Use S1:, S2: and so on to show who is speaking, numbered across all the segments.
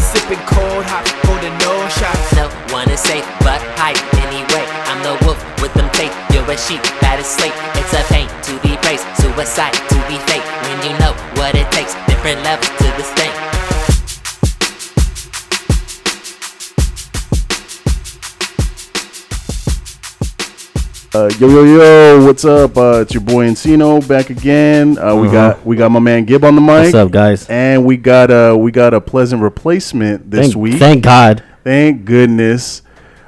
S1: Sipping cold hot, holding no shots.
S2: No one is safe but hype anyway. I'm the wolf with them fake. You're a sheep that is slate. It's a pain to be praised, suicide to be fake. When you know what it takes, different levels to this thing.
S3: Uh, yo yo yo, what's up? Uh, it's your boy Encino back again. Uh, We got we got my man Gib on the mic.
S4: Uh-huh. What's up, guys?
S3: And we got uh we got a pleasant replacement this
S4: thank,
S3: week.
S4: Thank God.
S3: Thank goodness.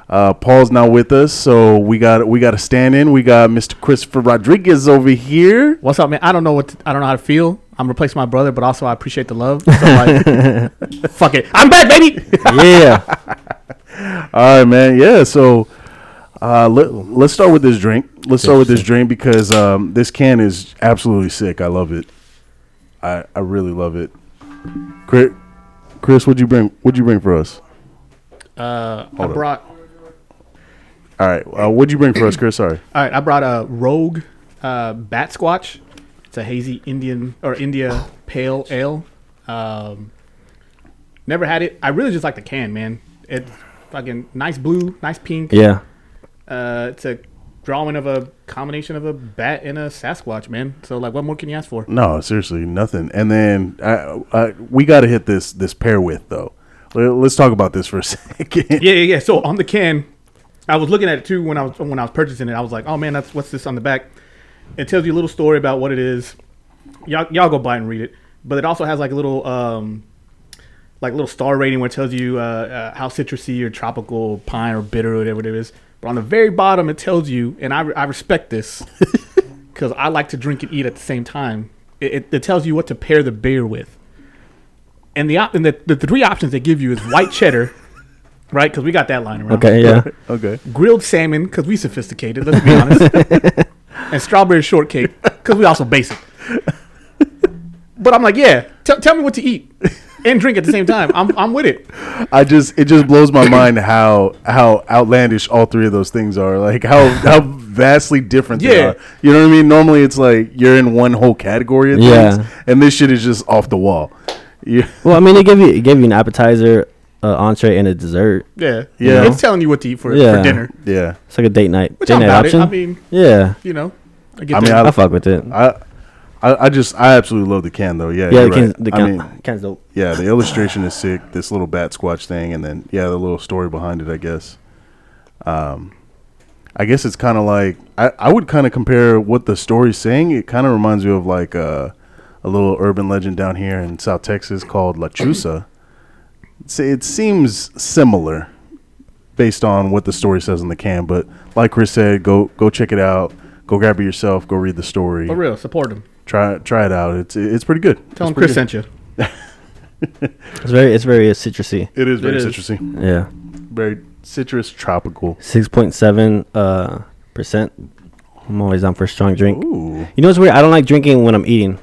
S3: Uh, Paul's not with us, so we got we got a stand in. We got Mr. Christopher Rodriguez over here.
S5: What's up, man? I don't know what I don't know how to feel. I'm replacing my brother, but also I appreciate the love. So like, fuck it, I'm back, baby.
S4: Yeah.
S3: All right, man. Yeah. So uh, let, let's start with this drink. Let's start with this drink because um, this can is absolutely sick. I love it. I I really love it. Chris, Chris, what'd you bring? What'd you bring for us?
S5: Uh, I
S3: up.
S5: brought
S3: All right. Uh, what'd you bring for us, Chris? Sorry.
S5: all right. I brought a rogue uh, bat squatch. It's a hazy Indian or India pale ale. Um, never had it. I really just like the can, man. It's fucking nice blue, nice pink.
S4: Yeah.
S5: Uh, it's a drawing of a combination of a bat and a Sasquatch, man. So like, what more can you ask for?
S3: No, seriously, nothing. And then I, I, we got to hit this this pair with though. Let, let's talk about this for a second.
S5: Yeah, yeah, yeah. So on the can, I was looking at it too when I was when I was purchasing it. I was like, oh man, that's what's this on the back? It tells you a little story about what it is. Y'all, y'all go buy it and read it. But it also has like a little um, like little star rating where it tells you uh, uh, how citrusy or tropical, pine or bitter or whatever it is. But on the very bottom, it tells you, and I, re- I respect this because I like to drink and eat at the same time. It, it, it tells you what to pair the beer with. And the op- and the, the three options they give you is white cheddar, right? Because we got that line around.
S4: Okay. Yeah.
S3: Okay.
S5: Grilled salmon because we sophisticated. Let's be honest. and strawberry shortcake because we also basic. But I'm like, yeah. T- tell me what to eat and drink at the same time. I'm I'm with it.
S3: I just it just blows my mind how how outlandish all three of those things are. Like how how vastly different they
S5: Yeah.
S3: are. You know what I mean? Normally it's like you're in one whole category of
S4: Yeah.
S3: things, and this shit is just off the wall. Yeah.
S4: Well, I mean, it gave you it gave you an appetizer, uh, entree, and a dessert.
S5: Yeah,
S3: Yeah.
S5: It's telling you what to eat for
S4: Yeah.
S5: for dinner.
S3: Yeah.
S4: It's like a date night.
S5: Which
S4: date
S5: I'm
S4: night
S5: about
S4: option.
S5: it. I mean,
S4: yeah.
S5: you know, I get
S3: I mean,
S5: that.
S4: I fuck with it.
S3: I I, I just I absolutely love the can though. Yeah.
S4: yeah.
S3: you're
S4: The can,
S3: right.
S4: the
S3: I
S4: can,
S3: mean,
S4: can's dope.
S3: Yeah, the illustration is sick. This little bat squatch thing, and then yeah, the little story behind it. I guess. Um, I guess it's kind of like I, I would kind of compare what the story's saying. It kind of reminds you of like uh, a little urban legend down here in South Texas called La Chusa. It's, it seems similar based on what the story says in the can, but like Chris said, go go check it out. Go grab it yourself. Go read the story.
S5: For real, support them.
S3: Try try it out. It's it's pretty good.
S5: Tell
S3: It's
S5: them
S3: pretty
S5: Chris sent you.
S4: It's very it's very uh, citrusy.
S3: good. It is very
S5: is.
S3: citrusy.
S4: Yeah.
S3: very citrus tropical.
S4: Six point seven uh percent. I'm always down for a strong drink.
S3: Ooh.
S4: You know what's weird? I don't like drinking when I'm eating.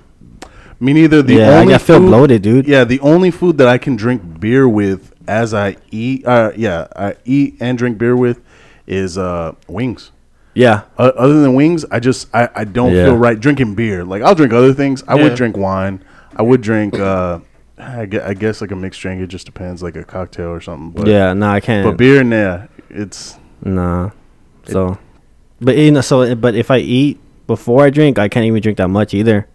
S3: Me neither. The
S4: yeah,
S3: only
S4: I, I feel
S3: food-
S4: bloated, dude.
S3: Yeah, the only food that I can drink beer with as I eat, uh, yeah, I eat and drink beer with, is uh, wings.
S4: Yeah.
S3: Uh, other than wings, I just I, I don't
S4: Yeah.
S3: feel right drinking beer. Like I'll drink other things. I would
S5: Yeah.
S3: drink wine. I would drink. Uh, I, guess, I guess like a mixed drink. It just depends, like a cocktail or something. But,
S4: Yeah, no, I can't.
S3: But beer, nah. It's
S4: Nah. So, but you know, so but if I eat before I drink, I can't even drink that much either.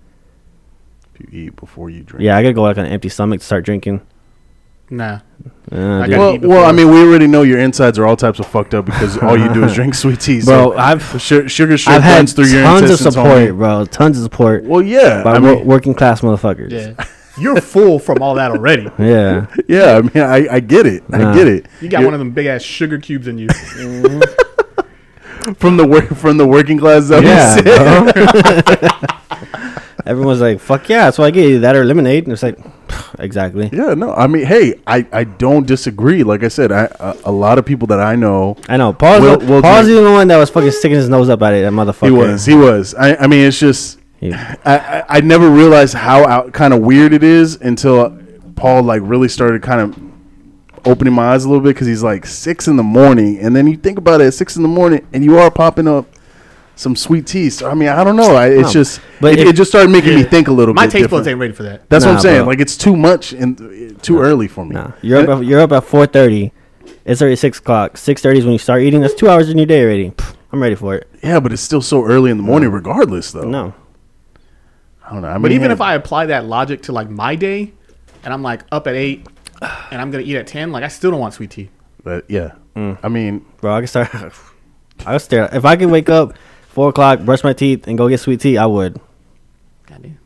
S3: you eat before you drink.
S4: Yeah, I gotta go like on an empty stomach to start drinking.
S5: Nah.
S4: Uh,
S5: I
S4: dude.
S5: gotta
S3: Well,
S5: eat before.
S3: well, I mean, we already know your insides are all types of fucked up because all you do is drink sweet tea.
S4: bro,
S3: so
S4: I've
S3: su- sugar straight
S4: I've had
S3: runs through your
S4: tons of
S3: intestines.
S4: support,
S3: homie.
S4: bro. Tons of support
S3: Well, yeah,
S4: by
S3: I
S4: wo-
S3: mean,
S4: working class motherfuckers.
S5: Yeah. You're full from all that already.
S4: Yeah.
S3: yeah, I mean, I, I get it, I
S4: Nah.
S3: get it.
S5: You got one of them big ass sugar cubes in you.
S3: from the work from the working class zone.
S4: Yeah, uh-huh. bro. Everyone's like, "Fuck yeah!" So I get either that or lemonade, and it's like, exactly.
S3: yeah, no, I mean, hey, I, I don't disagree. Like I said, I a, a lot of people that I know,
S4: I know. Paul's
S3: We'll-
S4: the,
S3: we'll
S4: Paul's
S3: drink.
S4: the only one that was fucking sticking his nose up at it. That motherfucker.
S3: he was, he was. I, I mean, it's just I, I, I never realized how out, kind of weird it is until Paul like really started kind of opening my eyes a little bit because he's like six in the morning, and then you think about it, six in the morning, and you are popping up some sweet tea. So I mean, I don't know. I, it's
S4: No,
S3: just
S4: but
S3: it,
S4: if-
S3: it just started making me think a little
S5: My
S3: bit.
S5: taste
S3: different.
S5: buds ain't ready for that.
S3: That's what
S4: Nah,
S3: I'm saying.
S4: bro.
S3: Like it's too much and uh, too early for me.
S4: Nah, you're up. At, you're up at four thirty. It's already six o'clock. Six thirty is when you start eating. That's two hours in your day already. Pff, I'm ready for it.
S3: Yeah, but it's still so early in the morning, regardless. Though
S4: No,
S3: I don't know. I mean,
S5: But even
S3: hey,
S5: if I apply that logic to like my day, and I'm like up at eight, and I'm gonna eat at ten, like I still don't want sweet tea.
S3: but yeah,
S4: Mm.
S3: I mean,
S4: bro, I can start. I will stare. If I could wake up four o'clock, brush my teeth, and go get sweet tea, I would.
S5: Goddamn.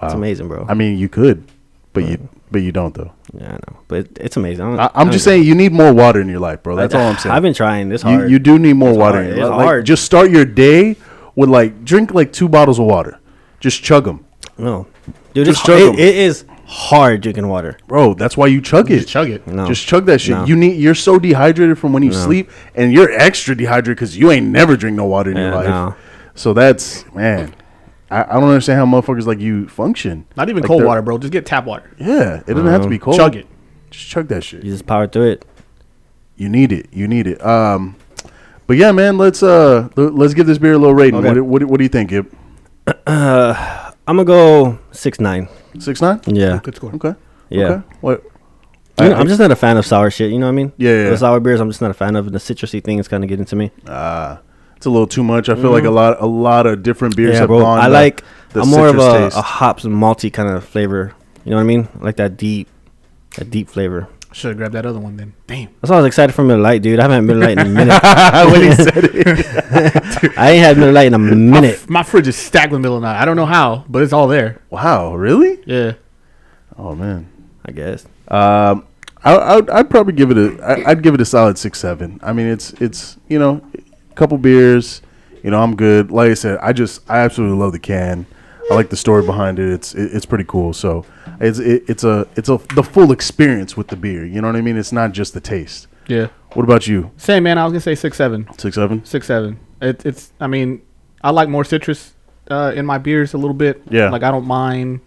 S3: wow.
S4: It's amazing, bro.
S3: I mean, you could, but you but you don't though.
S4: yeah, I know, but it- it's amazing. don't-
S3: I,
S4: I
S3: I'm
S4: don't
S3: just
S4: know.
S3: saying you need more water in your life, bro. That's
S4: Like,
S3: all I'm saying.
S4: I've been trying this
S3: you,
S4: hard.
S3: you do need more water
S4: hard.
S3: in
S4: It's
S3: your life. Like,
S4: hard.
S3: Just start your day with like drink like two bottles of water. Just chug them,
S4: no, dude,
S3: Just
S4: it's,
S3: chug
S4: it,
S3: 'em.
S4: it is hard drinking water.
S3: bro. That's why you chug it.
S5: Just chug it.
S4: No.
S3: Just chug that shit.
S4: No.
S3: You need. You're so dehydrated from when you sleep, and you're extra dehydrated because you ain't never drink no water in your
S4: Yeah,
S3: life.
S4: no.
S3: So that's man. I, I don't understand how motherfuckers like you function.
S5: Not even
S3: Like,
S5: cold
S3: they're-
S5: water, bro. Just get tap water.
S3: Yeah, it doesn't have to be cold.
S5: Chug it.
S3: Just chug that shit.
S4: You just power through it.
S3: You need it. You need it. Um, but yeah, man. Let's uh, l- let's give this beer a little rating.
S4: Okay.
S3: What, do- what, do- what do you think, Gib?
S4: I'm gonna go six nine.
S3: Six nine.
S4: Yeah,
S5: Good score.
S3: Okay.
S4: Yeah.
S3: Okay. What?
S4: You know, I'm just not a fan of sour shit. You know what I mean?
S3: Yeah, yeah, yeah.
S4: The sour beers, I'm just not a fan of, and the citrusy thing is kind of getting to me.
S3: It's a little too much. I feel like a lot, a lot of different beers
S4: Mm-hmm. Yeah,
S3: have
S4: bro.
S3: gone.
S4: I
S3: the-
S4: like.
S3: the
S4: I'm more of
S3: citrus
S4: a,
S3: taste.
S4: a hops and malty kind of flavor. You know what I mean? I like that deep, that deep flavor.
S5: Should have grabbed that other one then. Damn.
S4: That's why I was excited for Miller Lite, dude. I haven't had Miller Lite in a minute.
S3: when he said it.
S4: I ain't had Miller Lite in a minute.
S5: My fridge is stacked with Miller Lite. I don't know how, but it's all there.
S3: Wow, really?
S5: Yeah.
S3: Oh man.
S4: I guess.
S3: Um, I, I would- I'd probably give it a I, I'd give it a solid six seven. I mean, it's it's you know, a couple beers, you know, I'm good. Like I said, I just I absolutely love the can. I like the story behind it. It's it, it's pretty cool. So it's it, it's a it's a the full experience with the beer. You know what I mean? It's not just the taste.
S5: Yeah.
S3: What about you?
S5: Same man. I was gonna say six seven.
S3: Six seven.
S5: Six seven. It, it's. I mean, I like more citrus uh, in my beers a little bit.
S3: Yeah.
S5: Like I don't mind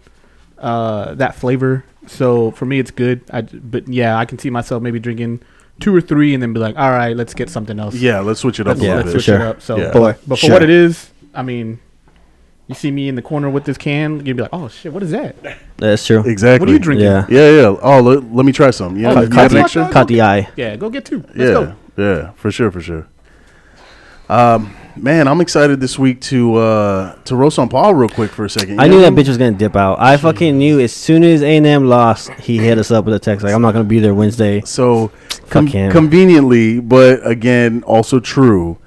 S5: uh, that flavor. So for me, it's good. I. j- But yeah, I can see myself maybe drinking two or three, and then be like, all right, let's get something else.
S3: Yeah, let's switch it up
S5: Let's,
S3: a little
S5: let's
S3: bit.
S5: switch
S4: Sure.
S5: it up. So,
S3: Yeah.
S4: Boy,
S5: but, Uh, but
S4: sure.
S5: for what it is, I mean, you see me in the corner with this can, you'd be like, oh shit, what is that?
S4: That's true.
S3: Exactly.
S5: What are you drinking?
S4: Yeah.
S3: Yeah, yeah. Oh, let, let me try some. Yeah,
S5: Oh,
S3: you
S5: you
S4: Caught
S3: got
S5: have
S3: an
S4: the,
S5: extra?
S4: caught the eye.
S5: Yeah, go get two. Let's
S3: yeah,
S5: go.
S3: yeah, for sure, for sure. Um, man, I'm excited this week to uh to roast on Paul real quick for a second. You
S4: I
S3: know
S4: knew
S3: what
S4: that
S3: mean?
S4: bitch was gonna dip out. I fucking knew as soon as A&M lost, he hit us up with a text like, "I'm not gonna be there Wednesday."
S3: So com-
S4: him.
S3: conveniently, but again, also true.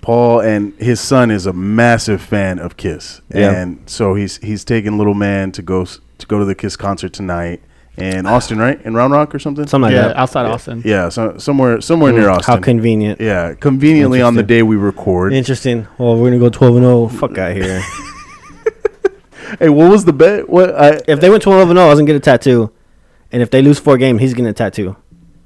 S3: Paul and his son is a massive fan of Kiss,
S4: Yeah.
S3: and so he's he's taking little man to go s- to go to the Kiss concert tonight in Austin, right? In Round Rock or something.
S4: Something like
S5: Yeah,
S4: that.
S5: outside Austin.
S3: yeah, so, somewhere somewhere near Austin.
S4: How convenient.
S3: yeah, conveniently on the
S4: Interesting.
S3: day we record.
S4: Interesting. Well, we're gonna go 12 and 0. Fuck out here.
S3: Hey, what was the bet? What I,
S4: if they went 12 and 0, I was gonna get a tattoo. And if they lose four games, he's getting a tattoo.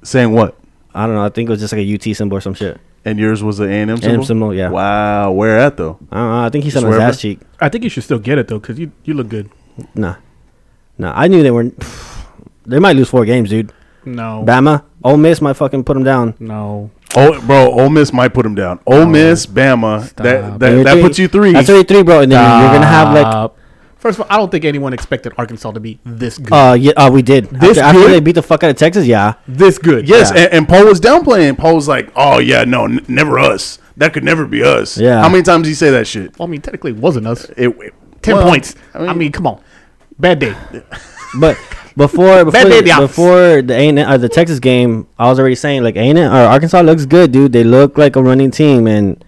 S3: saying what?
S4: I don't know. I think it was just like a UT symbol or some shit.
S3: And yours was an A&M symbol?
S4: A&M symbol, yeah.
S3: Wow, where at though?
S4: I don't know. I think he said on his
S3: Swerver?
S4: ass cheek.
S5: I think you should still get it though, because you you look good.
S4: Nah, nah. I knew they were. They might lose four games, dude.
S5: No.
S4: Bama, Ole Miss might fucking put them down.
S5: No.
S3: Oh, bro, Ole Miss might put him down. Ole Miss, Bama, that
S4: You're
S3: that, that
S4: three-
S3: puts you three.
S4: That's already three, bro. And then you're gonna have like,
S5: Uh, first of all, I don't think anyone expected Arkansas to be this good.
S4: uh, yeah, uh we did.
S3: This
S4: after, after
S3: good?
S4: they beat the fuck out of Texas, yeah.
S5: this good.
S3: yes,
S4: yeah.
S3: and, and Paul was downplaying. Paul was like, "Oh yeah, no, n- never us. That could never be us."
S4: Yeah.
S3: How many times did he say that shit?
S5: Well, I mean, technically, it wasn't us.
S3: It, it-
S5: Ten
S3: well,
S5: points. I mean, come on. Bad day.
S4: But before before
S5: day at the
S4: the,
S5: office.
S4: before the A&M, uh, the Texas game, I was already saying like ain't or Arkansas looks good, dude. They look like a running team, and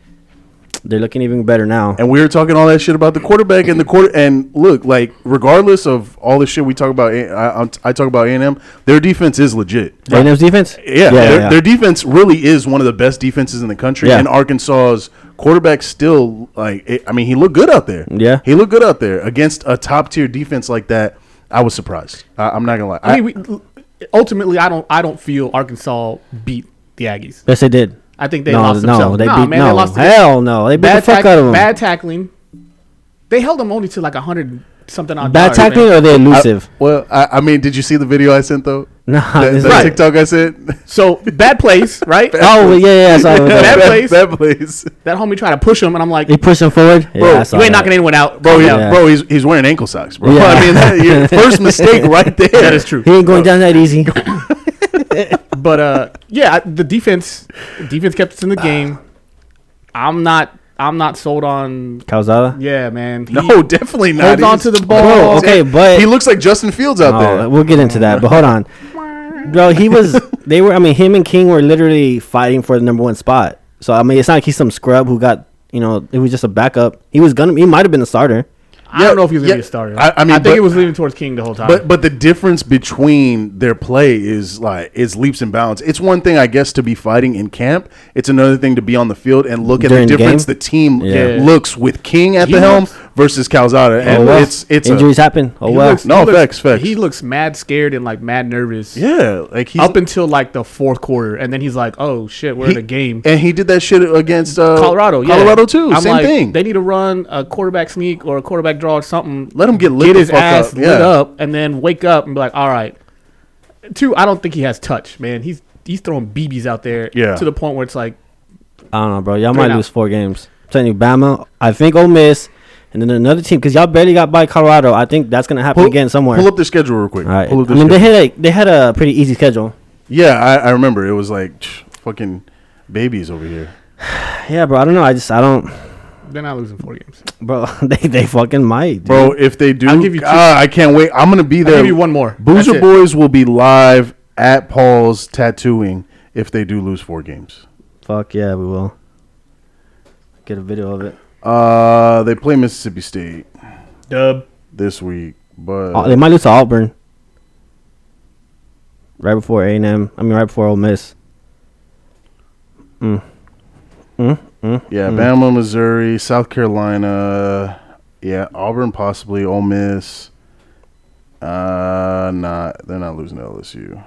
S4: they're looking even better now.
S3: And we were talking all that shit about the quarterback and the quarter. And look, like regardless of all the shit we talk about, A- I, I'm- I talk about A and M. Their defense is legit.
S4: A&M's defense,
S3: Yeah,
S4: yeah,
S3: their,
S4: yeah.
S3: their defense really is one of the best defenses in the country,
S4: Yeah.
S3: and Arkansas's quarterback still like. It, I mean, he looked good out there.
S4: Yeah.
S3: he looked good out there against a top tier defense like that. I was surprised. I, I'm not gonna lie. I,
S5: I mean, we, ultimately, I don't I don't feel Arkansas beat the Aggies.
S4: yes, they did.
S5: I think they
S4: no,
S5: lost
S4: no,
S5: themselves.
S4: they
S5: Nah,
S4: beat
S5: man,
S4: no.
S5: they lost to-
S4: Hell no, they beat the
S5: Bad,
S4: fuck
S5: tack-
S4: out of them.
S5: bad tackling. They held them only to like hundred something. odd
S4: Bad
S5: yards,
S4: tackling
S5: man. Uh,
S4: or they elusive?
S3: I- well, I, I mean, did you see the video I sent though?
S4: Nah,
S3: that,
S4: this
S3: that
S4: is-
S3: TikTok I sent.
S5: So bad plays, right?
S4: oh yeah, yeah, yeah. I saw it.
S5: Bad
S4: That-
S5: plays.
S3: Bad plays.
S5: that homie tried to push him, and I'm like,
S4: He pushed him forward. Yeah, I saw
S5: you ain't
S4: that.
S5: knocking anyone out,
S3: Bro,
S5: Calm
S3: he-
S5: down.
S4: Yeah.
S3: bro, he's he's wearing ankle socks, bro.
S4: Yeah.
S3: I mean, that, your first mistake right there.
S5: That is true.
S4: He ain't going down that easy.
S5: But uh, yeah, I- the defense, defense kept us in the
S3: Ah.
S5: game. I'm not, I'm not sold on.
S4: Calzada.
S5: Yeah, man. He
S3: No, definitely not.
S5: holds on
S3: He's- Oh,
S5: to the ball.
S4: Bro, okay, but
S3: he looks like Justin Fields out
S4: Oh,
S3: there.
S4: we'll get into that, but hold on. Bro, he was. They were. I mean, him and King were literally fighting for the number one spot. So I mean, it's not like he's some scrub who got. You know, it was just a backup. He was gonna. He might have been a starter.
S5: I don't know if he was gonna
S3: yeah,
S5: be a starter.
S3: I- I mean,
S5: I think
S3: but-
S5: it was leaning towards King the whole time.
S3: But but the difference between their play is like it's leaps and bounds. It's one thing I guess to be fighting in camp. It's another thing to be on the field and look at
S4: During the
S3: the difference
S4: game?
S3: the team
S4: Yeah.
S5: Yeah.
S3: looks with King at
S5: He
S3: the helm
S5: looks-
S3: versus Calzada. And
S4: oh well,
S3: it's it's a-
S4: injuries happen. Oh
S5: He
S4: well,
S5: looks-
S3: no,
S5: he looks-
S3: facts, facts.
S5: He looks mad scared and like mad nervous.
S3: yeah, like he's
S5: Up until like the fourth quarter, and then he's like, "Oh shit, we're in
S3: he-
S5: a game."
S3: and he did that shit against uh,
S5: Colorado, yeah.
S3: Colorado too.
S5: I'm
S3: Same
S5: like,
S3: thing.
S5: They need to run a quarterback sneak or a quarterback draw or something.
S3: Let him get lit
S5: Get
S3: the
S5: his
S3: fuck
S5: ass
S3: up.
S5: lit
S3: Yeah.
S5: up, and then wake up and be like, "All right." Two, I don't think he has touch, man. He's he's throwing BBs out there
S3: Yeah.
S5: to the point where it's like,
S4: I don't know, bro. Y'all
S5: Three
S4: might
S5: now.
S4: lose four games. I'm telling you, Bama. I think Ole Miss, and then another team because y'all barely got by Colorado. I think that's gonna happen
S3: Pull-
S4: again somewhere.
S3: Pull up their schedule real quick.
S4: All right. I
S3: Pull
S4: mean,
S3: up their
S4: they
S3: schedule.
S4: had a they had a pretty easy schedule.
S3: yeah, I, I remember it was like tch, fucking babies over here.
S4: Yeah, bro. I don't know. I just I don't,
S5: they're not losing four games.
S4: bro. They they fucking might, dude.
S3: Bro, if they do,
S5: I'll give you two-
S3: God, I can't wait. I'm gonna be
S5: I'll
S3: there.
S5: give you one more. That's
S3: Boozer
S5: it.
S3: Boys will be live at Paul's tattooing if they do lose four games.
S4: Fuck yeah, we will. Get a video of it.
S3: Uh, they play Mississippi State
S5: Dub.
S3: this week, but
S4: Oh, they might lose to Auburn. Right before A and M. I mean, right before Ole Miss. mm.
S3: yeah, Bama, Missouri, South Carolina, yeah, Auburn possibly, Ole Miss. Uh, not they're not losing to LSU.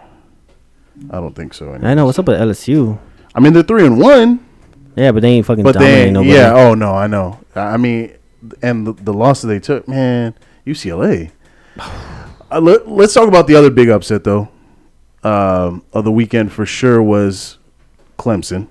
S3: I don't think so.
S4: I
S3: Anyway.
S4: know what's up with LSU.
S3: I mean, they're three and one,
S4: Yeah, but they ain't fucking
S3: but they
S4: dominating
S3: ain't-
S4: nobody.
S3: yeah. Oh no, I know. I I mean, and the, the loss that they took, man, UCLA. Uh, let, let's talk about the other big upset though um, of the weekend for sure was Clemson,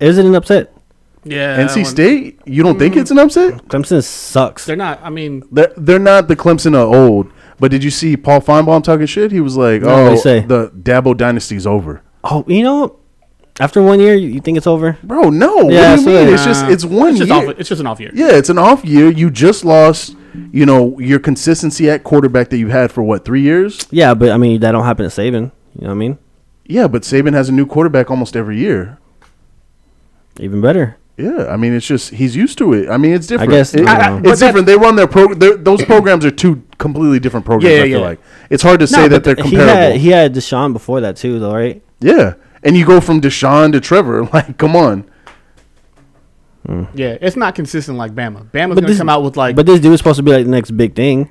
S4: Is it an upset?
S5: Yeah. that
S3: NC
S5: one. Mm-hmm.
S3: State. You don't think it's an upset?
S4: Clemson sucks.
S5: They're not. I mean,
S3: They're they're not the Clemson of old. But did you see Paul Feinbaum talking shit? He was like,
S4: No, what'd
S3: "Oh,
S4: he say?"
S3: the Dabo dynasty's over."
S4: Oh, you know, after one year, you you think it's over?
S3: Bro, no.
S4: Yeah,
S3: what do
S4: so-
S3: you mean? It's just
S5: uh,
S3: it's one
S5: It's just,
S3: year.
S5: off, it's just an off year.
S3: Yeah, it's an off year. You just lost, you know, your consistency at quarterback that you had for what three years.
S4: Yeah, but I mean that don't happen to Saban. You know what I mean?
S3: Yeah, but Saban has a new quarterback almost every year.
S4: Even better.
S3: Yeah, I mean, it's just he's used to it. I mean, it's different.
S4: guess,
S3: It-
S4: I- I-
S5: but
S3: it's different. They run their pro. their- Those programs are two completely different programs. I
S5: Yeah,
S3: feel
S5: yeah.
S3: like it's hard to say
S4: No,
S3: that
S4: but
S3: they're
S4: th-
S3: comparable.
S4: He had, he had Deshaun before that too, though, right?
S3: yeah, and you go from Deshaun to Trevor. Like, come on.
S5: Yeah, it's not consistent like Bama. Bama's gonna
S4: this-
S5: come out with like,
S4: But this dude was supposed to be like the next big thing.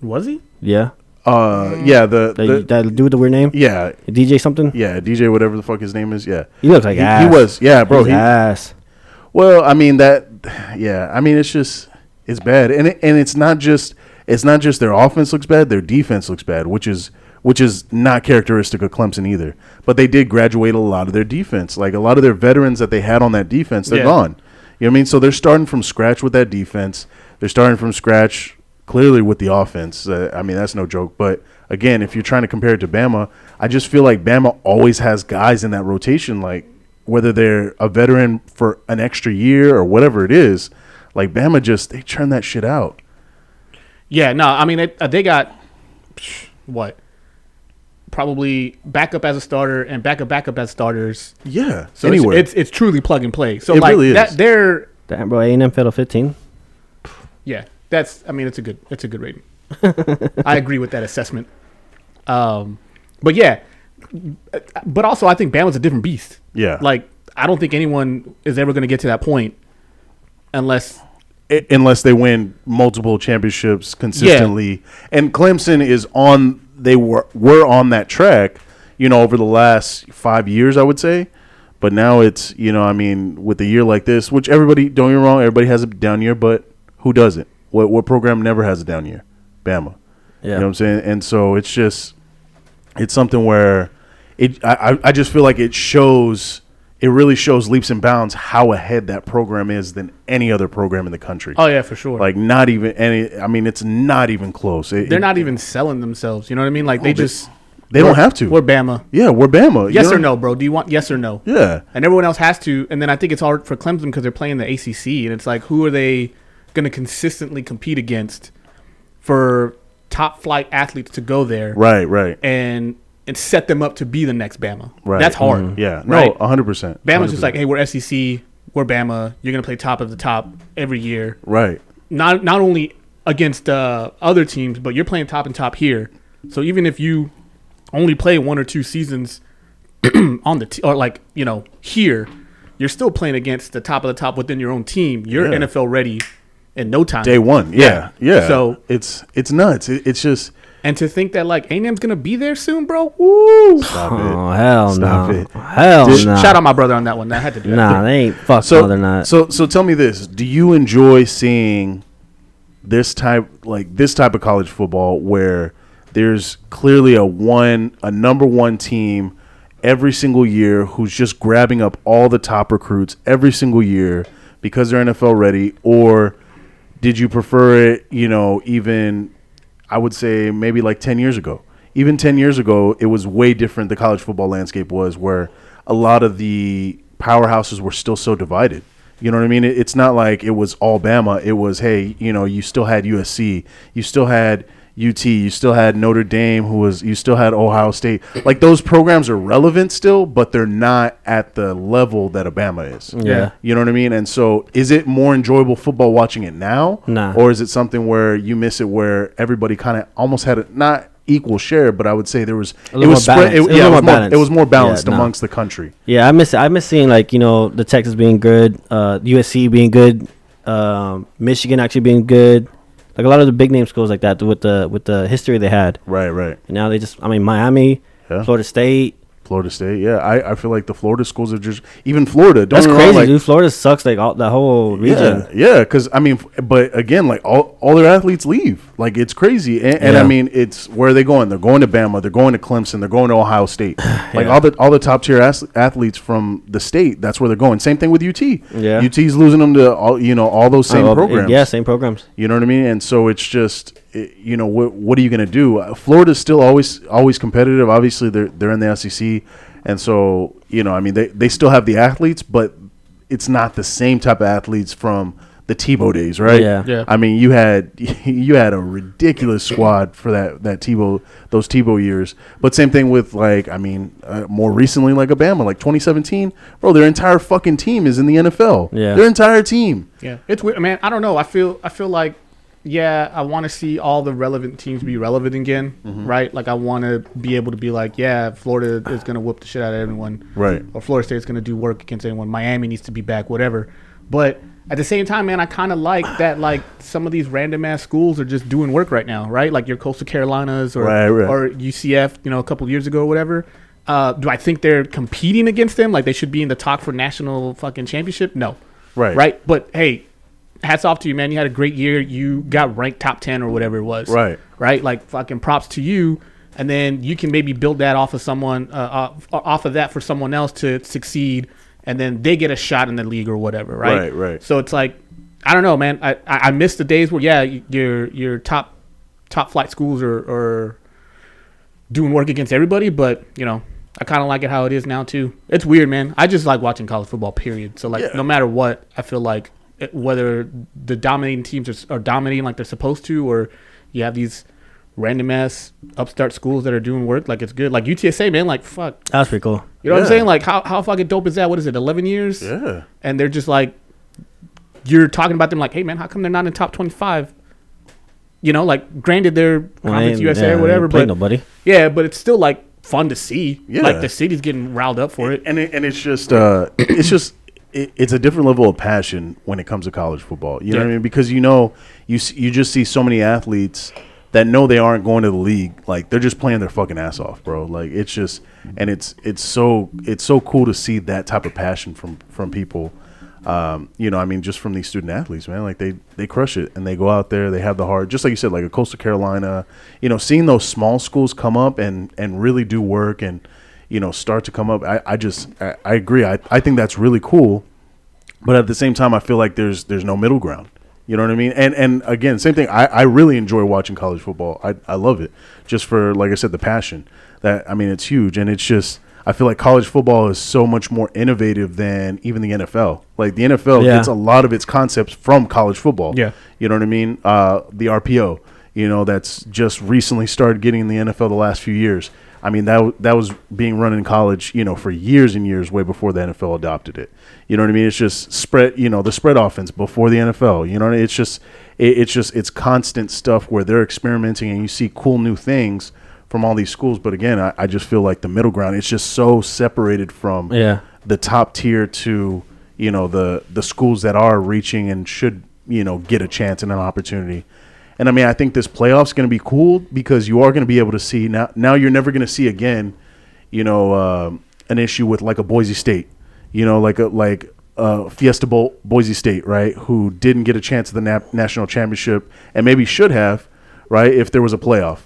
S5: was he?
S4: Yeah,
S3: Uh,
S4: Mm.
S3: yeah, the,
S4: that,
S3: the
S4: that dude with the weird name,
S3: yeah,
S4: DJ something.
S3: yeah, DJ, whatever the fuck his name is. Yeah,
S4: He looked like
S3: he,
S4: ass.
S3: he was. Yeah, bro,
S4: His
S3: he,
S4: ass.
S3: Well, I mean that, yeah. I mean it's just it's bad, and it, and it's not just it's not just their offense looks bad, their defense looks bad, which is which is not characteristic of Clemson either. But they did graduate a lot of their defense, like a lot of their veterans that they had on that defense, they're
S5: Yeah.
S3: gone. You know what I mean? So they're starting from scratch with that defense. They're starting from scratch clearly with the offense. Uh, I mean that's no joke. But again, if you're trying to compare it to Bama, I just feel like Bama always has guys in that rotation, like whether they're a veteran for an extra year or whatever it is, like Bama just they churn that shit out.
S5: Yeah, no. I mean, it, uh, they got psh, what? Probably backup as a starter and backup backup as starters.
S3: Yeah.
S5: So it's-
S3: anyway,
S5: it's, it's truly plug and play. So
S3: It
S5: like
S3: really
S5: that,
S3: is.
S5: they're
S4: Damn, bro, A and M fell to fifteen.
S5: yeah. That's I mean, it's a good it's a good rating. I agree with that assessment. Um, but yeah, but also I think Bama's a different beast.
S3: Yeah.
S5: like I don't think anyone is ever going to get to that point unless
S3: i- unless they win multiple championships consistently. And Clemson is on they were were on that track, you know, over the last 5 years I would say. But now it's, you know, I mean, with a year like this, which everybody don't get me wrong, everybody has a down year, but Who doesn't? What what program never has a down year? Bama. You
S4: Yeah.
S3: know what I'm saying? And so it's just it's something where it I, I- I just feel like it shows it really shows leaps and bounds how ahead that program is than any other program in the country.
S5: Oh yeah, for sure.
S3: Like not even any I mean it's not even close. It-
S5: they're
S3: it-
S5: not even selling themselves. You know what I mean? Like they
S3: they-
S5: just
S3: they don't
S5: we're-
S3: have to.
S5: We're Bama.
S3: Yeah, we're Bama. You
S5: Yes
S3: know?
S5: or no, bro? Do you want yes or no?
S3: Yeah.
S5: And everyone else has to. And then I think it's hard for Clemson because they're playing the ACC, and it's like who are they going to consistently compete against for top flight athletes to go there
S3: Right, right.
S5: and and set them up to be the next Bama?
S3: Right. Mm-hmm.
S5: That's hard.
S3: Yeah.
S5: Right.
S3: No, hundred percent.
S5: Bama's just like, hey, we're SEC, we're Bama. You're going to play top of the top every year.
S3: Right.
S5: not not only against uh, other teams, but you're playing top and top here. So even if you only play one or two seasons on the t- or like you know here, you're still playing against the top of the top within your own team. You're
S3: Yeah.
S5: NFL ready in no time.
S3: Day one. Yeah. Yeah.
S5: So-
S3: it's it's nuts. It, it's just
S5: And to think that like A&M's gonna be there soon, bro. Woo!
S3: stop
S4: Oh
S3: it.
S4: hell
S3: Stop
S4: no!
S3: it.
S4: Hell
S3: Dude,
S4: no!
S5: Shout out my brother on that one. I had to do that.
S4: Nah, they ain't. Fuck
S3: So
S4: no, they're not.
S3: So so tell me this. Do you enjoy seeing this type like this type of college football where there's clearly a one a number one team every single year who's just grabbing up all the top recruits every single year because they're NFL ready or did you prefer it, you know, even I would say maybe like 10 years ago. Even 10 years ago, it was way different. The college football landscape was where a lot of the powerhouses were still so divided. You know what I mean? It- It's not like it was all Bama. It was, hey, you know, you still had USC, you still had UT, you still had Notre Dame, who was, you still had Ohio State. Like those programs are relevant still, but they're not at the level that Obama is.
S4: Yeah.
S3: You know what I mean? And so is it more enjoyable football watching it now?
S4: Nah.
S3: Or is it something where you miss it where everybody kind of almost had a not equal share, but I would say there was
S4: little
S3: it
S4: more
S3: was spread, it,
S4: balanced.
S3: yeah, it was more balanced. It was more balanced
S4: Yeah, nah.
S3: amongst the country.
S4: yeah, I miss. I miss seeing like you know the Texas being good, uh, USC being good, um, Michigan actually being good. Like a lot of the big name schools like that with the with the history they had.
S3: Right, right.
S4: And now they just. I mean Miami,
S3: Yeah.
S4: Florida State.
S3: Florida State, yeah. I, I feel like the Florida schools are just even Florida. Don't
S4: That's
S3: get me
S4: crazy,
S3: wrong, like,
S4: dude. Florida sucks. Like all the whole region.
S3: Yeah, yeah, because I mean, f- but again, like all, all their athletes leave. Like it's crazy, and, and I
S4: Yeah.
S3: mean, it's where are they going? They're going to Bama, they're going to Clemson, they're going to Ohio State. Like all the all the top tier as- athletes from the state, that's where they're going. Same thing with UT.
S4: Yeah.
S3: UT's losing them to all you know all those same
S4: Well,
S3: programs.
S4: Yeah, same programs.
S3: You know what I mean? And so it's just, it, you know, what what are you going to do? Uh, Florida's still always always competitive. Obviously, they're they're in the SEC, and so you know, I mean, they they still have the athletes, but it's not the same type of athletes from the Tebow days, right?
S4: Yeah.
S5: Yeah.
S3: I mean, you had you had a ridiculous squad for that that Tebow those Tebow years. But same thing with like, I mean, uh, more recently like Obama, like 2017, bro, their entire fucking team is in the NFL.
S4: Yeah.
S3: Their entire team.
S5: Yeah, it's weird, man. I don't know. I feel I feel like yeah, I want to see all the relevant teams be relevant again,
S3: Mm-hmm.
S5: right? Like I want to be able to be like, yeah, Florida is gonna whoop the shit out of everyone,
S3: Right.
S5: Or Florida State's gonna do work against anyone. Miami needs to be back, whatever. But at the same time, man, I kind of like that. Like some of these random ass schools are just doing work right now, right? Like your Coastal Carolinas or
S3: Right, right.
S5: or UCF, you know, a couple years ago or whatever. Uh, do I think they're competing against them? Like they should be in the talk for national fucking championship? No.
S3: Right.
S5: Right. But hey, hats off to you, man. You had a great year. You got ranked top ten or whatever it was.
S3: Right.
S5: Right. Like fucking props to you. And then you can maybe build that off of someone, uh, off- off of that for someone else to succeed, and then they get a shot in the league or whatever. Right.
S3: Right, right.
S5: So it's like, I don't know, man. I I, I miss the days where yeah, y- your your top top flight schools are, are doing work against everybody, but you know. I kind of like it how it is now too. It's weird, man. I just like watching college football. Period. So like,
S3: Yeah.
S5: no matter what, I feel like it- whether the dominating teams are, s- are dominating like they're supposed to, or you have these random ass upstart schools that are doing work, like it's good. Like UTSA, man. Like fuck,
S4: That was pretty cool.
S5: you know what I'm
S3: Yeah.
S5: saying? Like how how fucking dope is that? What is it? Eleven years?
S3: Yeah.
S5: And they're just like, you're talking about them like, hey man, how come they're not in top twenty five? You know, like granted they're conference
S4: ain't- yeah,
S5: USA or
S4: they
S5: whatever,
S4: ain't played
S5: but
S4: nobody.
S5: yeah, but it's still like fun to see.
S3: Yeah.
S5: Like the city's getting riled up for it.
S3: and it, and it's just uh, it's just it, it's a different level of passion when it comes to college football. You know what
S5: Yeah.
S3: I mean? Because you know you s- you just see so many athletes that know they aren't going to the league. Like they're just playing their fucking ass off, bro. Like it's just and it's it's so it's so cool to see that type of passion from from people. Um, you know, I mean, just from these student athletes, man, like they they crush it and they go out there, they have the heart, just like you said, like a Coastal Carolina. You know, seeing those small schools come up and and really do work and you know start to come up. I, I just I, I agree. I I think that's really cool but at the same time, I feel like there's there's no middle ground. You know what I mean? And and again, same thing. I, I really enjoy watching college football. I I love it just for like I said, the passion. That I mean, it's huge, and it's just I feel like college football is so much more innovative than even the NFL. Like the NFL
S4: Yeah.
S3: gets a lot of its concepts from college football.
S5: Yeah.
S3: You know what I mean? Uh, the RPO, you know, that's just recently started getting in the NFL the last few years. I mean, that w- that was being run in college, you know, for years and years, way before the NFL adopted it. You know what I mean? It's just spread, you know, the spread offense before the NFL. You know, what I mean? it's just it, it's just it's constant stuff where they're experimenting and you see cool new things from all these schools. But again, I, I just feel like the middle ground. It's just so separated from
S4: Yeah.
S3: the top tier to you know the the schools that are reaching and should you know get a chance and an opportunity. And I mean, I think this playoff's going to be cool because you are going to be able to see now. Now you're never going to see again, you know, um, an issue with like a Boise State, you know, like a like uh, Fiesta Bowl Boise State, right? Who didn't get a chance at the nap- national championship and maybe should have, right? If there was a playoff,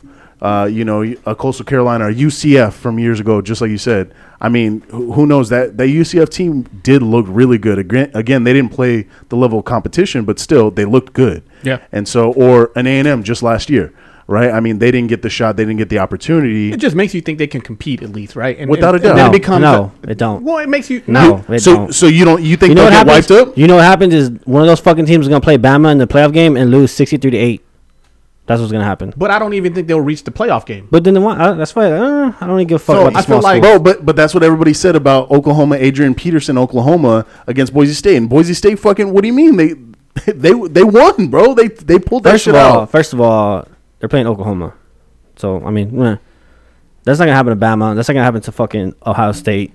S3: uh, you know, a Coastal Carolina or UCF from years ago, just like you said. I mean, who, who knows that that UCF team did look really good. Again, again, they didn't play the level of competition, but still they looked good.
S5: Yeah.
S3: and so or an A and M just last year, right? I mean, they didn't get the shot, they didn't get the opportunity.
S5: It just makes you think they can compete at least, right? And,
S3: Without
S5: and-
S3: a doubt.
S5: and
S4: No,
S5: then it becomes
S4: no, it don't.
S5: Well, it makes you
S4: No, they
S3: so,
S4: don't.
S3: so you don't you think
S4: You know
S3: they'll
S4: what
S3: get
S4: happens?
S3: wiped up?
S4: You know what happens is one of those fucking teams is gonna play Bama in the playoff game and lose sixty three to eight. That's what's gonna happen.
S5: But I don't even think they'll reach the playoff game.
S4: But then the one uh, that's why uh, I don't even give a fuck
S3: So
S4: about the
S3: I
S4: small
S3: feel like,
S4: schools.
S3: bro, but but that's what everybody said about Oklahoma, Adrian Peterson, Oklahoma against Boise State, and Boise State fucking. What do you mean they they they won, bro? They they pulled that
S4: First
S3: shit
S4: of all,
S3: out.
S4: first of all, they're playing Oklahoma, so I mean, meh. that's not gonna happen to Bama. That's not gonna happen to fucking Ohio State.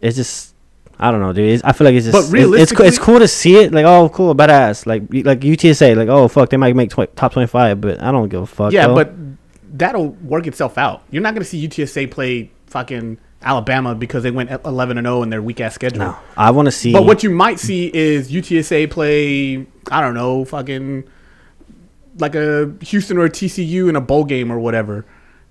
S4: It's just, I don't know, dude. It's, I feel like it's just,
S5: But
S4: it's- it's, cool- it's
S5: realistically-
S4: cool to see it. Like, oh, cool, badass. Like, y- like UTSA, like, oh, fuck, they might make tw- top twenty five, but I don't give a fuck.
S5: Yeah,
S4: though.
S5: but that'll work itself out. You're not going to see UTSA play fucking Alabama because they went 11 and 0 in their weak ass schedule.
S4: no, I want to see.
S5: But what you might see is UTSA play, I don't know, fucking like a Houston or a TCU in a bowl game or whatever.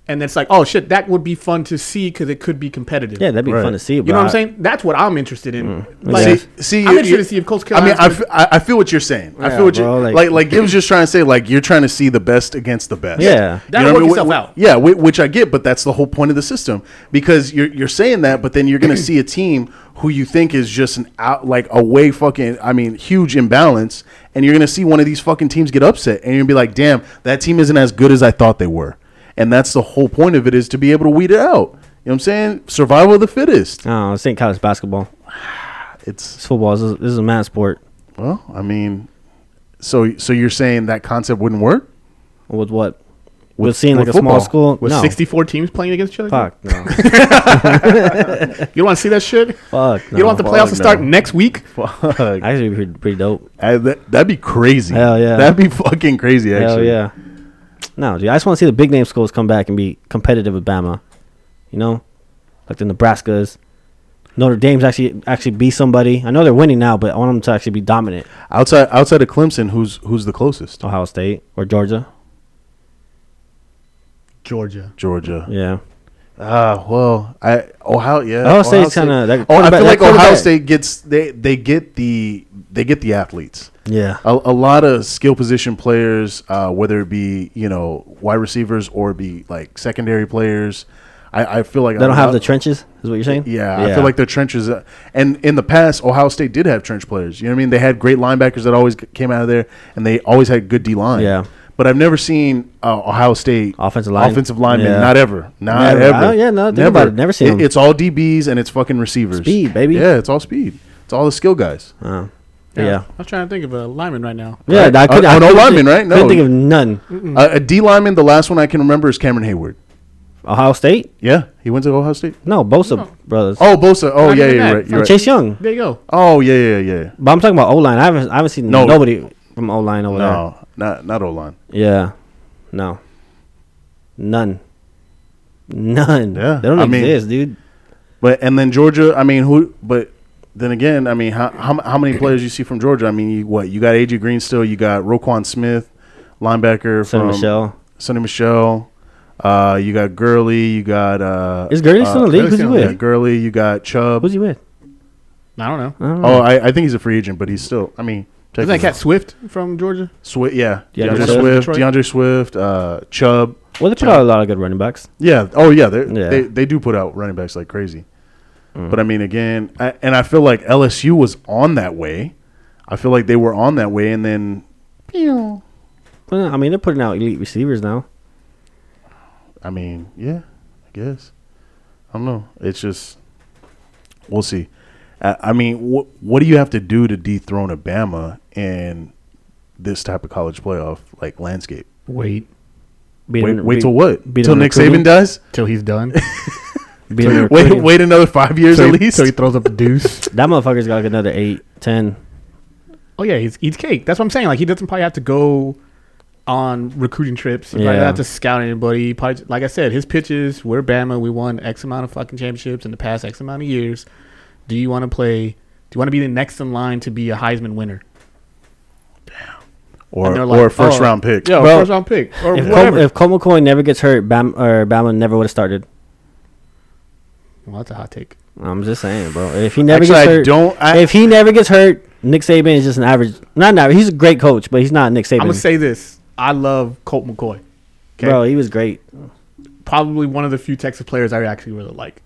S5: And it's like, oh shit, that would be fun to see because it could be competitive.
S4: yeah, that'd be
S3: Right.
S4: fun to see.
S5: you know what I'm
S4: but Mm.
S5: saying? That's what I'm interested in.
S4: Yeah.
S5: Like,
S3: See, see,
S5: I'm
S3: you-
S5: interested
S3: you-
S5: to see if Coach
S3: I mean,
S5: Carolina's
S3: I,
S5: gonna-
S3: f- I, I feel what you're saying. I
S4: Yeah,
S3: feel what
S4: bro,
S3: you
S4: like-
S3: like. Like, it was just trying to say, like you're trying to see the best against the best.
S4: Yeah.
S5: That'll
S3: what
S5: work
S3: Wh-
S5: itself
S3: wh-
S5: out.
S3: Yeah, whi- which I get, but that's the whole point of the system because you're you're saying that, but then you're going to see a team who you think is just an out like a way fucking I mean huge imbalance, and you're going to see one of these fucking teams get upset, and you're going to be like, damn, that team isn't as good as I thought they were, and that's the whole point of it is to be able to weed it out. You know what I'm saying? Survival of the fittest.
S4: No, I'm saying college basketball.
S3: It's
S4: It's football. This is, this is a man sport.
S3: Well, I mean, so so you're saying that concept wouldn't work?
S4: With what? With seeing like
S3: with
S4: a
S3: football.
S4: small school.
S5: with
S4: no.
S5: 64 teams playing against each other.
S4: Fuck no.
S5: You don't want to see that shit?
S4: Fuck no.
S5: You don't want the playoffs to
S3: Fuck no.
S5: start next week?
S3: Fuck,
S4: Actually, it'd be pretty, pretty dope.
S3: I- that, that'd be crazy.
S4: Hell yeah.
S3: that'd be fucking crazy. Actually,
S4: Hell yeah. No, dude, I just want to see the big name schools come back and be competitive with Bama. You know, like the Nebraskas. Notre Dame's actually actually be somebody. I know they're winning now, but I want them to actually be dominant.
S3: Outside outside of Clemson, who's who's the closest?
S4: Ohio State or Georgia.
S5: Georgia.
S3: Georgia.
S4: Yeah.
S3: Ah, well, I Ohio. Yeah,
S4: Ohio State's kinda- that
S3: Oh, I feel
S4: quarterback- that
S3: like Ohio
S4: quarterback-
S3: State gets they they get the they get the athletes.
S4: Yeah.
S3: a, a lot of skill position players, uh, whether it be you know wide receivers or be like secondary players. I, I feel like
S4: They
S3: a
S4: don't have
S3: lot-
S4: the trenches, is what you're saying?
S3: Uh, Yeah, I feel like their trenches. uh, And in the past, Ohio State did have trench players. You know what I mean? They had great linebackers that always c- came out of there, and they always had good D line.
S4: Yeah.
S3: But I've never seen uh, Ohio State
S4: Offensive line.
S3: offensive linemen.
S4: Yeah.
S3: Not ever. Not
S4: Never.
S3: ever.
S4: Oh, yeah, no, think about it. Never seen them.
S3: It's all DBs and it's fucking receivers.
S4: Speed, baby.
S3: Yeah, it's all speed. It's all the skill guys.
S4: Oh. yeah.
S5: I was trying to think of a lineman right now.
S4: Yeah,
S3: Right.
S4: I could.
S3: Oh,
S4: I
S3: oh, no
S4: couldn't
S3: linemen,
S4: think-
S3: right? No.
S4: Couldn't think of none.
S5: Mm-hmm.
S3: Uh, a D lineman. The last one I can remember is Cameron Hayward.
S4: Ohio State?
S3: Yeah, he went to Ohio State.
S4: No, Bosa brothers.
S3: Oh, Bosa. Oh,
S5: Not
S3: yeah,
S5: even
S3: yeah,
S5: that.
S3: you're right. You're right.
S4: Chase Young.
S5: There you go.
S3: Oh, yeah, yeah, yeah.
S4: But I'm talking about O line. I haven't I haven't seen
S3: No.
S4: nobody from O line over there.
S3: No, not not O line.
S4: Yeah. No. None. None.
S3: Yeah,
S4: They don't
S3: I mean-
S4: exist, dude.
S3: But and then Georgia, I mean, who? But then again, I mean, how, how how many players you see from Georgia? I mean, you, what you got? AJ Green still. You got Roquan Smith, linebacker
S4: Sonny
S3: from
S4: Michelle.
S3: Sonny Michelle. Uh, you got Gurley. You got uh,
S4: Is Gurley still in the league?
S5: Gurley's
S4: Who's he
S5: still in the
S3: yeah,
S4: with?
S3: Gurley. You got Chubb.
S4: Who's he with?
S5: I don't know.
S4: I don't know.
S3: Oh, I, I think he's a free agent, but he's still. I mean,
S5: Isn't that Cat Swift from Georgia?
S3: Swift? Yeah,
S4: DeAndre
S3: DeAndre,
S4: Swift.
S3: Swift.
S5: Detroit.
S3: DeAndre Swift. Uh, Chubb.
S4: Well, they put out a lot of good running backs.
S3: Yeah. Oh, yeah. they're-
S4: Yeah. Mm-hmm.
S3: They they do put out running backs like crazy. But I mean, again, I, and I feel like LSU was on that way. I feel like they were on that way, and then,
S4: Well, I mean, they're putting out elite receivers now.
S3: I mean, yeah, I guess. I don't know. It's just we'll see. I, I mean, what what do you have to do to dethrone Obama in this type of college playoff like landscape?
S5: Wait
S4: Beat
S3: Wait,
S4: on-
S3: wait
S4: beat-
S3: till what?
S4: beat
S3: Till
S4: on
S3: Nick
S4: recruiting?
S3: Saban dies?
S5: till he's done.
S4: Beat on
S3: Wait,
S4: recruiting.
S3: wait another five years
S5: till,
S3: at
S5: he,
S3: least.
S5: till he throws up the deuce.
S4: That motherfucker's got like another eight, ten.
S5: Oh yeah, he's eats cake. That's what I'm saying. Like he doesn't probably have to go on recruiting trips. He probably
S4: Yeah.
S5: doesn't have to scout anybody. He probably, like I said, his pitches. We're Bama. We won X amount of fucking championships in the past X amount of years. Do you want to play? Do you want to be the next in line to be a Heisman winner
S3: or
S5: And they're
S3: or a
S5: like,
S3: first
S5: oh,
S3: round pick.
S5: Yeah,
S4: Bro,
S5: first round pick or
S4: If, Com-
S5: whatever.
S4: if Como Coin never gets hurt, Bam or Bama never would have started.
S5: well, that's a hot take.
S4: I'm just saying, bro. If he never
S3: Actually,
S4: gets
S3: I
S4: hurt,
S3: don't- I-
S4: if he never gets hurt, Nick Saban is just an average. Not an average. He's a great coach, but he's not Nick Saban.
S5: I'm gonna say this. I love Colt McCoy. 'kay?
S4: bro, he was great.
S5: probably one of the few Texas players I actually really like.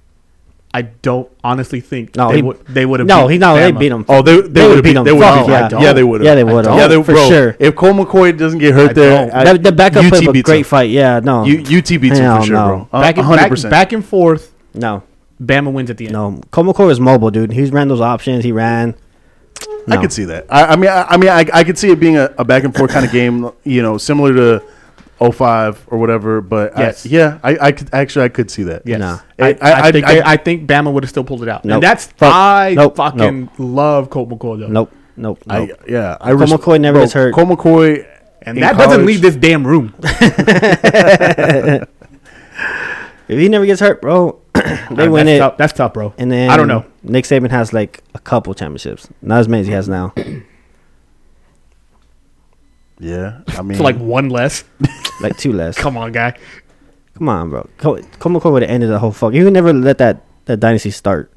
S5: I don't honestly think
S4: No,
S5: they
S4: he-
S5: would they would have
S4: No, he's not. They beat him.
S3: Oh, they, they,
S4: would
S3: would have
S4: beat
S3: beat
S4: them.
S3: They would
S4: Fuck
S3: have.
S4: yeah.
S3: Yeah,
S4: I
S3: yeah, they would have.
S4: Yeah, they would've.
S3: Yeah, they
S4: For
S3: bro,
S4: sure.
S3: If Cole McCoy doesn't get hurt
S5: I
S3: there,
S5: don't.
S3: I-
S4: That, the backup
S3: UT
S4: played a
S3: beats them.
S4: great fight. Yeah, no,
S3: U, UT beats him
S4: Hell
S3: for sure,
S4: no.
S3: bro. Uh,
S5: back,
S3: Back,
S5: and,
S3: 100%.
S5: back, back and forth.
S4: no,
S5: Bama wins at the end.
S4: no. Como Coin was mobile, dude. He ran those options. He ran.
S3: I could see that. I, I mean, I, I mean, I, I could see it being a, a back and forth kind of game, you know, similar to 05 or whatever. But I-
S5: Yes.
S3: yeah, I, I could actually I could see that.
S5: Yes.
S4: Nah.
S5: I,
S3: I-
S5: I
S3: I-
S5: think
S3: I-
S5: they- I think Bama would have still pulled it out.
S4: Nope.
S5: And that's
S4: Fuck.
S5: I
S4: Nope.
S5: fucking love Colt McCoy though.
S4: Nope, nope,
S3: I,
S4: nope.
S3: yeah. I
S4: Cole
S3: res-
S4: McCoy never
S3: bro,
S4: gets hurt.
S3: Cole McCoy,
S5: And
S3: in
S5: that doesn't
S3: college-
S5: leave this damn room.
S4: if he never gets hurt, bro, they win
S5: that's
S4: it.
S5: Tough. That's tough, bro.
S4: And then
S5: I don't know.
S4: Nick Saban has like a couple championships, not as many as he has now.
S3: Yeah, I mean,
S5: For like one less.
S4: like two less.
S5: Come on, guy.
S4: Come on, bro. Co- Como Coin would have ended the whole fuck. You could never let that, that dynasty start.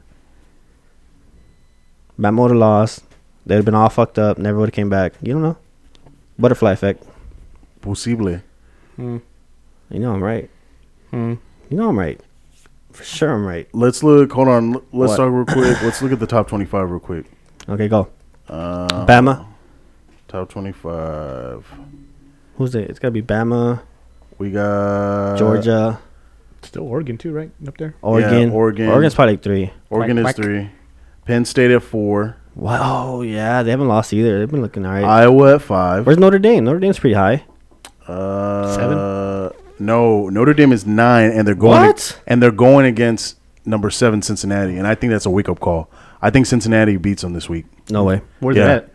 S4: Bama would have lost. They'd have been all fucked up. Never would have came back. You don't know. Butterfly effect.
S3: possibly.
S4: You know I'm right.
S5: Hmm.
S4: You know I'm right. For sure I'm right.
S3: Let's look. Hold on. Let's
S4: What?
S3: talk real quick. Let's look at the top twenty-five real quick.
S4: Okay, go.
S3: Oh.
S4: Bama.
S3: Um, Top twenty-five.
S4: Who's it? It's gotta be Bama,
S3: We got
S4: Georgia,
S5: Still Oregon too, right? Up there.
S4: Oregon.
S3: Oregon.
S4: Oregon's probably like three.
S3: Oregon is
S5: Quack, quack.
S3: three. Penn State at four.
S4: Wow. Oh yeah, they haven't lost either. They've been looking all right.
S3: Iowa at five.
S4: Where's Notre Dame? Notre Dame's pretty high.
S3: uh,
S5: Seven?
S3: No, Notre Dame is nine, and they're going.
S4: What?
S3: and they're going against number seven Cincinnati, and I think that's a wake up call. I think Cincinnati beats them this week.
S4: No way.
S5: Where's
S3: Yeah.
S5: that?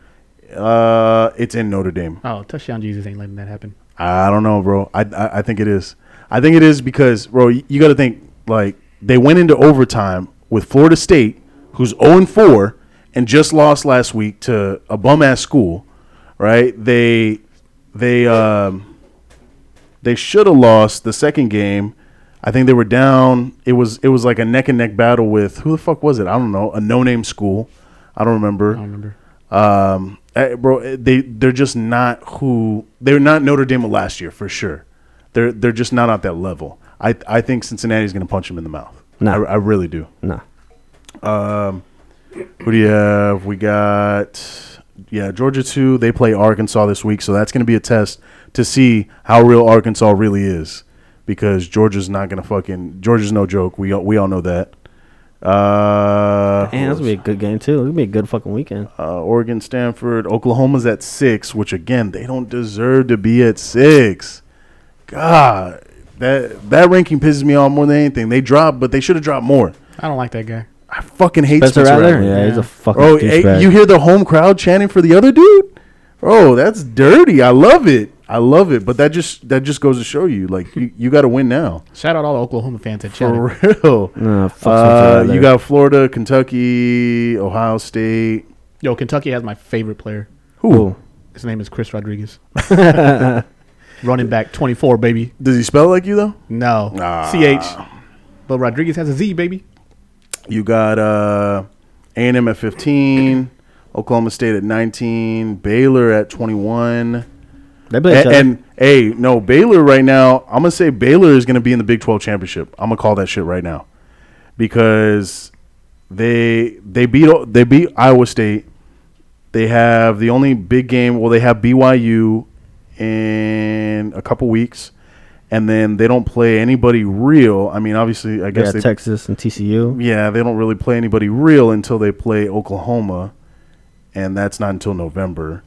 S3: Uh, it's in Notre Dame.
S5: Oh, touchdown Jesus ain't letting that happen.
S3: I don't know, bro. I, I I think it is. I think it is because, bro, you, you got to think like they went into overtime with Florida State, who's 0 and 4 and just lost last week to a bum ass school, right? They they um they should have lost the second game. I think they were down. It was it was like a neck and neck battle with who the fuck was it? I don't know. A no name school. I don't remember.
S5: I don't remember.
S3: Um, eh, bro, eh, they they're just not who they're not Notre Dame of last year for sure. They're they're just not at that level. I I think Cincinnati's going to punch him in the mouth.
S4: No.
S3: I, I really do.
S4: Nah.
S3: Who do you have? We got yeah Georgia two. They play Arkansas this week, so that's going to be a test to see how real Arkansas really is, because Georgia's not going to fucking Georgia's no joke. We all, we all know that. Uh,
S4: Man, that's gonna be a good game too. It's gonna be a good fucking weekend.
S3: uh, Oregon, Stanford, Oklahoma's at six, which again they don't deserve to be at six. God, that that ranking pisses me off more than anything. They dropped, but they should have dropped more.
S5: I don't like that guy.
S3: I fucking hate
S4: Spencer
S3: Spencer,
S4: Rattler?
S3: Rattler.
S4: Yeah, he's
S5: Yeah.
S4: a fucking
S3: Bro, hey,
S4: douchebag.
S3: you hear the home crowd chanting for the other dude? Bro, that's dirty. I love it. I love it, but that just that just goes to show you, like you, you got to win now
S5: Shout out all the Oklahoma fans at Chad.
S3: for real.
S4: Nah, fuck some
S3: Uh,
S4: shit out
S3: you
S4: of
S3: got Florida, Kentucky, Ohio State.
S5: Yo, Kentucky has my favorite player.
S4: Who?
S5: His name is Chris Rodriguez. Running back 24, baby.
S3: Does he spell like you though?
S5: No.
S3: Nah.
S5: CH. But Rodriguez has a Z, baby.
S3: You got uh, A&M at 15, Oklahoma State at 19, Baylor at 21.
S4: They
S3: A-
S4: play each
S3: And,
S4: other.
S3: hey, no, Baylor right now, I'm going to say Baylor is going to be in the Big 12 championship. I'm going to call that shit right now. Because they they beat O- they beat Iowa State. They have the only big game, well they have BYU in a couple weeks. And then they don't play anybody real. I mean, obviously, I
S4: yeah,
S3: guess they
S4: Texas and TCU.
S3: yeah, they don't really play anybody real until they play Oklahoma, and that's not until November,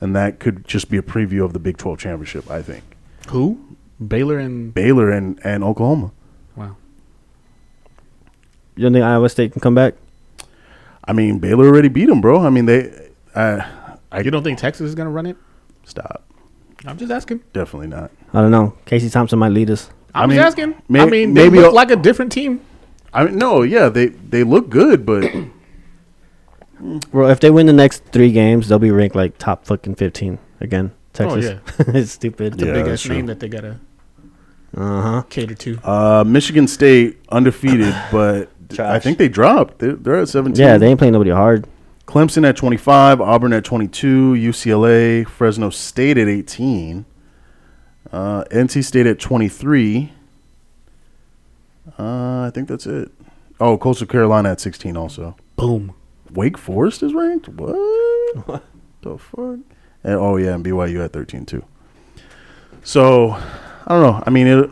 S3: and that could just be a preview of the Big Twelve championship. I think
S5: Who? Baylor and.
S3: Baylor and, and Oklahoma.
S5: Wow.
S4: You don't think Iowa State can come back?
S3: I mean, Baylor already beat them, bro. I mean, they. I, I
S5: You don't think Texas is going to run it?
S3: stop.
S5: I'm just asking.
S3: Definitely not.
S4: I don't know. Casey Thompson might lead us.
S5: I'm
S3: mean,
S5: just asking.
S3: may-
S5: I mean, they
S3: maybe
S5: look
S3: I'll-
S5: like a different team.
S3: I mean, no, yeah, they they look good, but
S4: Well, if they win the next three games, they'll be ranked like top fucking fifteen again. Texas. it's stupid.
S3: Yeah,
S5: Big
S3: that's
S5: ass
S3: true.
S5: name that they got to
S4: Uh huh.
S5: cater to.
S3: uh, Michigan State undefeated, but I
S4: Trash.
S3: think they dropped. They're, they're at seventeen.
S4: Yeah, they ain't playing nobody hard.
S3: Clemson at 25, Auburn at 22, UCLA, Fresno State at 18, uh, NC State at 23. Uh, I think that's it. Oh, Coastal Carolina at 16 also.
S5: Boom.
S3: Wake Forest is ranked? What? the fuck? And, oh, yeah, and BYU at 13 too. So, I don't know. I mean, it,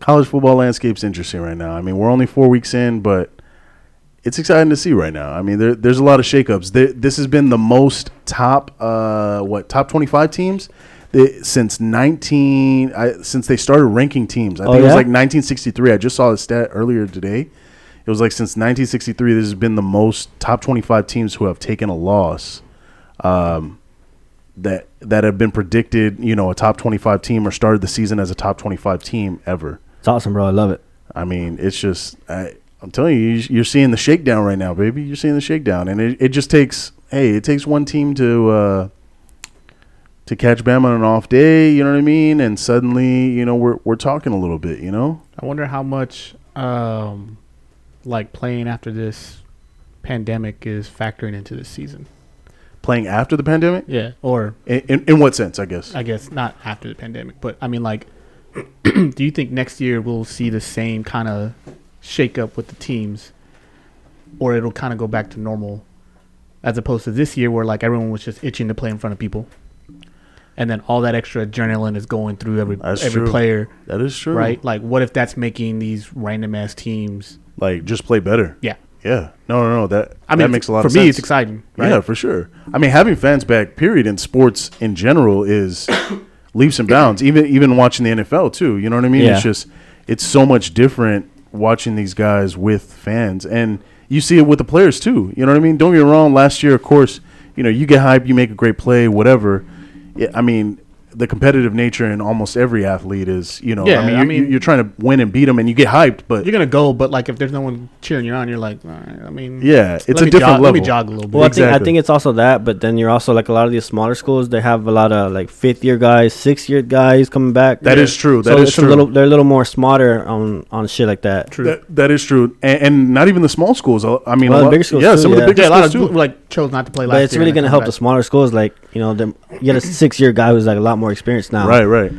S3: college football landscape's interesting right now. I mean, we're only four weeks in, but it's exciting to see right now. I mean, there, there's a lot of shakeups. There, this has been the most top, uh, what top 25 teams that- since 19 I, since they started ranking teams. I think it was
S4: yeah?
S3: like 1963. I just saw the stat earlier today. It was like since 1963, this has been the most top 25 teams who have taken a loss. Um, that that have been predicted, you know, a top 25 team or started the season as a top 25 team ever.
S4: It's awesome, bro. I love it.
S3: I mean, it's just I, I'm telling you, you- you're seeing the shakedown right now, baby. You're seeing the shakedown, and it, it just takes hey, it takes one team to uh, to catch Bama on an off day. You know what I mean? And suddenly, you know, we're we're talking a little bit. You know,
S5: I wonder how much, um, like, playing after this pandemic is factoring into this season.
S3: playing after the pandemic.
S5: Yeah. Or
S3: In, in, in what sense? I guess.
S5: I guess not after the pandemic, but I mean, like, do you think next year we'll see the same kind of shakeup with the teams, or it'll kind of go back to normal, as opposed to this year where like everyone was just itching to play in front of people, and then all that extra adrenaline is going through every
S3: That's
S5: every
S3: true.
S5: player,
S3: that is true.
S5: right? Like, what if that's making these random ass teams?
S3: Like just play better.
S5: Yeah,
S3: Yeah. No, no, no. That
S5: I mean,
S3: that makes a lot
S5: for
S3: of
S5: me.
S3: sense.
S5: It's exciting, right?
S3: Yeah, for sure. I mean, having fans back, period, in sports in general is leaps and bounds. Even even watching the NFL too. You know what I mean? It's
S4: Yeah.
S3: just it's so much different watching these guys with fans, and you see it with the players too. You know what I mean? Don't get me wrong. Last year, of course, you know you get hype, you make a great play, whatever. Yeah, I mean. The competitive nature in almost every athlete is, you know,
S5: Yeah,
S3: I mean,
S5: I
S3: you're,
S5: mean-
S3: you're trying to win and beat them, and you get hyped, but
S5: You're gonna go, but like if there's no one cheering you on, you're like, all right, I mean,
S3: Yeah, it's
S5: let
S3: a
S5: me
S3: different
S5: jog- Let me
S3: level.
S5: jog a little bit.
S4: Well, I think I
S3: Exactly.
S4: think it's also that, but then you're also like a lot of these smaller schools. They have a lot of like fifth year guys, sixth year guys coming back.
S3: That
S4: That is
S3: is true. That is
S4: it's
S3: true.
S4: A little, they're a little more smarter on on shit like that.
S5: True.
S3: That, that is true, and, and not even the small schools. I I mean, a
S4: Well, the
S3: lot-
S4: bigger schools
S3: yeah,
S4: too,
S3: some of
S4: yeah.
S3: the big
S5: yeah, a lot
S3: schools
S5: of
S3: too.
S5: people, like chose not to play last
S4: But it's
S5: year
S4: really
S5: and they
S4: gonna
S5: come
S4: help
S5: back.
S4: the smaller schools. Like you know, them, you got a six year guy who's like a lot more experienced now.
S3: right, right.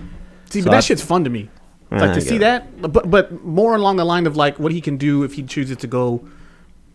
S5: See,
S4: So
S5: but that
S4: I-
S5: shit's fun to me.
S4: Yeah,
S5: like
S4: I
S5: to
S4: get
S5: see
S4: it.
S5: that, but but more along the line of like what he can do if he chooses to go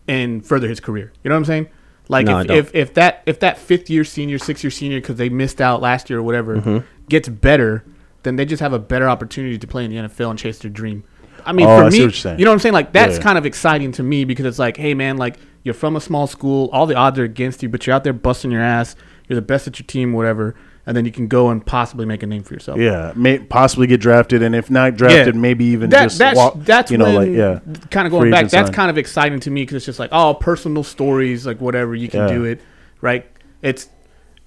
S5: and further his career. You know what I'm saying? Like
S4: No, I
S5: if,
S4: don't.
S5: if if that if that fifth year senior, sixth year senior because they missed out last year or whatever gets better, then they just have a better opportunity to play in the NFL and chase their dream. I mean,
S3: Oh,
S5: for
S3: I
S5: me,
S3: see what you're saying.
S5: you know what I'm saying? Like that's
S3: yeah.
S5: kind of exciting to me because it's like, hey man, like you're from a small school, all the odds are against you, but you're out there busting your ass. You're the best at your team, whatever, and then you can go and possibly make a name for yourself.
S3: Yeah, may possibly get drafted, and if not drafted,
S5: Yeah.
S3: maybe even
S5: That-
S3: just
S5: that's
S3: walk,
S5: that's
S3: you know,
S5: when
S3: like yeah,
S5: kind of
S3: Free
S5: going back.
S3: agent
S5: That's
S3: sign.
S5: kind of exciting to me because it's just like oh, personal stories, like whatever you can
S3: Yeah.
S5: do it, right? It's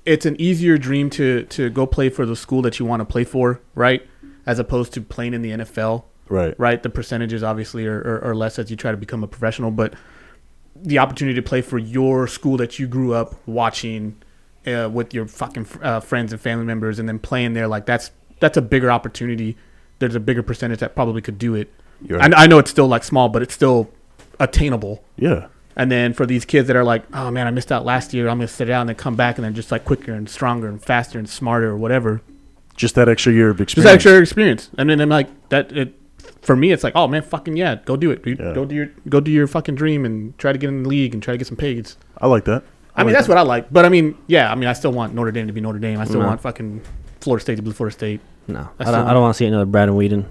S5: it's an easier dream to to go play for the school that you want to play for, right? As opposed to playing in the NFL,
S3: Right.
S5: right? The percentages obviously are, are, are less as you try to become a professional, but the opportunity to play for your school that you grew up watching uh, with your fucking uh, friends and family members, and then playing there, like that's that's a bigger opportunity. There's a bigger percentage that probably could do it.
S3: You're
S5: I,
S3: right.
S5: I know it's still like small, but it's still attainable.
S3: Yeah.
S5: And then for these kids that are like, oh man, I missed out last year. I'm gonna sit down and then come back and then just like quicker and stronger and faster and smarter or whatever.
S3: Just that extra year of experience.
S5: Just extra experience. And then I'm like that. It for me, it's like, oh man, fucking yeah, go do it. dude.
S3: Yeah.
S5: Go do your go do your fucking dream and try to get in the league and try to get some pays.
S3: I like that.
S5: I, mean, that's what I like. But I mean, yeah, I mean, I still want Notre Dame to be Notre Dame. I still want fucking Florida State to be Florida State.
S4: No, I
S5: I
S4: don't,
S5: still-
S4: I don't want to see another Brad Whedon.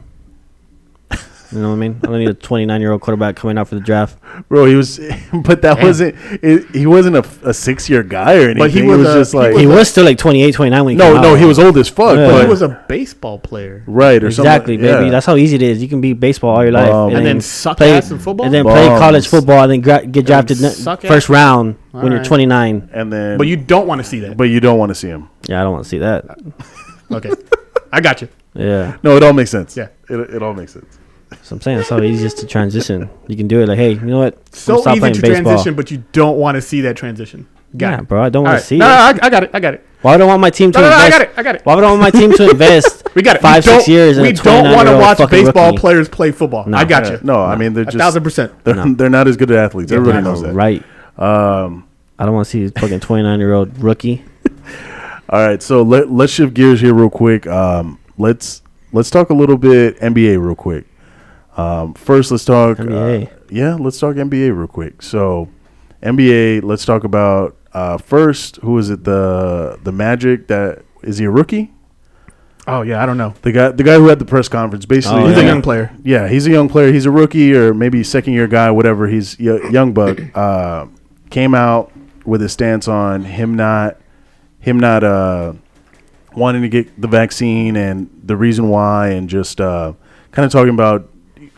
S4: You know what I mean? I don't need a 29 year old quarterback coming out for the draft.
S3: Bro, he was, but that wasn't. It, he wasn't a, a six year guy or anything.
S5: But he
S3: he
S5: was
S3: was,
S5: a-
S3: just
S5: he
S3: like
S4: He was still like 28, 29 when he
S3: no,
S4: came
S3: no.
S4: out.
S3: He was old as fuck.
S4: Yeah.
S3: But
S5: He was a baseball player.
S3: right or
S4: Exactly,
S3: something.
S4: baby.
S3: Yeah.
S4: That's how easy it is. You can be baseball all your life,
S3: Um,
S5: And then suck ass in football?
S4: and then play
S3: Balls.
S4: college football, and then gra- get drafted ne-
S5: suck
S4: first
S5: ass?
S4: round when you're
S5: Alright.
S4: 29.
S3: and then
S5: But you don't want to see that.
S3: but you don't want to see him.
S4: Yeah, I don't want to see that.
S5: Okay, I got you.
S4: Yeah,
S3: No, it all makes sense.
S5: Yeah.
S3: it, it all makes sense.
S4: so I'm saying it's how easy it is to transition. You can do it. Like, hey, you know what? I'm
S5: So
S4: gonna stop
S5: easy
S4: playing
S5: to transition, but you don't want to see that transition. Got
S4: Yeah,
S5: it.
S4: bro. I don't
S5: All
S4: want
S5: right.
S4: to see
S5: No,
S4: it.
S5: no, I, I got it. I got it.
S4: Why would I want my team to
S5: No, no, no,
S4: invest?
S5: I got it. I got it.
S4: Why would I want my team to invest?
S5: We got it.
S4: five,
S5: We
S4: six
S5: don't-
S4: years.
S5: We
S4: in a
S5: don't want to
S4: 29-year-old
S5: watch
S4: fucking
S5: baseball
S4: rookie.
S5: players play football. I got
S3: Yeah.
S5: you.
S3: No, I mean they're
S5: a
S3: just
S5: thousand percent.
S3: They're,
S4: No.
S3: they're not as good at athletes. Everybody knows that.
S4: Right.
S3: Um,
S4: I don't want to see this fucking 29 year old rookie.
S3: all right, so let let's shift gears here real quick. Um, let's let's talk a little bit NBA real quick. Um, first, let's talk uh,
S4: NBA.
S3: yeah, let's talk NBA real quick. So, NBA. Let's talk about uh, first. Who is it? The the Magic that is he a rookie?
S5: Oh yeah, I don't know.
S3: The guy the guy who had the press conference basically.
S4: Oh,
S5: He's
S4: yeah.
S5: a young player.
S3: Yeah, he's a young player. He's a rookie or maybe second year guy, whatever. He's y- young buck. Uh, came out with his stance on him not him not uh, wanting to get the vaccine and the reason why, and just uh, kind of talking about.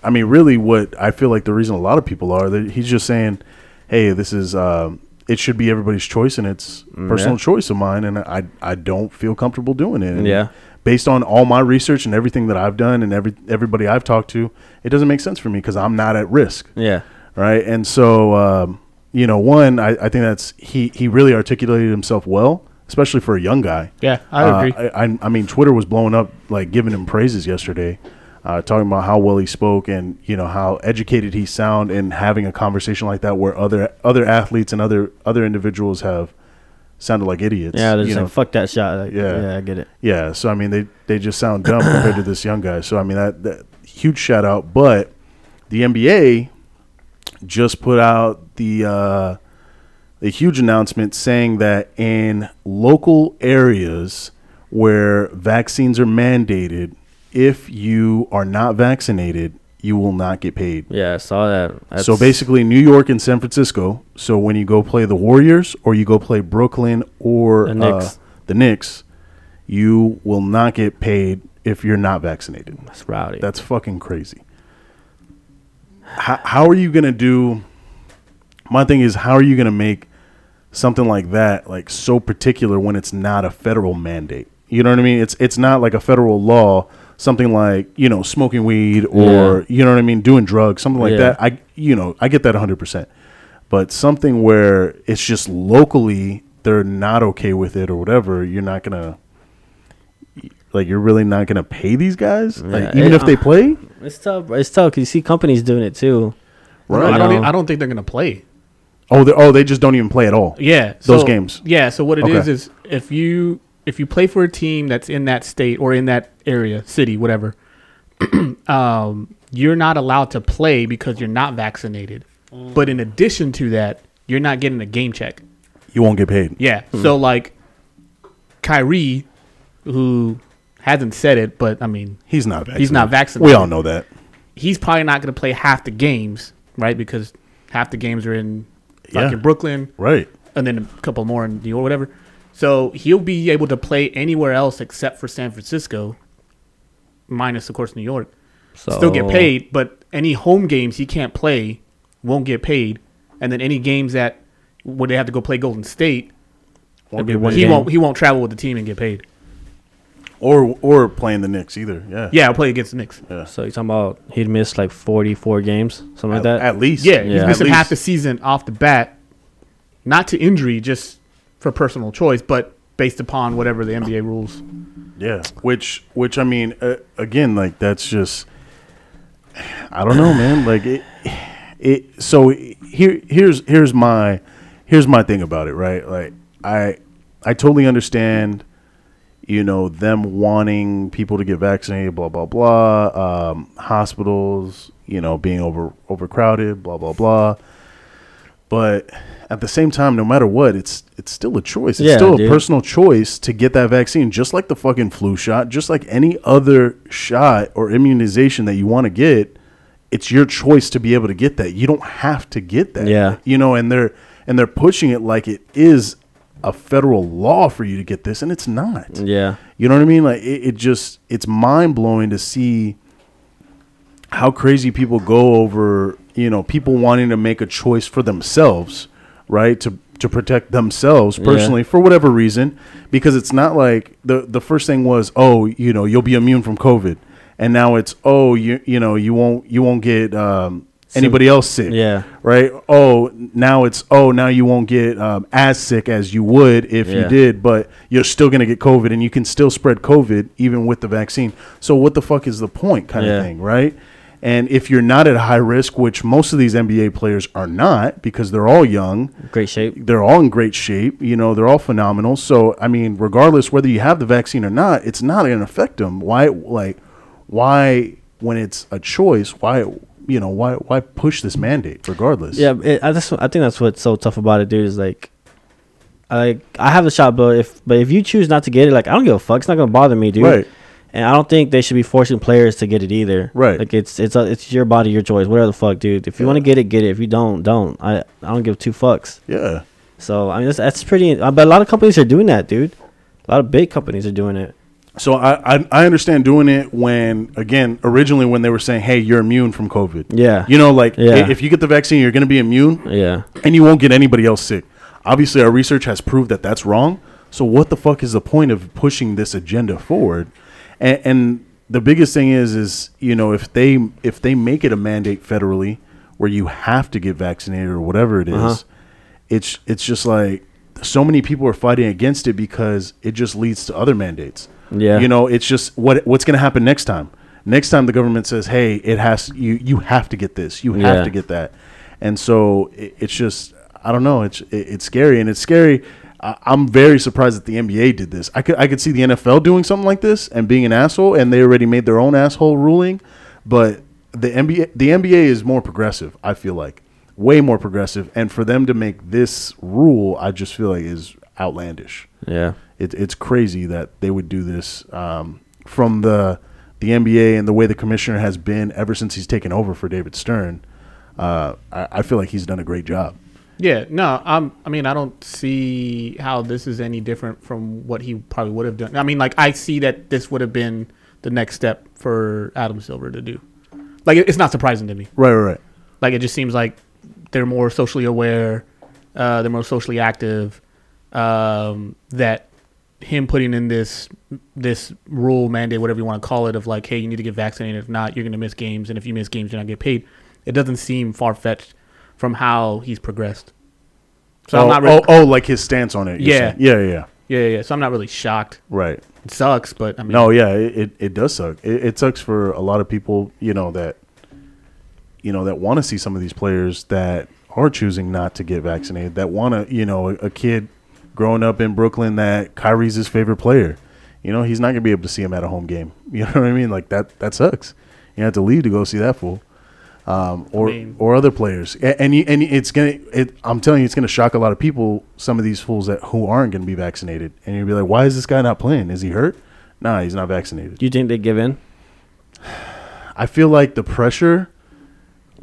S3: I mean, really, what I feel like the reason a lot of people are that he's just saying, "Hey, this is um, it should be everybody's choice, and it's personal choice of mine, and I I don't feel comfortable doing it." And
S4: Yeah.
S3: based on all my research and everything that I've done and every everybody I've talked to, it doesn't make sense for me because I'm not at risk,
S4: Yeah.
S3: right? And so, um, you know, one, I, I think that's he he really articulated himself well, especially for a young guy.
S5: Yeah, I
S3: Uh,
S5: agree.
S3: I, I, I mean, Twitter was blowing up, like giving him praises yesterday, uh, talking about how well he spoke and you know how educated he sound and having a conversation like that where other other athletes and other other individuals have sounded like idiots.
S4: Yeah, they're
S3: you
S4: just
S3: know?
S4: like, fuck that shot. Like, yeah.
S3: Yeah.
S4: I get it.
S3: Yeah, so I mean they they just sound dumb compared to this young guy. So I mean that, that huge shout out, but the NBA just put out the uh, a huge announcement saying that in local areas where vaccines are mandated, if you are not vaccinated, you will not get paid.
S4: Yeah, I saw that. That's,
S3: So basically, New York and San Francisco. So when you go play the Warriors or you go play Brooklyn or
S4: The Knicks.
S3: uh, the Knicks, you will not get paid if you're not vaccinated.
S4: it's rowdy.
S3: That's fucking crazy. How, how are you gonna do? My thing is, how are you gonna make something like that like so particular when it's not a federal mandate? You know what I mean? It's it's not like a federal law. Something like you know smoking weed or you know what I mean doing drugs, something like
S4: Yeah.
S3: that. I you know I get that hundred percent, but something where it's just locally they're not okay with it or whatever. You're not gonna like you're really not gonna pay these guys, like,
S4: Yeah,
S3: even
S4: it- uh,
S3: if they play.
S4: it's tough. Bro. It's tough because you see companies doing it too.
S5: I
S4: I
S5: don't. e,
S4: know.
S5: I don't think they're gonna play.
S3: Oh, they oh, they just don't even play at all.
S5: Yeah,
S3: Those
S5: so-
S3: games.
S5: Yeah, so what it
S3: Okay.
S5: is is if you if you play for a team that's in that state or in that area, city, whatever, um, you're not allowed to play because you're not vaccinated. But in addition to that, you're not getting a game check.
S3: You won't get paid.
S5: Yeah. So like Kyrie, who hasn't said it, but I mean
S3: He's not. Vaccinated.
S5: He's not vaccinated.
S3: We all know that.
S5: he's probably not going to play half the games, right? Because half the games are in
S3: Yeah.
S5: fucking Brooklyn,
S3: Right.
S5: and then a couple more in New York, whatever. So he'll be able to play anywhere else except for San Francisco, minus of course New York.
S4: So
S5: Still get paid, but any home games he can't play won't get paid, and then any games that would they have to go play Golden State
S3: Won't
S4: be
S3: get
S4: one
S3: paid.
S5: He
S4: game.
S5: won't. He won't travel with the team and get paid.
S3: or or playing the Knicks either. Yeah,
S5: Yeah, I'll play against the Knicks.
S4: So you're talking about he'd miss like 44 games, something like
S3: At,
S4: that.
S3: at least.
S5: Yeah,
S4: Yeah.
S5: he's
S4: At
S5: missing half the
S3: least.
S5: season off the bat, not to injury, just for personal choice, but based upon whatever the NBA rules.
S3: Yeah, which which I mean, uh, again, like that's just I don't know, man. Like it, it. So here here's here's my here's my thing about it, right? Like I I totally understand, you know, them wanting people to get vaccinated, blah blah blah. Um, hospitals, you know, being over overcrowded, blah blah blah. But at the same time, no matter what, it's it's still a choice. It's
S4: Yeah,
S3: still a
S4: dude.
S3: personal choice to get that vaccine, just like the fucking flu shot, just like any other shot or immunization that you want to get. It's your choice to be able to get that. You don't have to get that.
S4: Yeah.
S3: you know, and they're and they're pushing it like it is a federal law for you to get this, and it's not.
S4: yeah.
S3: You know what I mean? Like it, it just it's mind blowing to see how crazy people go over, you know, people wanting to make a choice for themselves, right? To to protect themselves personally for whatever reason. Because it's not like the the first thing was, oh, you know, you'll be immune from COVID. And now it's oh you you know, you won't you won't get um anybody else sick
S4: Yeah.
S3: right? Oh, now it's oh now you won't get um, as sick as you would if you
S4: Yeah.
S3: did, but you're still gonna get COVID, and you can still spread COVID even with the vaccine. So what the fuck is the point, kind
S4: Yeah.
S3: of thing, right? And if you're not at high risk, which most of these NBA players are not, because they're all young,
S4: Great shape.
S3: they're all in great shape. You know, they're all phenomenal. So, I mean, regardless whether you have the vaccine or not, it's not going to affect them. Why, like, why when it's a choice? Why, you know, why why push this mandate? Regardless,
S4: Yeah, it, I just I think that's what's so tough about it, dude. Is like, I like I have a shot, but if but if you choose not to get it, like I don't give a fuck. It's not gonna bother me, dude.
S3: Right.
S4: And I don't think they should be forcing players to get it either.
S3: Right.
S4: Like it's it's a, it's your body, your choice. Whatever the fuck, dude. If you want to get it, get it. If you don't, don't. I I don't give two fucks.
S3: yeah,
S4: So I mean that's, that's pretty. uh, But a lot of companies are doing that, dude. A lot of big companies are doing it.
S3: So I, I I understand doing it when again originally when they were saying, hey, you're immune from COVID.
S4: Yeah.
S3: you know, like
S4: Yeah.
S3: i- if you get the vaccine, you're going to be immune.
S4: Yeah.
S3: and you won't get anybody else sick. Obviously, our research has proved that that's wrong. So, what the fuck is the point of pushing this agenda forward? And, and the biggest thing is, is you know, if they if they make it a mandate federally where you have to get vaccinated or whatever it is, it's it's just like so many people are fighting against it because it just leads to other mandates.
S4: Yeah.
S3: you know, it's just what what's going to happen next time. Next time the government says, "Hey, it has you you have to get this, you have
S4: Yeah.
S3: to get that," and so it, it's just I don't know. It's it, it's scary and it's scary. I, I'm very surprised that the NBA did this. I could I could see the NFL doing something like this and being an asshole, and they already made their own asshole ruling. But the NBA the NBA is more progressive. I feel like way more progressive, and for them to make this rule, I just feel like is outlandish
S4: Yeah.
S3: it, it's crazy that they would do this um, from the the NBA and the way the commissioner has been ever since he's taken over for David Stern. Uh, I, I feel like he's done a great job.
S5: Yeah, no, um, I mean, I don't see how this is any different from what he probably would have done. I mean, like, I see that this would have been the next step for Adam Silver to do. Like, it- it's not surprising to me.
S3: Right, right, right.
S5: Like, it just seems like they're more socially aware, uh, they're more socially active. Um, that him putting in this this rule mandate, whatever you want to call it, of like, hey, you need to get vaccinated. If not, you're going to miss games, and if you miss games, you're not get paid. It doesn't seem far fetched from how he's progressed. So
S3: oh,
S5: I'm not really,
S3: oh, oh, like his stance on it. you're
S5: Yeah.
S3: saying. yeah, yeah, yeah.
S5: yeah, yeah, yeah. So I'm not really shocked.
S3: Right.
S5: It sucks, but I mean,
S3: No, yeah, it, it, it does suck. It, it sucks for a lot of people, you know, that you know, that want to see some of these players that are choosing not to get vaccinated, that want to, you know, a, a kid growing up in Brooklyn that Kyrie's his favorite player. You know, he's not going to be able to see him at a home game. You know what I mean? Like that that sucks. You have to leave to go see that fool. Um, or
S5: mean-
S3: or other players, A- and you, and it's gonna. It, I'm telling you, it's gonna shock a lot of people. Some of these fools that who aren't gonna be vaccinated, and you'll be like, "Why is this guy not playing? Is he hurt? Nah, he's not vaccinated."
S4: Do you think they give in?
S3: I feel like the pressure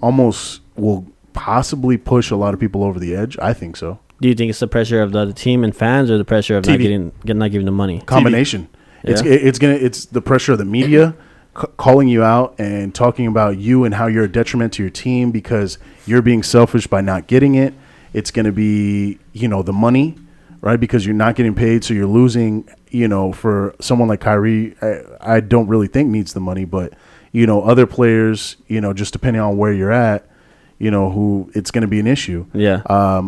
S3: almost will possibly push a lot of people over the edge. I think so.
S4: Do you think it's the pressure of the other team and fans, or the pressure of not
S3: TV.
S4: getting get, not giving the money?
S3: Combination. It's
S4: Yeah.
S3: it- it's gonna it's the pressure of the media c- calling you out and talking about you and how you're a detriment to your team because you're being selfish by not getting it. It's gonna be you know the money. right? Because you're not getting paid, so you're losing. You know, for someone like Kyrie, I, I don't really think needs the money, but you know, other players, you know, just depending on where you're at, you know, who it's going to be an issue.
S4: Yeah.
S3: Uh,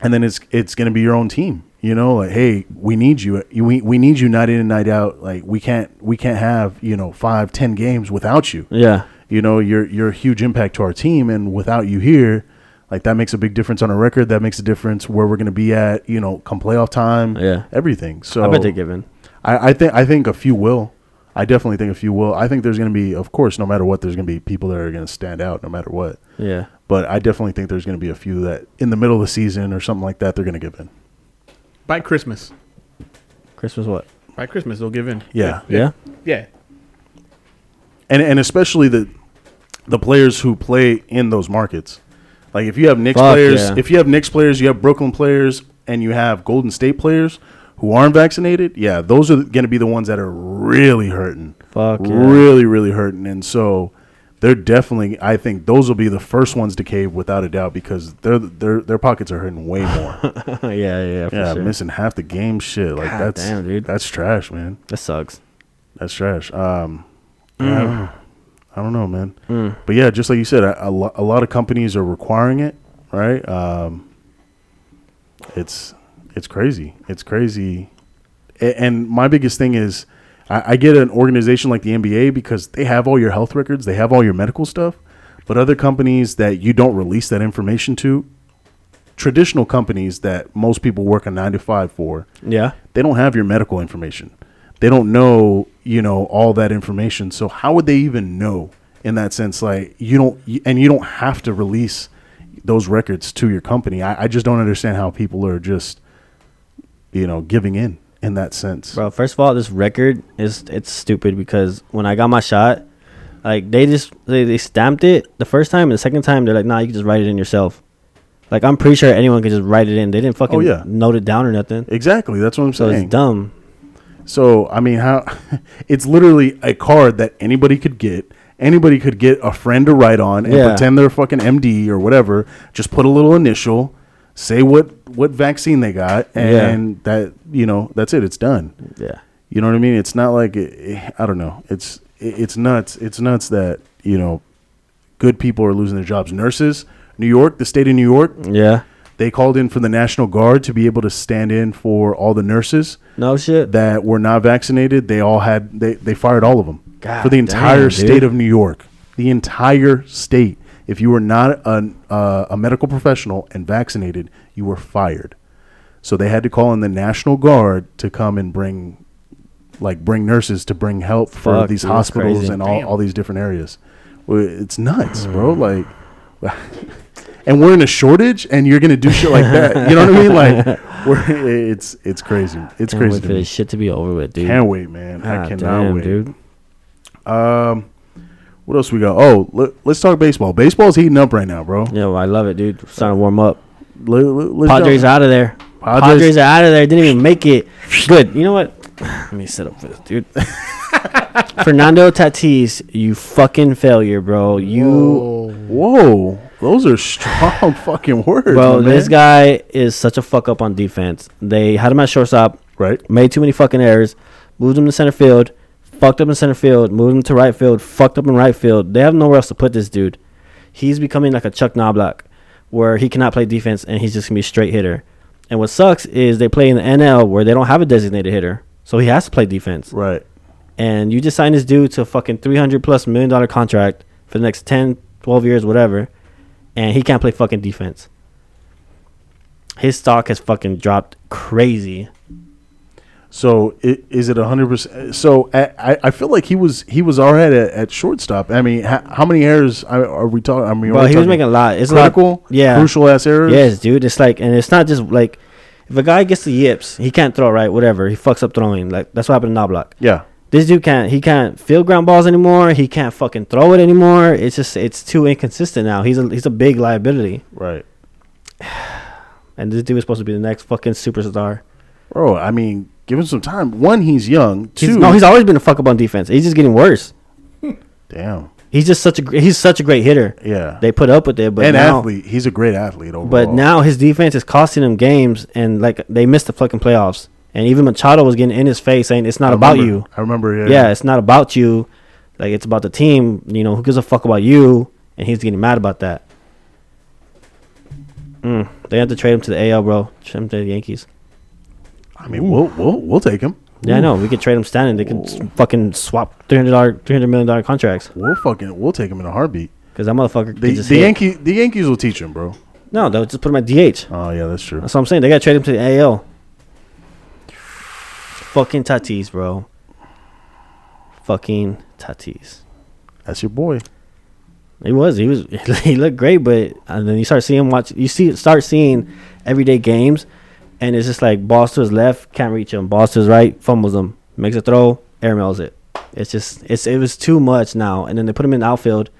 S3: and then it's it's going to be your own team. You know, like hey, we need you. You- We we need you night in and night out. Like we can't we can't have you know five ten games without you.
S4: yeah.
S3: You know, you're you're a huge impact to our team, and without you here, like that makes a big difference on a record. That makes a difference where we're going to be at. You know, come playoff time.
S4: Yeah.
S3: everything. So
S4: I bet they give in.
S3: I, I think I think a few will. I definitely think a few will. I think there's going to be, of course, no matter what, there's going to be people that are going to stand out no matter what.
S4: Yeah.
S3: But I definitely think there's going to be a few that in the middle of the season or something like that, they're going to give in.
S5: By Christmas.
S4: Christmas what?
S5: By Christmas, they'll give in.
S3: Yeah.
S4: Yeah.
S5: Yeah.
S3: And and especially the the players who play in those markets. Like if you have Knicks
S4: Fuck
S3: players,
S4: yeah.
S3: if you have Knicks players, you have Brooklyn players, and you have Golden State players who aren't vaccinated, yeah, those are going to be the ones that are really hurting.
S4: Fuck yeah.
S3: Really, really hurting. And so they're definitely I think those will be the first ones to cave without a doubt because their their their pockets are hurting way more.
S4: yeah. Yeah. For
S3: yeah,
S4: sure.
S3: missing half the game shit. Like
S4: God
S3: that's
S4: damn, dude.
S3: that's trash, man.
S4: that sucks.
S3: That's trash. Um, yeah, I don't know, man. But yeah, just like you said, a, a, lo- a lot of companies are requiring it, right? Um, it's it's crazy. It's crazy. A- and my biggest thing is, I, I get an organization like the NBA because they have all your health records, they have all your medical stuff. But other companies that you don't release that information to, traditional companies that most people work a nine to five for,
S4: Yeah.
S3: they don't have your medical information. They don't know, you know, all that information. So how would they even know in that sense? Like you don't, and you don't have to release those records to your company. I, I just don't understand how people are just, you know, giving in in that sense.
S4: Bro, first of all, this record is it's stupid because when I got my shot, like they just they, they stamped it the first time and the second time they're like, nah, you can just write it in yourself. Like I'm pretty sure anyone could just write it in. They didn't fucking
S3: Oh, yeah.
S4: note it down or nothing.
S3: Exactly. That's what I'm
S4: so
S3: saying.
S4: it's dumb.
S3: So I mean, how it's literally a card that anybody could get. Anybody could get a friend to write on and
S4: Yeah.
S3: pretend they're fucking MD or whatever. Just put a little initial, say what what vaccine they got, and that you know that's it. It's done.
S4: Yeah.
S3: You know what I mean? It's not like I don't know. It's it's nuts. It's nuts that you know good people are losing their jobs. Nurses, New York, the state of New York,
S4: Yeah.
S3: they called in for the National Guard to be able to stand in for all the nurses
S4: No shit.
S3: that were not vaccinated, they all had they, they fired all of them
S4: God
S3: for the
S4: damn,
S3: entire
S4: dude.
S3: state of New York. The entire state. If you were not an, uh, a medical professional and vaccinated, you were fired. So they had to call in the National Guard to come and bring, like, bring nurses to bring help for
S4: Fuck,
S3: these
S4: dude, that's
S3: hospitals
S4: crazy.
S3: and all, all these different areas. Well, It's nuts, bro.
S4: Mm.
S3: Like, and we're in a shortage, and you're gonna do shit like that. You know what I mean? Like, we're, it's it's crazy. It's
S4: Can't
S3: crazy.
S4: wait
S3: to
S4: for
S3: me.
S4: this shit to be over with, dude.
S3: Can't wait, man. I
S4: God
S3: cannot
S4: damn,
S3: wait.
S4: dude.
S3: What else we got? Oh, let, us talk baseball. Baseball's heating up right now, bro.
S4: Yeah, well, I love it, dude. Starting to warm up.
S3: Let- let- let's
S4: Padres
S3: jump-
S4: out of there.
S3: Padres-
S4: Padres, are out of there. Didn't even make it. Good. You know what? Let me sit up for this, dude. Fernando Tatis, you fucking failure, bro. You,
S3: Whoa, those are strong fucking words,
S4: bro.
S3: my man.
S4: This guy is such a fuck up on defense. They had him at shortstop.
S3: Right.
S4: Made too many fucking errors. Moved him to center field. Fucked up in center field. Moved him to right field. Fucked up in right field. They have nowhere else to put this dude. He's becoming like a Chuck Knoblock, where he cannot play defense and he's just gonna be a straight hitter. And what sucks is they play in the NL where they don't have a designated hitter, so he has to play defense.
S3: Right.
S4: And you just sign this dude to a fucking three hundred plus million dollar contract for the next 10, 12 years, whatever, and he can't play fucking defense. His stock has fucking dropped crazy.
S3: So i- is it hundred percent? So I, I- I feel like he was he was all right at, at shortstop. I mean, how, how many errors are, are we talking? I mean,
S4: Bro,
S3: are we
S4: he was
S3: talking
S4: making a lot. It's
S3: critical,
S4: a lot, yeah,
S3: crucial ass errors.
S4: Yes, dude. It's like, and it's not just like, if a guy gets the yips, he can't throw right. Whatever, he fucks up throwing. Like that's what happened to Knobloch.
S3: Yeah.
S4: This dude can't. He can't field ground balls anymore. He can't fucking throw it anymore. It's just, it's too inconsistent now. He's a, he's a big liability,
S3: Right.
S4: and this dude is supposed to be the next fucking superstar.
S3: Bro, I mean, give him some time. One, he's young. Two,
S4: He's, no, he's always been a fuck up on defense. He's just getting worse.
S3: damn.
S4: He's just such a gr- he's such a great hitter.
S3: Yeah.
S4: they put up with it, but
S3: and
S4: now,
S3: athlete. He's a great athlete overall.
S4: But now his defense is costing him games, and like they missed the fucking playoffs. And even Machado was getting in his face saying, "It's not
S3: I
S4: about
S3: remember-
S4: you.
S3: I remember. Yeah.
S4: Yeah, it's not about you. Like it's about the team. You know who gives a fuck about you?" And he's getting mad about that. Mm, they have to trade him to the AL, bro. Trade him to the Yankees.
S3: I mean, we'll we'll we'll take him.
S4: Yeah, I know. We could trade him standing. They could s- fucking swap three hundred dollar, three hundred million dollar contracts
S3: We'll fucking we'll take him in a heartbeat.
S4: because that motherfucker.
S3: The,
S4: could just
S3: the
S4: hit.
S3: Yankee the Yankees will teach him, bro.
S4: No, they'll just put him at DH.
S3: Oh yeah, that's true.
S4: That's what I'm saying. They gotta trade him to the AL. Fucking Tatis, bro. Fucking Tatis.
S3: That's your boy.
S4: He was. He was. He looked great, but and then you start seeing him watch. You see, start seeing everyday games, and it's just like balls to his left, can't reach him. Balls to his right, fumbles him, makes a throw, airmails it. It's just it's it was too much now. And then they put him in the outfield,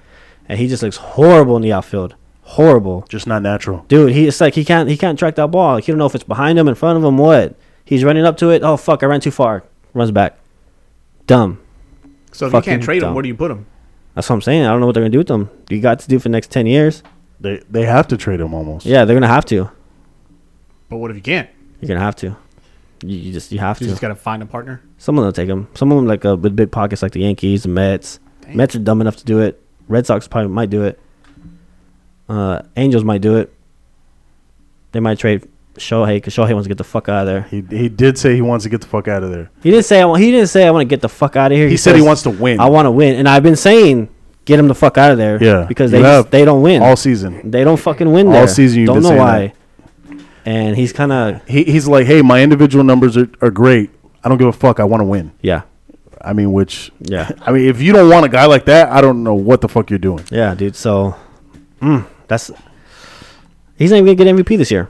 S4: and he just looks horrible in the outfield. Horrible.
S3: Just not natural.
S4: dude he it's like he can't he can't track that ball like, he don't know if it's behind him in front of him what he's running up to it oh fuck i ran too far runs back dumb
S5: So if you
S4: Fucking
S5: can't trade
S4: dumb.
S5: him, where do you put him?
S4: that's what i'm saying i don't know what they're gonna do with them you got to do for the next 10 years
S3: They they have to trade him almost.
S4: yeah they're gonna have to you're
S5: But what if you can't?
S4: gonna have to you, you just you have
S5: You
S4: to
S5: just gotta find a partner.
S4: someone will take him someone like uh, with big pockets like the yankees the mets
S5: Damn.
S4: mets are dumb enough to do it red sox probably might do it uh angels might do it they might trade Shohei because Shohei wants to get the fuck out of there.
S3: He he did say he wants to get the fuck out of there.
S4: He didn't say I want. He didn't say I want to get the fuck out of here.
S3: He, said he
S4: says-
S3: wants to win.
S4: I want to win, and I've been saying get them the fuck out of there.
S3: Yeah,
S4: because
S3: you
S4: they
S3: have
S4: just, they don't win.
S3: all season.
S4: they don't fucking win
S3: all
S4: there.
S3: season you've
S4: don't
S3: been
S4: know
S3: saying
S4: why. And he's kind of
S3: He he's like, hey, my individual numbers are, are great. I don't give a fuck. I want to win.
S4: yeah,
S3: I mean, which
S4: Yeah.
S3: I mean, if you don't want a guy like that, I don't know what the fuck you're doing.
S4: yeah, dude. So mm, that's he's not even gonna get MVP this year,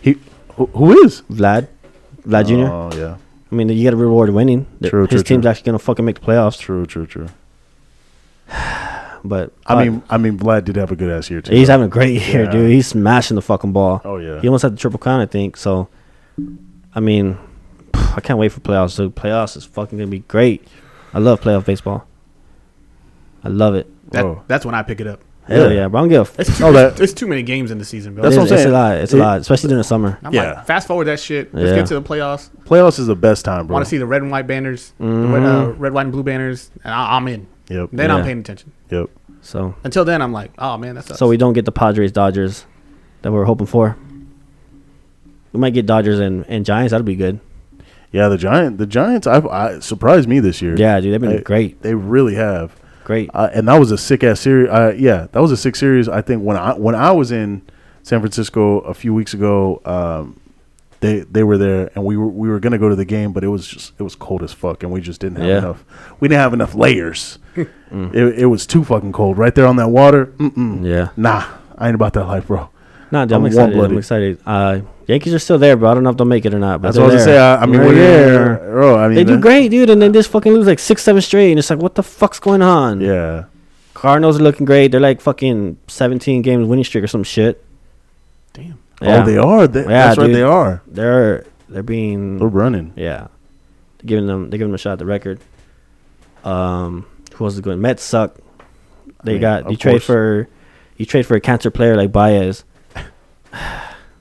S3: He who, who is
S4: Vlad, Vlad Jr.
S3: Oh yeah,
S4: I mean, you got to reward winning.
S3: True, true,
S4: His team's
S3: true.
S4: actually gonna fucking make the playoffs,
S3: true, true, true.
S4: but
S3: I
S4: uh,
S3: mean, I mean, Vlad did have a good ass year too.
S4: He's
S3: though.
S4: having a great year,
S3: Yeah.
S4: dude. He's smashing the fucking ball.
S3: Oh, yeah.
S4: He almost had the triple crown, I think. So, I mean, I can't wait for playoffs. Dude, playoffs is fucking gonna be great. I love playoff baseball. I love it.
S5: That,
S3: Whoa.
S5: that's when I pick it up.
S4: Hell
S3: Yeah.
S4: yeah, bro. I don't give a. F-
S5: That's too,
S3: Oh, that-
S5: there's too many games in the season, bro.
S3: That's
S4: it's,
S3: what I'm
S4: it's a
S3: saying.
S4: lot. It's a
S3: It-
S4: lot, especially during the summer.
S5: I'm
S3: Yeah.
S5: like, fast forward that shit. Let's
S4: Yeah.
S5: get to the playoffs.
S3: Playoffs is the best time, bro.
S5: Want to see the red and white banners, the red, uh, red, white, and blue banners, and I, I'm in.
S3: Yep.
S5: Then I'm
S4: Yeah.
S5: paying attention.
S3: Yep.
S4: So,
S5: Until then, I'm like, oh man, that's
S4: so we don't get the Padres Dodgers that we were hoping for. We might get Dodgers and, and Giants. That'd be good.
S3: Yeah, the giant, the Giants, I've I, surprised me this year.
S4: Yeah, dude. They've been
S3: I-
S4: great.
S3: They really have.
S4: Great.
S3: Uh, and that was a sick ass series. Uh, yeah, that was a sick series. I think when I when I was in San Francisco a few weeks ago, um, they they were there, and we were we were gonna go to the game, but it was just it was cold as fuck, and we just didn't have
S4: Yeah.
S3: enough. We didn't have enough layers. it, it was too fucking cold right there on that water. Mm-mm.
S4: yeah.
S3: Nah, I ain't about that life, bro.
S4: Nah, dude, I'm,
S3: I'm
S4: excited. I'm
S3: warm-blooded.
S4: excited. Uh, Yankees are still there, bro. I don't know if they'll make it or not. But
S3: That's what I was
S4: they're
S3: gonna say.
S4: there.
S3: I, I mean,
S4: They're
S3: we're
S4: there.
S3: Bro, I mean,
S4: They do
S3: that-
S4: great, dude, and then just fucking lose like six, seven straight, and it's like, what the fuck's going on?
S3: Yeah,
S4: Cardinals are looking great. They're like fucking 17 games winning streak or some shit.
S5: damn.
S4: Yeah.
S3: Oh, they are. They, that's right.
S4: dude.
S3: They are.
S4: They're they're being
S3: They're running.
S4: yeah, They're giving them they're giving them a shot at the record. Um, who else is going? Mets suck. They
S3: mean,
S4: got
S3: of
S4: you trade
S3: course.
S4: for you trade for a cancer player like Baez.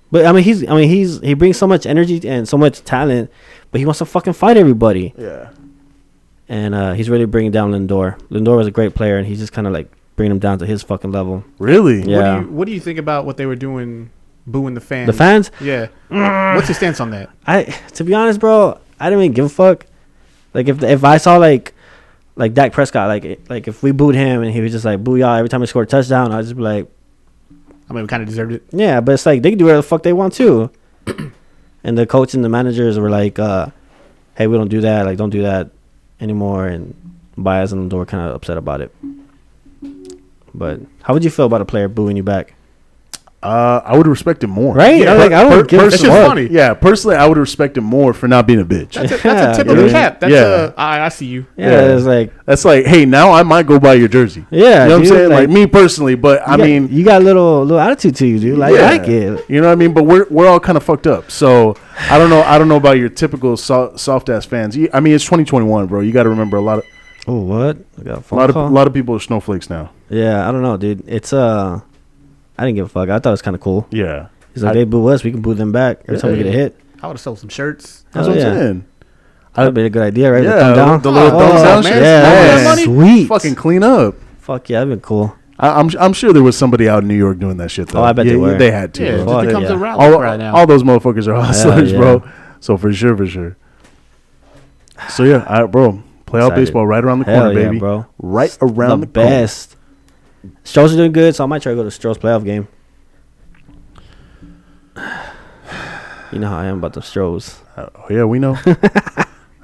S4: But I mean, he's I mean he's he brings so much energy and so much talent, but he wants to fucking fight everybody.
S3: Yeah.
S4: and uh, he's really bringing down Lindor. Lindor was a great player, and he's just kind of like bringing him down to his fucking level.
S3: Really?
S4: Yeah.
S5: What, do you, what do you think about what they were doing, booing the fans?
S4: The fans,
S5: Yeah. What's your stance on that?
S4: I to be honest, bro, I didn't even give a fuck. Like if if I saw like like Dak Prescott, like it- like if we booed him and he was just like boo y'all every time he scored a touchdown, I'd just be like,
S5: I mean, we kind of deserved it.
S4: yeah, but it's like they can do whatever the fuck they want to. and the coach and the managers were like, uh, hey, we don't do that. Like don't do that anymore. And Bias and Lindor were kind of upset about it. But how would you feel about a player booing you back?
S3: Uh, I would respect him more.
S4: Right?
S3: Yeah.
S4: I'm like, I don't give a
S3: personally-
S5: It's just funny.
S3: Yeah. Personally, I would respect him more for not being a bitch.
S5: That's a,
S4: Yeah,
S5: that's a tip of
S4: dude.
S5: the cap. That's
S3: Yeah.
S5: a, I, I see you.
S4: Yeah,
S3: Yeah.
S4: it's like
S3: That's like, hey, now I might go buy your jersey.
S4: Yeah,
S3: You know what I'm
S4: dude,
S3: saying?
S4: like-
S3: Like, me personally, but I
S4: you got-
S3: mean,
S4: you got a little little attitude to you, dude. Like
S3: yeah.
S4: I like it.
S3: You know what I mean? But we're we're all kind of fucked up. So I don't know. I don't know about your typical so- soft ass fans. You, I mean, it's 2021, bro. You got to remember a lot of
S4: Oh what? I got a
S3: A
S4: phone
S3: lot of a
S4: call.
S3: lot of people are snowflakes now.
S4: yeah, I don't know, dude. It's uh, I didn't give a fuck. I thought it was kind of cool.
S3: Yeah,
S4: It's like
S3: I-
S4: they boo us, we can boo them back every time we get a hit.
S5: I would have sold some shirts.
S3: that's
S4: Hell
S3: what
S4: Oh, yeah.
S3: I'm saying.
S4: That'd be a good idea, right?
S3: Yeah, the little
S4: Oh,
S3: thumbs down
S4: man,
S3: shit.
S4: Yeah,
S3: Man,
S4: that's
S3: money.
S4: sweet.
S3: Fucking clean up.
S4: fuck yeah, that'd been cool.
S3: I, I'm I'm sure there was somebody out in New York doing that shit though.
S4: Oh, I bet
S3: Yeah,
S4: they were.
S3: They had to. bro.
S5: Yeah, it
S4: Fuck
S5: just becomes
S4: yeah.
S5: a rally
S3: all,
S5: right now.
S3: all those motherfuckers are hustlers,
S4: yeah.
S3: bro. So for sure, for sure. So yeah, I, bro, playoff
S4: Excited.
S3: baseball right around the
S4: Hell
S3: corner,
S4: yeah,
S3: baby,
S4: bro.
S3: Right around the,
S4: the best. Stros are doing good, so I might try to go to Stros playoff game. You know how I am about the Stros.
S3: corner. Oh yeah, we know.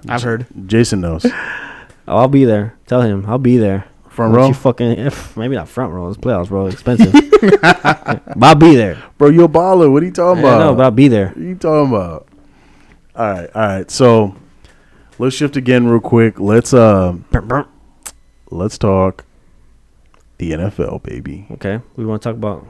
S5: I've heard.
S3: Jason knows.
S4: Oh, I'll be there. Tell him I'll be there.
S3: Front
S4: Don't
S3: row,
S4: You fucking if, maybe not front row. It's playoffs, bro. Expensive. but I'll be there.
S3: bro. You a baller? What are you
S4: I
S3: talking about?
S4: know, but I'll be there.
S3: What are you talking about? All right, all right. So let's shift again real quick. Let's um, let's talk the NFL, baby.
S4: Okay, we want to talk about.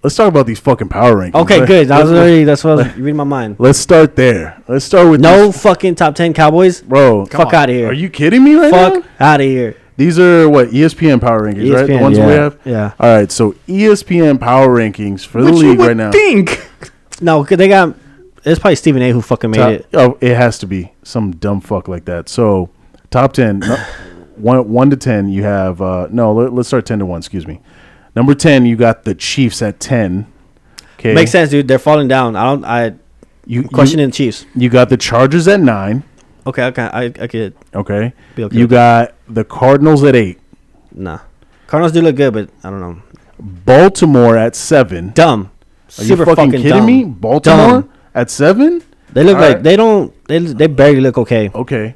S3: Let's talk about these fucking power rankings.
S4: Okay,
S3: Let-
S4: good. That was
S3: let's-
S4: already. That's what I was, you read my mind.
S3: Let's start there. Let's start with
S4: No
S3: these-
S4: fucking top ten Cowboys.
S3: bro.
S4: Fuck out of here.
S3: Are you kidding me right
S4: Fuck E
S3: now?
S4: out of here.
S3: These are what E ESPN power rankings, right? The
S4: ESPN,
S3: ones we
S4: yeah,
S3: have.
S4: yeah.
S3: All right. So E ESPN power rankings for the
S5: What you
S3: league
S5: would
S3: right now.
S5: think?
S4: No, 'cause they got. It's probably Stephen A. who fucking made
S3: Top-
S4: it.
S3: Oh, it has to be some dumb fuck like that. So top ten, no, one one to ten. You have uh, no. Let, let's start ten to one. Excuse me. Number ten, you got the Chiefs at ten. Okay,
S4: Makes sense, dude. They're falling down. I don't. I
S3: You
S4: questioning
S3: you,
S4: the Chiefs.
S3: you got the Chargers at nine.
S4: Okay, okay. I I could
S3: Okay,
S4: Be okay
S3: you
S4: with
S3: got the Cardinals at eight.
S4: nah. Cardinals do look good, but I don't know.
S3: Baltimore at seven.
S4: Dumb.
S3: Are you fucking, kidding me? Baltimore
S4: Dumb.
S3: at seven?
S4: They look
S3: All
S4: like
S3: right.
S4: they don't. They they barely look okay.
S3: Okay,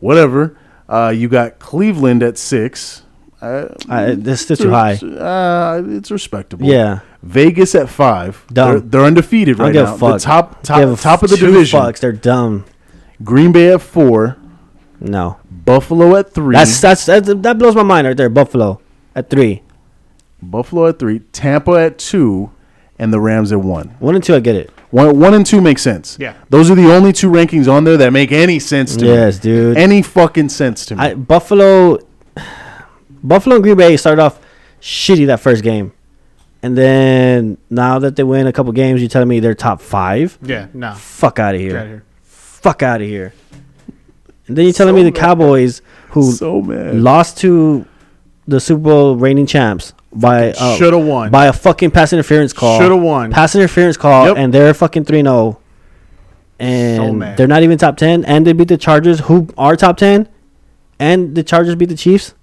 S3: whatever. Uh, you got Cleveland at six.
S4: I,
S3: Mm-hmm.
S4: that's still too high.
S3: Uh, it's respectable.
S4: Yeah.
S3: Vegas at five.
S4: Dumb.
S3: They're, they're undefeated
S4: I
S3: right
S4: don't give
S3: now.
S4: a fuck.
S3: The top
S4: Give a
S3: top top of the
S4: two
S3: division.
S4: Fucks. They're dumb.
S3: Green Bay at four.
S4: No.
S3: Buffalo at three.
S4: That's that's that, that blows my mind right there. Buffalo at three,
S3: Buffalo at three. Tampa at two, and the Rams at one.
S4: one and two. I get it.
S3: One, one and two make sense.
S5: Yeah.
S3: Those are the only two rankings on there that make any sense to me.
S4: Yes, dude.
S3: Any fucking sense to me.
S4: I Buffalo, Buffalo and Green Bay started off shitty that first game, and then now that they win a couple games, you telling me they're top five?
S5: Yeah, no.
S4: Fuck out of
S5: Get out of
S4: here!
S5: here.
S4: Fuck out of here! And then you telling me the Cowboys who
S3: so mad.
S4: lost to the Super Bowl reigning champs by uh,
S5: Shoulda won.
S4: by a fucking pass interference call.
S5: Shoulda won.
S4: pass interference call,
S3: Yep.
S4: and they're fucking three 0 and
S5: mad.
S4: they're not even top ten, and they beat the Chargers, who are top ten, and the Chargers beat the Chiefs.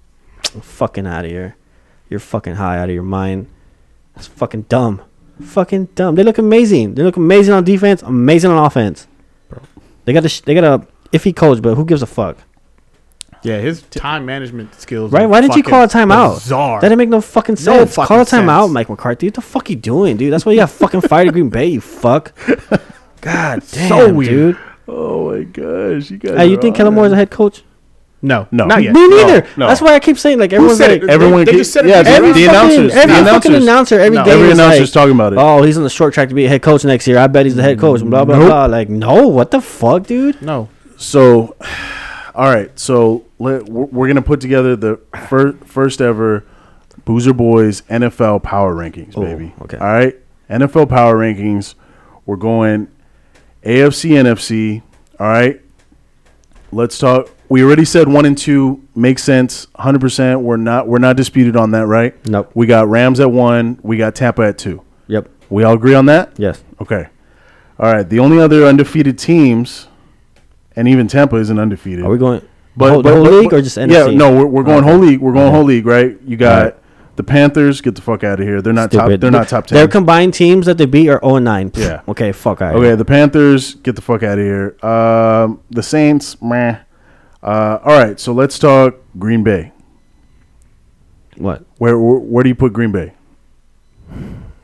S4: I'm fucking out of here! You're fucking high out of your mind. That's fucking dumb. Fucking dumb. They look amazing. They look amazing on defense. Amazing on offense. They got a sh- they got a iffy coach, but who gives a fuck?
S5: Yeah, his time management skills.
S4: Right?
S5: are
S4: Why didn't you
S5: fucking
S4: call a timeout?
S5: Bizarre.
S4: That didn't make no fucking sense.
S5: fucking
S4: call a timeout,
S5: sense.
S4: Mike McCarthy. What the fuck you doing, dude? That's why you got fucking fired at Green Bay, you fuck. God damn,
S5: weird.
S4: dude.
S3: oh my gosh, you guys.
S4: Hey, you think Kellen Moore is a head coach?
S5: no,
S3: No.
S5: not yet.
S4: Me neither.
S3: no.
S4: That's why I keep saying like everyone's
S5: said
S4: like
S5: it? They-
S3: Everyone,
S5: they
S3: get-
S5: just said it
S3: yeah,
S5: was
S3: the,
S5: every
S3: the
S4: fucking-
S3: announcers,
S4: Every
S3: the
S4: fucking
S3: announcers,
S4: announcer every
S5: No.
S4: day.
S3: every
S4: is
S3: announcer's
S4: like,
S3: talking about it.
S4: Oh, he's on the short track to be a head coach next year. I bet he's the head coach. Blah blah
S3: Nope.
S4: blah. Like, no, what the fuck, dude?
S5: No.
S3: So, all right. So let, we're, we're gonna put together the fir- first ever Boozer Boys NFL Power Rankings, baby.
S4: okay.
S3: All right. NFL Power Rankings. We're going AFC, NFC. All right. Let's talk. We already said one and two makes sense, hundred percent. We're not we're not disputed on that, right?
S4: Nope.
S3: We got Rams at one. We got Tampa at two.
S4: Yep.
S3: We all agree on that.
S4: Yes.
S3: Okay. All right. The only other undefeated teams, and even Tampa isn't undefeated.
S4: Are we going
S3: But,
S4: whole,
S3: but-
S4: the whole
S3: but-
S4: league or
S3: but-
S4: just
S3: Yeah,
S4: NFC?
S3: no, we're, we're
S4: Oh,
S3: going whole league. We're going whole league, right? You got
S4: Alright.
S3: the Panthers. Get the fuck out of here. They're not top.
S4: Stupid.
S3: They're not top ten.
S4: Their combined teams that they beat are 0 and 9. Pfft,
S3: Yeah.
S4: Okay, fuck out.
S3: okay, the Panthers. Get the fuck out of here. Um, the Saints. Meh. Uh, all right. So let's talk Green Bay.
S4: What?
S3: Where, where where do you put Green Bay?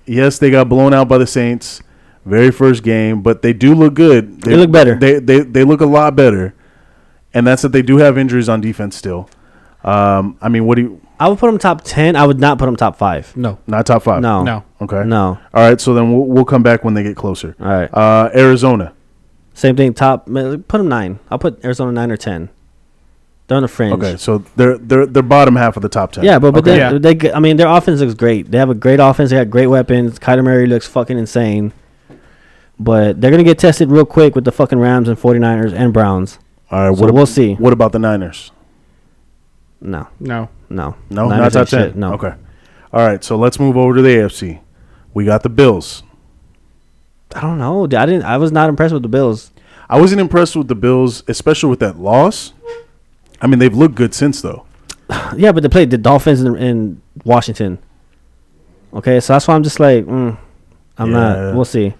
S3: Yes, they got blown out by the Saints, very first game, but they do look good.
S4: They look better.
S3: They they they look a lot better, and that's that they do have injuries on defense still. Um, I mean, what do you?
S4: I would put them top 10. I would not put them top 5.
S5: No.
S3: Not top five.
S4: No.
S5: No.
S3: Okay.
S4: No.
S3: All right. So then we'll we'll come back when they get closer.
S4: All right.
S3: Uh, Arizona.
S4: Same thing, top. Put them 9. I'll put Arizona 9 or 10. They're on the fringe.
S3: Okay, so they're they're they're bottom half of the top ten.
S4: Yeah, but but
S3: Okay.
S4: they,
S5: Yeah.
S4: they g- I mean their offense looks great. They have a great offense. They got great weapons. Kyler Murray looks fucking insane. But they're gonna get tested real quick with the fucking Rams and 49ers and Browns.
S3: all right.
S4: so
S3: What ab-
S4: we'll see.
S3: What about the Niners?
S4: No,
S5: No.
S4: no,
S3: No,
S4: Niners
S3: not
S4: ain't
S3: top ten.
S4: shit, No,
S3: Okay. All right, so let's move over to the AFC. We got the Bills.
S4: I don't know. dude. I didn't. I was not impressed with the Bills.
S3: I wasn't impressed with the Bills, especially with that loss. I mean, they've looked good since though.
S4: Yeah, but they played the Dolphins in, in Washington. Okay, so that's why I'm just like, mm, I'm
S3: Yeah.
S4: not. We'll see.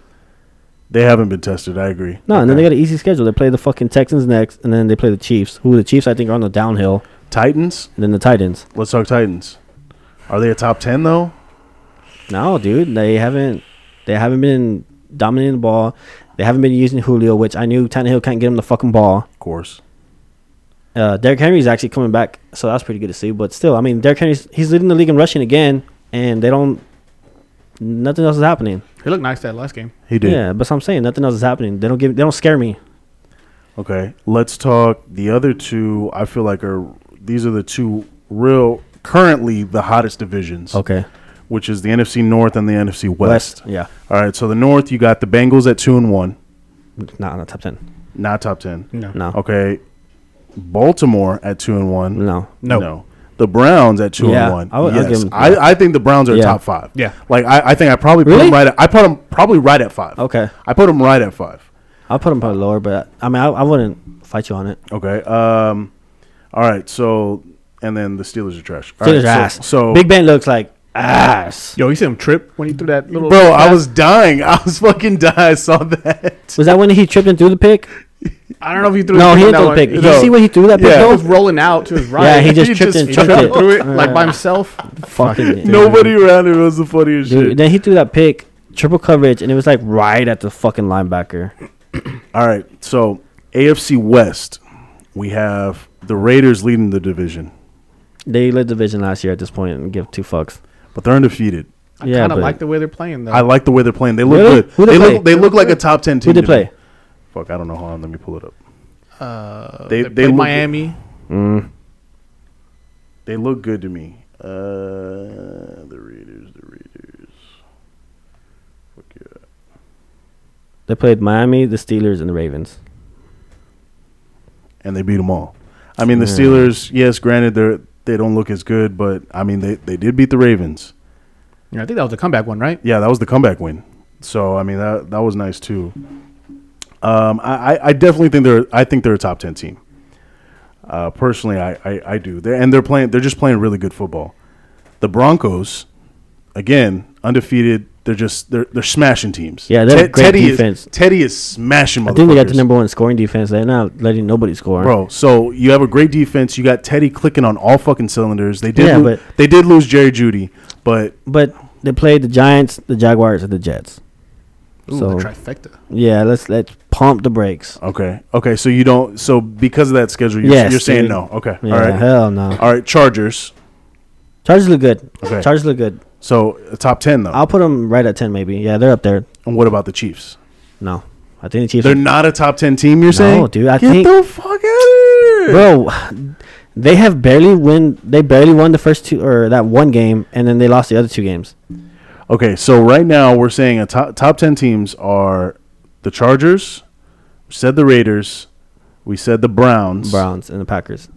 S3: They haven't been tested. I agree.
S4: No, and then they
S3: Okay.
S4: got an easy schedule. They play the fucking Texans next, and then they play the Chiefs, who the Chiefs I think are on the downhill,
S3: Titans.
S4: and then the Titans.
S3: Let's talk Titans. Are they a top ten though?
S4: No, dude, they haven't. They haven't been dominating the ball. They haven't been using Julio, which I knew Tannehill can't get him the fucking ball.
S3: Of course.
S4: Uh, Derrick Henry's actually coming back, so that's pretty good to see. But still, I mean, Derrick Henry's he's leading the league in rushing again, and they don't. Nothing else is happening.
S5: He looked nice that last game.
S3: He did.
S4: Yeah, but so I'm saying nothing else is happening. They don't give. They don't scare me.
S3: Okay, let's talk the other two. I feel like are these are the two real currently the hottest divisions.
S4: Okay.
S3: which is the NFC North and the NFC West.
S4: West. Yeah.
S3: All right, so the North you got the Bengals at two and one,
S4: Not not top ten.
S3: not top ten.
S5: No.
S4: No.
S3: Okay, Baltimore at two and one.
S4: No.
S3: no. The Browns at two
S4: Yeah,
S3: and one.
S4: I would- I'd
S3: yes,
S4: give 'em-
S3: I, I think the Browns are
S4: Yeah.
S3: top five.
S5: Yeah.
S3: like I, I think I probably put
S4: Really?
S3: them right. At, I put them probably right at five.
S4: Okay.
S3: I put them right at five.
S4: I'll put him probably lower, but I mean, I, I wouldn't fight you on it.
S3: Okay. Um. All right. So, and then the Steelers are trash. All
S4: Steelers
S3: right, so,
S4: ass.
S3: So,
S4: Big Ben looks like ass.
S5: Yo, you see him trip when he threw that little.
S3: bro, I was dying. I was fucking dying. I saw that.
S4: Was that when he tripped and threw the pick?
S5: I don't know if he threw.
S4: No,
S5: it
S4: he
S5: in
S4: didn't
S5: that
S4: throw the
S5: one.
S4: pick. Did
S3: No.
S4: you see when he threw that pick?
S3: Yeah.
S5: He
S4: though?
S5: was rolling out to his right.
S4: Yeah, he just
S3: He
S4: tripped
S3: just
S4: and
S3: tripped and
S4: tripped it.
S5: threw it like by
S4: Uh,
S5: himself.
S4: fucking dude.
S3: Nobody around him. It was the funniest
S4: Dude,
S3: shit.
S4: then he threw that pick, triple coverage, and it was like right at the fucking linebacker.
S3: All right. So, AFC West, we have the Raiders leading the division,
S4: They led the division last year at this point and give two fucks.
S3: but they're undefeated.
S5: I
S4: yeah,
S5: kind of
S4: but-
S5: like the way they're playing though.
S3: I like the way they're playing. They look
S4: Oh. Really?
S3: good.
S4: Who they
S3: they
S4: play?
S3: look. They look like a top ten team.
S4: Who did
S3: to
S4: play?
S3: me. Fuck, I don't know. Hold on, let me pull it up.
S5: uh,
S3: they-
S5: they
S3: they
S5: played
S3: look-
S5: Miami.
S3: They look good to me. Uh, the Raiders. The Raiders. Fuck yeah.
S4: They played Miami, the Steelers, and the Ravens.
S3: and they beat them all. I mean, the Steelers, yes, granted they're they don't look as good, but I mean they they did beat the Ravens.
S5: Yeah, I think that was a comeback one, right?
S3: Yeah, that was the comeback win. So I mean that that was nice too. Um, I I- I definitely think they're I think they're a top ten team. Uh, personally, I I, I do. They're, and they're playing they're just playing really good football. The Broncos, again undefeated. They're just they're they're smashing teams.
S4: Yeah, they're a great
S3: Teddy
S4: defense.
S3: Is, Teddy is smashing.
S4: I think they got the
S3: motherfuckers.
S4: number one scoring defense. They're not letting nobody score.
S3: Bro, so you have a great defense. You got Teddy clicking on all fucking cylinders. They did.
S4: Yeah,
S3: lo-
S4: but-
S3: they did lose Jerry Judy, but
S4: But they played the Giants, the Jaguars, and the Jets.
S5: Ooh,
S4: So-
S5: the trifecta.
S4: Yeah, let's let's pump the brakes.
S3: okay, okay. So you don't. So because of that schedule, you're,
S4: Yes,
S3: you're saying
S4: dude.
S3: no. Okay,
S4: Yeah,
S3: all right,
S4: hell no.
S3: all right. Chargers.
S4: Chargers look good.
S3: Okay.
S4: Chargers look good.
S3: So uh, top ten though.
S4: I'll put them right at ten, maybe. Yeah, they're up there.
S3: and what about the Chiefs?
S4: No, I think the Chiefs.
S3: They're not a top ten team. You're saying?
S4: dude, I
S3: Get
S4: think-
S3: the fuck out of here,
S4: bro, they have barely win. They barely won the first two or that one game, and then they lost the other two games.
S3: Okay, so right now we're saying a top top ten teams are the Chargers. We said the Raiders. We said the Browns.
S4: Browns and the Packers.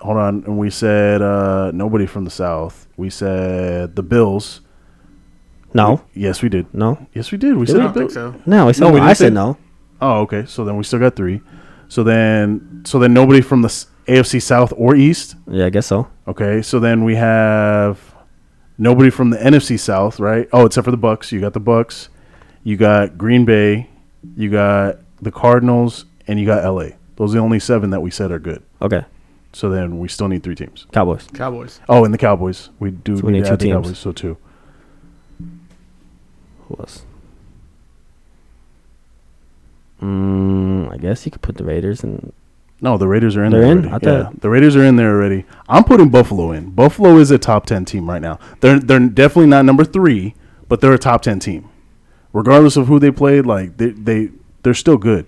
S3: hold on and we said uh nobody from the south we said the bills
S4: No,
S3: yes we did
S4: no,
S3: yes we did we
S4: Did
S3: said
S4: we?
S5: I
S3: the
S5: don't think
S3: bills
S5: so.
S4: no. I said
S3: No,
S4: no.
S3: we
S4: I
S3: didn't say-
S4: said no.
S3: oh okay so then we still got three so then so then nobody from the s- afc south or east
S4: Yeah, I guess so.
S3: okay so then we have nobody from the nfc south right oh except for the bucks you got the bucks you got green bay you got the cardinals and you got la those are the only seven that we said are good
S4: Okay,
S3: so then we still need three teams
S4: Cowboys.
S5: Cowboys.
S3: Oh, and the Cowboys. We do
S4: So we
S3: need
S4: need
S3: to
S4: two
S3: add the
S4: teams.
S3: Cowboys, so two.
S4: Who else? Mm, I guess you could put the Raiders and
S3: No, the Raiders are in
S4: They're
S3: there
S4: in?
S3: already.
S4: I
S3: yeah,
S4: thought-
S3: the Raiders are in there already. I'm putting Buffalo in. Buffalo is a top ten team right now. They're they're definitely not number three, but they're a top ten team. Regardless of who they played, like they they they're still good.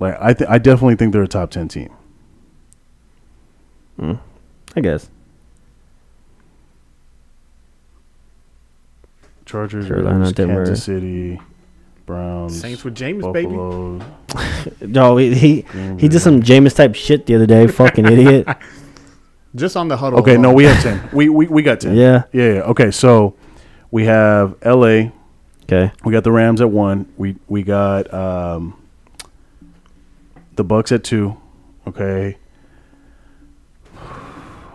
S3: Like I th- I definitely think they're a top ten team.
S4: I guess.
S3: Chargers,
S4: Carolina,
S3: Rams,
S4: Denver.
S3: Kansas City, Browns,
S5: Saints with Jameis, baby.
S3: Buffalo.
S4: No, he he,
S3: Green
S4: he
S3: Bay.
S4: did some Jameis type shit the other day. Fucking idiot.
S5: Just on the huddle.
S3: Okay, no,
S5: alone.
S3: we have ten. We we we got ten.
S4: Yeah.
S3: yeah, yeah. Okay, so we have L.A.
S4: Okay.
S3: We got the Rams at one. We we got um, the Bucks at two. Okay,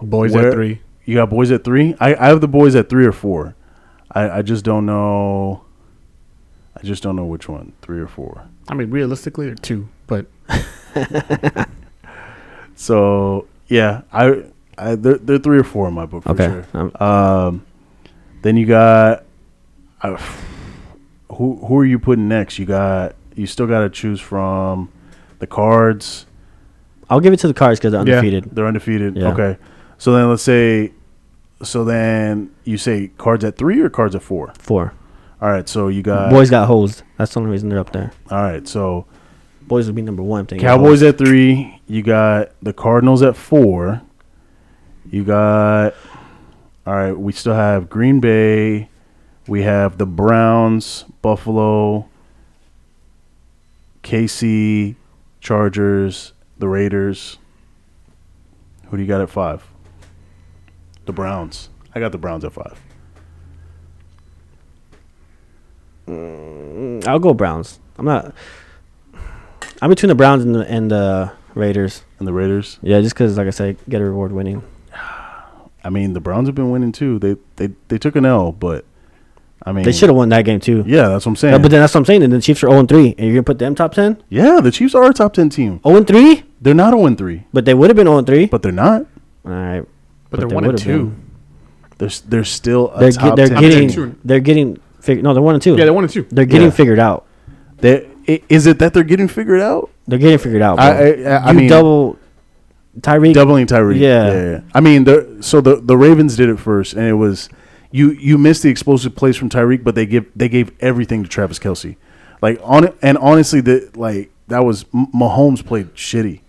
S5: boys
S3: Where-
S5: at three.
S3: You got boys at three. I, I have the boys at three or four. I, I just don't know. I just don't know which one, three or four.
S5: I mean, realistically, they're two, but
S3: So yeah, I, I they're, they're three or four in my book for
S4: Okay.
S3: sure.
S4: Um,
S3: Then you got I, who who are you putting next? You got you still got to choose from the cards.
S4: I'll give it to the Cards because they're
S5: Yeah.
S4: undefeated.
S3: They're undefeated.
S4: Yeah.
S3: Okay, so then let's say, so then you say cards at three or cards at four.
S4: Four.
S3: All right, so you
S5: Uh,
S3: got
S4: Boys got hosed. That's the only reason they're up there.
S3: All right, so
S4: Boys would be number one. if they get
S3: Cowboys
S4: hosed.
S3: at three. You got the Cardinals at four. You got. All right, we still have Green Bay. We have the Browns, Buffalo, KC, Chargers, the Raiders. Who do you got at five? The Browns. I got the Browns at five.
S4: I'll go Browns. I'm not. I'm between the Browns and the, and the Raiders.
S3: And the Raiders.
S4: Yeah, just because, like I said, get a reward winning.
S3: I mean, the Browns have been winning too. They they, they took an L, but I mean,
S4: They should have won that game too.
S3: Yeah, that's what I'm saying.
S4: Yeah, but then that's what I'm saying. And the Chiefs are 0 3, and you're gonna put them top 10?
S3: Yeah, the Chiefs are a top ten team.
S4: 0 3,
S3: They're not a win three,
S4: but they would have been 0 3.
S3: but they're not.
S4: All right,
S5: but, they're
S4: they
S5: one and
S4: would've
S5: two.
S4: been.
S3: They're s- they're still a
S4: They're, ge-
S3: top
S4: they're
S3: 10
S5: mean,
S4: getting
S3: team.
S5: they're two.
S4: they're getting figured. No, they're one and two.
S5: Yeah, they're one and two.
S4: They're getting
S3: Yeah.
S4: figured out.
S3: They're- i- Is it that they're getting figured out?
S4: They're getting figured out. Bro.
S3: I- I- I- I
S4: you
S3: mean-
S4: double Tyreek.
S3: Doubling Tyreek.
S4: Yeah.
S3: I mean, the so the the Ravens did it first, and it was you you missed the explosive plays from Tyreek, but they give they gave everything to Travis Kelsey. Like on and honestly, the like that was M- Mahomes played shitty.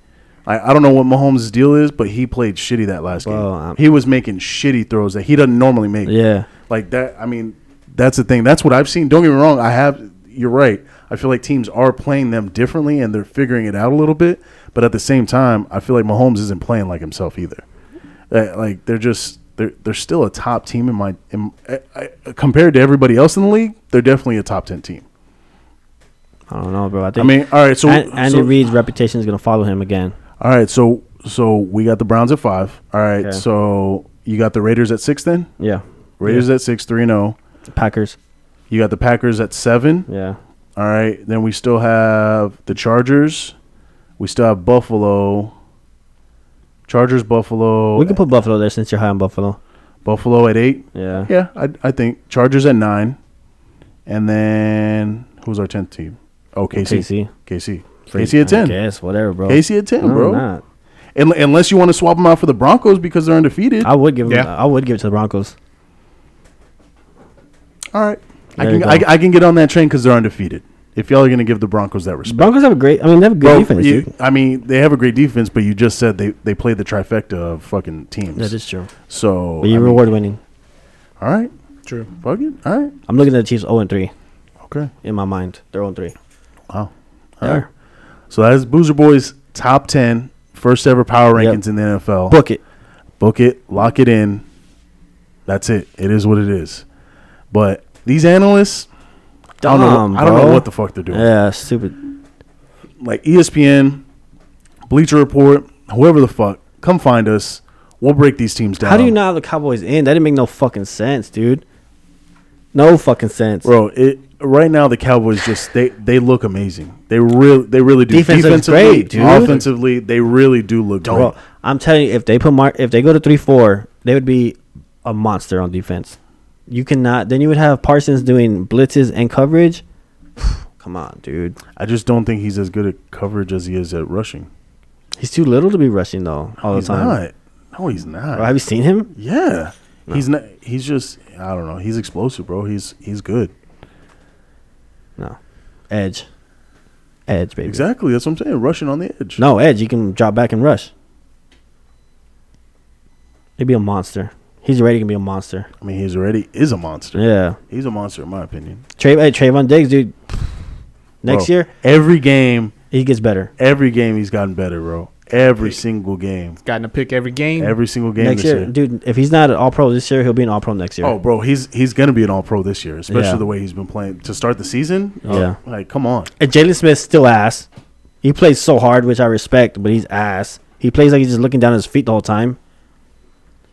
S3: I, I don't know what Mahomes' deal is, but he played shitty that last game.
S4: Well, um, I'm-
S3: he was making shitty throws that he doesn't normally make.
S4: Yeah.
S3: Like that, I mean, that's the thing. That's what I've seen. Don't get me wrong. I have. You're right. I feel like teams are playing them differently, and they're figuring it out a little bit. But at the same time, I feel like Mahomes isn't playing like himself either. Uh, like they're just they're they're still a top team in my in, I, I, compared to everybody else in the league. They're definitely a top ten team.
S4: I don't know, bro. I
S3: I
S4: think.
S3: mean, all right. So
S4: An- Andy
S3: so-
S4: Reid's reputation is gonna follow him again.
S3: All right. So so we got the Browns at five. All right.
S4: Okay.
S3: So you got the Raiders at six. Then
S4: Yeah,
S3: Raiders at six, three and zero.
S4: The Packers.
S3: You got the Packers at seven.
S4: Yeah,
S3: All right. Then we still have the Chargers. We still have Buffalo. Chargers, Buffalo.
S4: we could put Buffalo there since you're high on Buffalo.
S3: Buffalo at eight.
S4: Yeah,
S3: Yeah, I, I think Chargers at nine, and then who's our tenth team? Oh, KC.
S4: KC.
S3: KC. KC at ten.
S4: Yes, whatever, bro.
S3: KC at ten,
S4: No,
S3: bro.
S4: not.
S3: Un- unless you want to swap them out for the Broncos because they're undefeated.
S4: I would give.
S5: Yeah.
S4: Him, I would give it to the Broncos.
S3: All right. I
S4: There
S3: can
S4: you go.
S3: I, I can get on that train because they're undefeated. If y'all are gonna give the Broncos that
S4: The
S3: respect.
S4: Broncos have a great. I mean, they have a good
S3: Bro,
S4: defense.
S3: you-
S4: dude.
S3: I mean, they have a great defense, but you just said they, they played the trifecta of fucking teams.
S4: That is true.
S3: so.
S4: But you
S3: I mean,
S4: reward winning.
S3: all right,
S5: True.
S3: fuck it. All right,
S4: I'm looking at the Chiefs 0 and 3
S3: okay.
S4: in my mind. They're 0 and 3.
S3: Wow.
S4: They
S3: All right.
S4: are.
S3: So that is Boozer Boys top ten first ever power
S4: Yep.
S3: rankings in the NFL.
S4: Book it.
S3: book it, lock it in. That's it. It is what it is. But these analysts, I don't know.
S4: Dumb,
S3: what- I don't know
S4: bro.
S3: what the fuck they're doing.
S4: Yeah, stupid.
S3: like E ESPN, Bleacher Report, whoever the fuck, come find us. We'll break these teams down.
S4: How do you not have the Cowboys in? That didn't make no fucking sense, dude. No fucking sense.
S3: bro? It right now the Cowboys just they they look amazing. They really they really do.
S4: Defense looks great, dude.
S3: offensively they really do look
S4: Bro,
S3: great.
S4: I'm telling you, if they put Mark, if they go to three four, they would be a monster on defense. You cannot. Then you would have Parsons doing blitzes and coverage. Come on, dude.
S3: I just don't think he's as good at coverage as he is at rushing.
S4: He's too little to be rushing though all
S3: He's
S4: the time.
S3: not. No, he's not.
S4: Bro, have you seen him?
S3: yeah, he's not. He's just I don't know. He's explosive, bro. He's he's good.
S4: No. Edge. Edge, baby.
S3: Exactly. That's what I'm saying. Rushing on the edge.
S4: No edge. You can drop back and rush. He'd be a monster. He's already gonna be a monster.
S3: I mean, he's already is a monster.
S4: Yeah.
S3: He's a monster in my opinion.
S4: Tra- hey, Trayvon Diggs, dude. Next
S3: Bro,
S4: year
S3: every game,
S4: he gets better.
S3: every game he's gotten better, bro. Every single game,
S5: Gotten a pick every game.
S3: every single game
S4: next
S3: this
S4: year,
S3: year.
S4: dude. If he's not an All Pro this year, he'll be an All Pro next year.
S3: Oh, bro, he's he's gonna be an All Pro this year, especially
S4: Yeah.
S3: the way he's been playing to start the season. Oh,
S4: Yeah.
S3: like come on,
S4: And Jalen Smith's still ass. He plays so hard, which I respect, but he's ass. He plays like he's just looking down at his feet the whole time.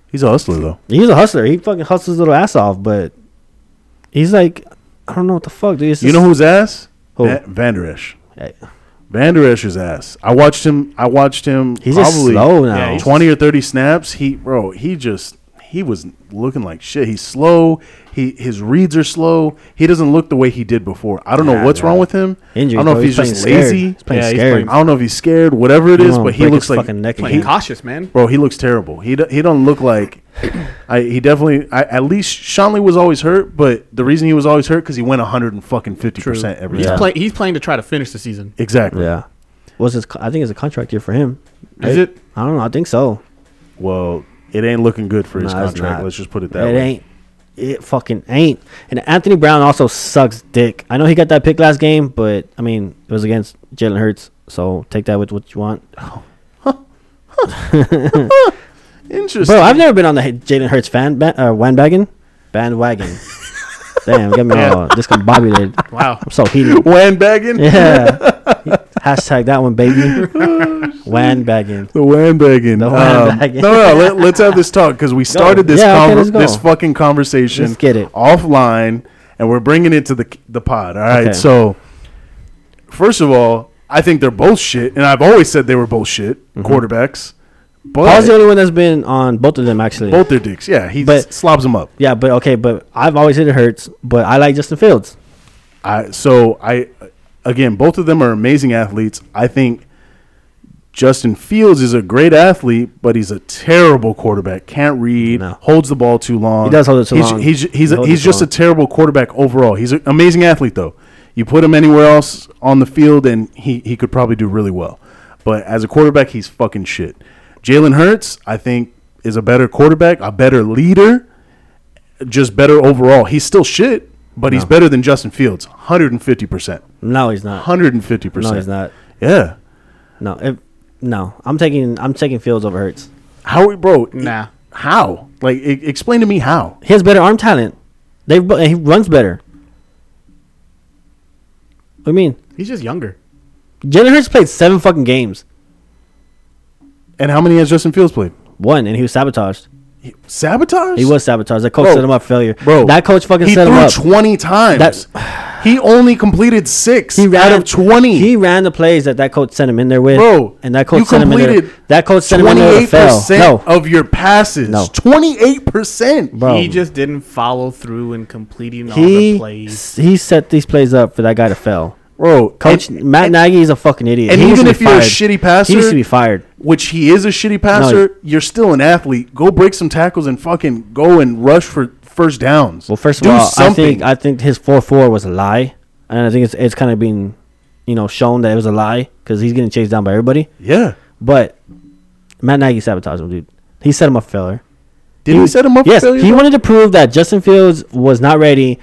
S3: he's a hustler though.
S4: He's a hustler. He fucking hustles his little ass off, but he's like, I don't know what the fuck, dude. It's
S3: You know
S4: just-
S3: who's ass?
S4: Who?
S3: Va- Vander Esch.
S4: Hey.
S3: Vander Esch is ass. I watched him. I watched him.
S4: He's just
S3: probably
S4: slow now.
S5: Yeah, he's-
S3: Twenty or thirty snaps. He bro. He just he was looking like shit. He's slow. He his reads are slow. He doesn't look the way he did before. I don't know
S4: Nah,
S3: what's
S4: bro.
S3: wrong with him.
S4: Injury,
S3: I don't know
S4: bro.
S3: if he's,
S4: playing
S3: just
S4: scared.
S3: lazy.
S4: He's playing
S5: Yeah, he's
S4: scared.
S5: playing-
S3: I don't know if he's scared. Whatever it
S4: He
S3: is,
S4: wanna
S3: but he
S4: break
S3: looks
S4: his
S3: like
S4: fucking neck
S5: Playing
S4: again.
S5: cautious, man.
S3: bro. He looks terrible. He do, he don't look like. I he definitely. I at least Sean Lee was always hurt, but the reason he was always hurt because he went hundred and fucking fifty percent every
S5: He's,
S3: time.
S5: play, he's playing to try to finish the season.
S3: Exactly.
S4: Yeah. What's his? co- I think it's a contract year for him.
S5: Is
S4: Right?
S5: it?
S4: I don't know. I think so.
S3: Well, it ain't looking good for his
S4: Nah, it's
S3: contract.
S4: not.
S3: Let's just put it that
S4: it
S3: way.
S4: ain't. It fucking ain't. And Anthony Brown also sucks dick. I know he got that pick last game, but I mean it was against Jalen Hurts, so take that with what you want.
S3: Interesting.
S4: Bro, I've never been on the Jalen Hurts fan ba- uh, bandwagon. Bandwagon. Damn, get me all discombobulated.
S5: Wow.
S4: I'm so heated.
S3: Wan bagging?
S4: Yeah. Hashtag that one, baby. Bandwagon.
S3: The wan bagging.
S4: The
S3: Um,
S4: wan-bagging.
S3: no, no, let, let's have this talk because we started this
S4: Yeah, okay,
S3: conver-
S4: let's go.
S3: this fucking conversation
S4: Let's get it.
S3: offline and we're bringing it to the, the pod. All right.
S4: Okay.
S3: So, first of all, I think they're both shit. And I've always said they were both shit
S4: Mm-hmm.
S3: quarterbacks.
S4: Paul's the
S3: But
S4: only one that's been on both of them actually.
S3: both their dicks. Yeah. He
S4: But-
S3: s- slobs them up.
S4: Yeah, but okay, but I've always hit it hurts, but I like Justin Fields.
S3: I so I again both of them are amazing athletes. I think Justin Fields is a great athlete, but he's a terrible quarterback. Can't read,
S4: No.
S3: holds the ball too long.
S4: He does hold it too
S3: he's,
S4: long.
S3: He's he's,
S4: He holds
S3: he's
S4: it
S3: just
S4: too
S3: a terrible quarterback overall. He's an amazing athlete though. You put him anywhere else on the field, and he he could probably do really well. But as a quarterback, he's fucking shit. Jalen Hurts, I think, is a better quarterback, a better leader just better overall. He's still shit, but he's better than Justin Fields. 150%.
S4: No, he's not.
S3: 150%.
S4: No, he's not.
S3: Yeah.
S4: No, if, no. I'm taking I'm taking Fields over Hurts.
S3: How, bro?
S5: Nah.
S3: How? Like, e- explain to me how.
S4: He has better arm talent. They bo- and he runs better. What do you mean?
S5: He's just younger.
S4: Jalen Hurts played seven fucking games.
S3: And how many has Justin Fields played?
S4: One, and he was sabotaged.
S3: Sabotage?
S4: He was sabotaged. That coach
S3: Bro.
S4: set him up for failure.
S3: Bro.
S4: that coach fucking
S3: He
S4: set him
S3: threw
S4: up.
S3: 20 times. he only completed six
S4: he ran
S3: out of 20.
S4: He ran the plays that that coach sent him in there with.
S3: Bro,
S4: and that
S3: you
S4: coach sent him in there.
S3: completed
S4: That coach sent him in there to fail.
S3: 28%
S4: No,
S3: of your passes.
S4: No.
S3: 28%.
S4: bro.
S5: He just didn't follow through and completing all the
S4: he
S5: plays.
S4: he set these plays up for that guy to fail.
S3: Bro,
S4: Coach
S3: and-
S4: Matt Nagy is a fucking idiot.
S3: and
S4: He needs
S3: even
S4: to be
S3: if you're a
S4: fired.
S3: shitty passer-
S4: he needs to be fired.
S3: which he is a shitty passer, you're still an athlete. Go break some tackles and fucking go and rush for first downs.
S4: Well, first of
S3: Do
S4: all,
S3: something.
S4: I think I think his four four was a lie, and I think it's it's kind of being, you know, shown that it was a lie because he's getting chased down by everybody.
S3: yeah.
S4: But Matt Nagy sabotaged him, dude. He set him up for failure.
S3: Did he, set him up
S4: Yes,
S3: for failure?
S4: he
S3: though?
S4: wanted to prove that Justin Fields was not ready,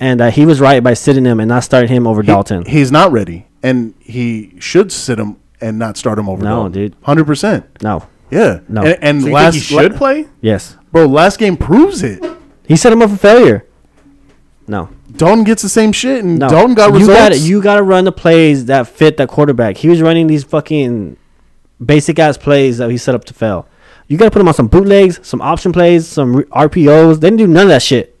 S4: and that he was right by sitting him and not starting him over
S3: He-
S4: Dalton.
S3: he's not ready, and he should sit him and not start him over.
S4: No,
S3: Dalton.
S4: dude.
S3: hundred percent.
S4: no.
S3: Yeah.
S4: No.
S3: And, and
S5: So you
S3: last
S5: think he should play?
S4: Yes,
S3: bro, last game proves it.
S4: he set him up for failure. No.
S3: Dalton gets the same shit, and
S4: No.
S3: Dalton got
S4: you
S3: results.
S4: Gotta, you got to run the plays that fit that quarterback. He was running these fucking basic ass plays that he set up to fail. You got to put him on some bootlegs, some option plays, some re- RPOs. They didn't do none of that shit.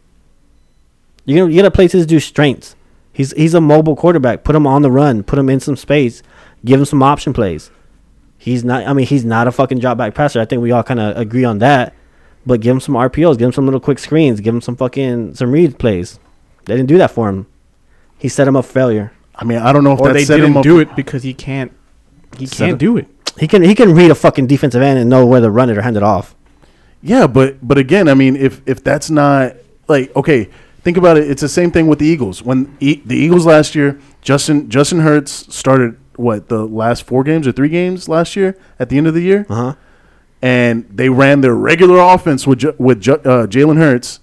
S4: You gotta, you got to play to this dude's strengths. He's he's a mobile quarterback. Put him on the run. Put him in some space. Give him some option plays. He's not. I mean, he's not a fucking drop back passer. I think we all kind of agree on that. But give him some RPOs. Give him some little quick screens. Give him some fucking some read plays. They didn't do that for him. He set him up for failure.
S3: I mean, I don't know if
S5: Or
S3: that
S5: they
S3: set him
S5: didn't
S3: up.
S5: do it because he can't. He can't do it.
S4: He can he can read a fucking defensive end and know whether to run it or hand it off.
S3: Yeah, but but again, I mean, if if that's not like okay, think about it. It's the same thing with the Eagles. When e- the Eagles last year, Justin Justin Hurts started what the last four games or three games last year at the end of the year.
S4: Uh huh.
S3: and they ran their regular offense with J- with J- uh, Jalen Hurts,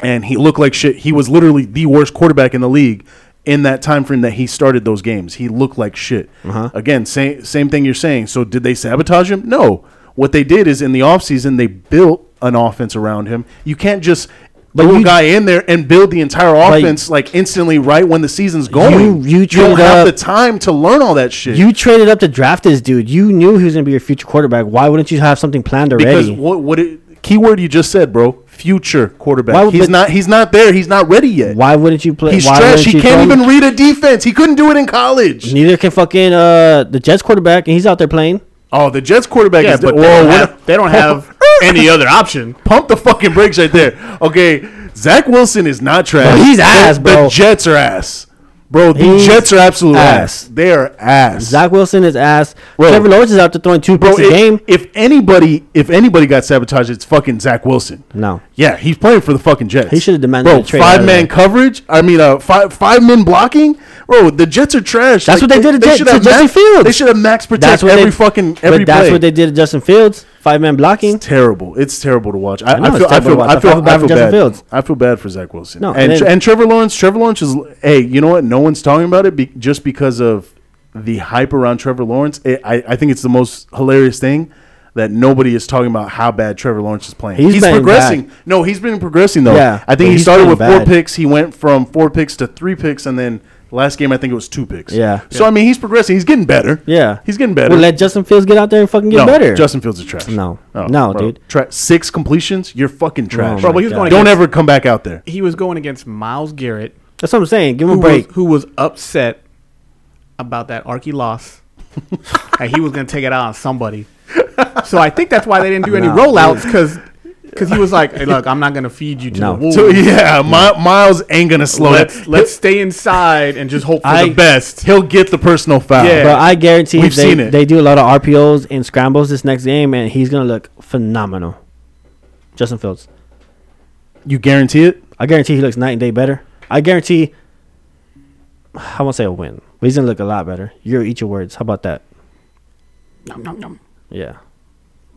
S3: and he looked like shit. He was literally the worst quarterback in the league in that time frame that he started those games. He looked like shit.
S4: Uh-huh.
S3: Again, same same thing you're saying. So did they sabotage him? No. What they did is in the offseason, they built an offense around him. You can't just throw a
S4: you-
S3: guy in there and build the entire offense like, instantly right when the season's going.
S4: you
S3: don't
S4: traded
S3: have
S4: up-
S3: the time to learn all that shit.
S4: You traded up to draft this dude. You knew he was going to be your future quarterback. Why wouldn't you have something planned
S3: because
S4: already?
S3: what what it, keyword you just said, bro? Future quarterback.
S4: Why would-
S3: he's
S4: but-
S3: not. He's not there. He's not ready yet.
S4: why wouldn't you play?
S3: He's
S4: why
S3: trash.
S4: wouldn't
S3: He
S4: you throw
S3: can't
S4: him-
S3: even read a defense. He couldn't do it in college.
S4: Neither can fucking uh, the Jets quarterback, and he's out there playing.
S3: Oh, the Jets quarterback
S5: Yeah,
S3: is the,
S5: but they don't
S3: what a-
S5: have, they don't have any other option.
S3: pump the fucking brakes right there. Okay, Zach Wilson is not trash.
S4: Bro, he's
S3: The-
S4: ass,
S3: The
S4: bro.
S3: Jets are ass, bro. The
S4: He's
S3: Jets are absolute ass.
S4: ass.
S3: They are ass.
S4: Zach Wilson is ass.
S3: Bro.
S4: Trevor Lawrence is out there throwing two
S3: bro,
S4: picks a
S3: if,
S4: game.
S3: if anybody, if anybody got sabotaged, it's fucking Zach Wilson.
S4: No.
S3: Yeah, he's playing for the fucking Jets.
S4: He should've demanded
S3: bro,
S4: a trade
S3: five man
S4: earlier.
S3: coverage. I mean, uh, five five men blocking. Bro, the Jets are trash.
S4: That's what they did to Jet-
S3: should
S4: to
S3: have
S4: Justin
S3: max-
S4: Fields.
S3: They should have max protect
S4: That's what
S3: every
S4: they,
S3: fucking
S4: but
S3: every
S4: that's
S3: play.
S4: what they did to Justin Fields. Five man blocking.
S3: It's terrible. It's terrible to watch. I, I,
S4: know it's
S3: feel, I
S4: terrible to
S3: feel,
S4: watch.
S3: I feel, I feel
S4: bad for Justin
S3: bad.
S4: Fields.
S3: I feel bad for Zach Wilson.
S4: No,
S3: and
S4: and
S3: and,
S4: then-
S3: Trevor Lawrence. Trevor Lawrence is. Hey, you know what? No one's talking about it be, just because of the hype around Trevor Lawrence. It, I, I think it's the most hilarious thing that nobody is talking about how bad Trevor Lawrence is playing.
S4: He's been
S3: progressing.
S4: bad.
S3: No, he's been progressing though.
S4: Yeah,
S3: I
S4: but
S3: think he
S4: he's
S3: started
S4: been
S3: with four
S4: bad.
S3: picks. He went from four picks to three picks, and then last game I think it was two picks.
S4: Yeah.
S3: So I mean, he's progressing. He's getting better.
S4: Yeah,
S3: He's getting better.
S4: Well, let Justin Fields get out there and fucking get
S3: No,
S4: better.
S3: Justin Fields is trash. Oh,
S4: No. No, dude. Oh
S3: Tra- six completions, you're fucking trash.
S4: my
S5: Bro, but he was going God.
S3: Don't
S5: against-
S3: ever come back out there.
S5: He was going against Miles Garrett,
S4: That's what I'm saying. Give him
S5: who
S4: a break.
S5: was, who was upset about that Archie loss, and he was going to take it out on somebody. So I think that's why they didn't do any
S4: No.
S5: rollouts because he was like, "Hey, look, I'm not going to feed you to
S4: No.
S5: the wolves.
S3: So yeah, My, Miles ain't gonna slow
S5: let's
S3: down.
S5: let's stay inside and just hope for
S4: I-
S5: the best."
S3: He'll get the personal foul.
S5: Yeah.
S4: But I guarantee
S3: We've
S4: if they,
S3: seen it.
S4: they do a lot of RPOs and scrambles this next game, and he's gonna look phenomenal. Justin Fields.
S3: You guarantee it?
S4: I guarantee he looks night and day better. I guarantee. I won't say a win, but he's gonna look a lot better. You're eat your words. How about that?
S5: Nom, nom, nom.
S4: Yeah,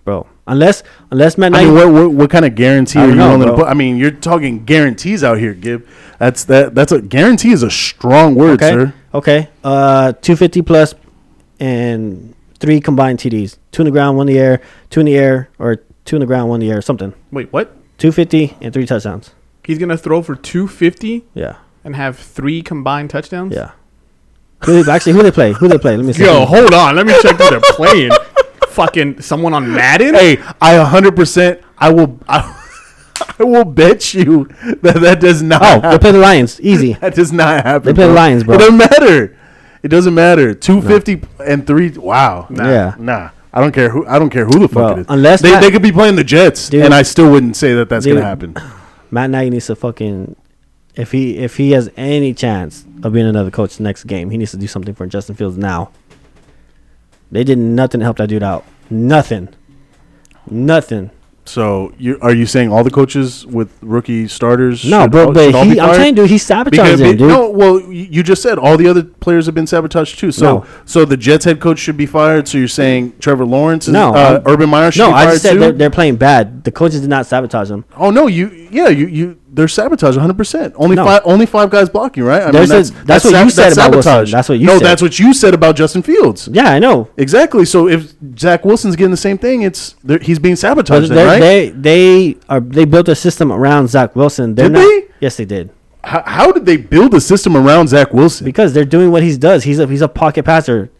S4: bro. Unless unless Matt
S3: I
S4: Nagy-
S3: mean, what, what, what kind of guarantee
S4: I
S3: are you
S4: don't know,
S3: willing to
S4: bro.
S3: put? I mean, you're talking guarantees out here, Gib. That's that. That's a guarantee is a strong word,
S4: okay,
S3: sir.
S4: okay. Uh, two fifty plus, and three combined TDs. Two in the ground, one in the air. Two in the air, or two in the ground, one in the air. Something.
S5: Wait, what?
S4: Two fifty and three touchdowns.
S5: He's going to throw for 250
S4: Yeah,
S5: and have three combined touchdowns?
S4: yeah. Who they, actually, who they play? Who they play? Let me see.
S5: Yo, hold on. Let me check who they're playing. Fucking someone on Madden?
S3: Hey, I 100. percent I will. I, I will bet you that that does not.
S4: Oh,
S3: happen.
S4: they play the Lions. Easy.
S3: That does not happen.
S4: They play the Lions, bro.
S3: It doesn't matter. It doesn't matter. Two fifty and three. Wow. Nah.
S4: Yeah.
S3: Nah. I don't care who. I don't care who the fuck
S4: Bro,
S3: it is.
S4: unless
S3: they,
S4: not-
S3: they could be playing the Jets,
S4: Dude.
S3: and I still wouldn't say that that's gonna
S4: Dude.
S3: happen.
S4: Matt Nagy needs to fucking if he if he has any chance of being another coach next game, he needs to do something for Justin Fields now. They did nothing to help that dude out. Nothing. Nothing.
S3: So, you are you saying all the coaches with rookie starters?
S4: No,
S3: should
S4: bro,
S3: all-
S4: but
S3: should all be
S4: he, I'm
S3: fired?
S4: saying, dude, he
S3: Because
S4: sabotaged
S3: be-
S4: him, dude.
S3: no, well, y- you just said all the other players have been sabotaged too. So,
S4: No.
S3: so the Jets head coach should be fired. So you're saying Trevor Lawrence, is,
S4: No,
S3: uh,
S4: I'm-
S3: Urban Meyer should
S4: No,
S3: be
S4: I
S3: fired
S4: just said
S3: too.
S4: they're, they're playing bad. The coaches did not sabotage him.
S3: Oh no, you yeah, you you they're sabotage 100. percent Only
S4: No.
S3: five only five guys blocking, right? I
S4: There's a- that's what you
S3: sab-
S4: said about Wilson. That's what you
S3: no,
S4: said.
S3: that's what you said about Justin Fields.
S4: Yeah, I know.
S3: Exactly. So if Zach Wilson's getting the same thing, it's they're- he's being
S4: But
S3: sabotaged, then,
S4: they
S3: right?
S4: they they are they built a system around Zach Wilson. They're
S3: Did
S4: not,
S3: they?
S4: Yes, they did.
S3: how, how did they build a system around Zach Wilson?
S4: Because they're doing what he does. He's a he's a pocket passer.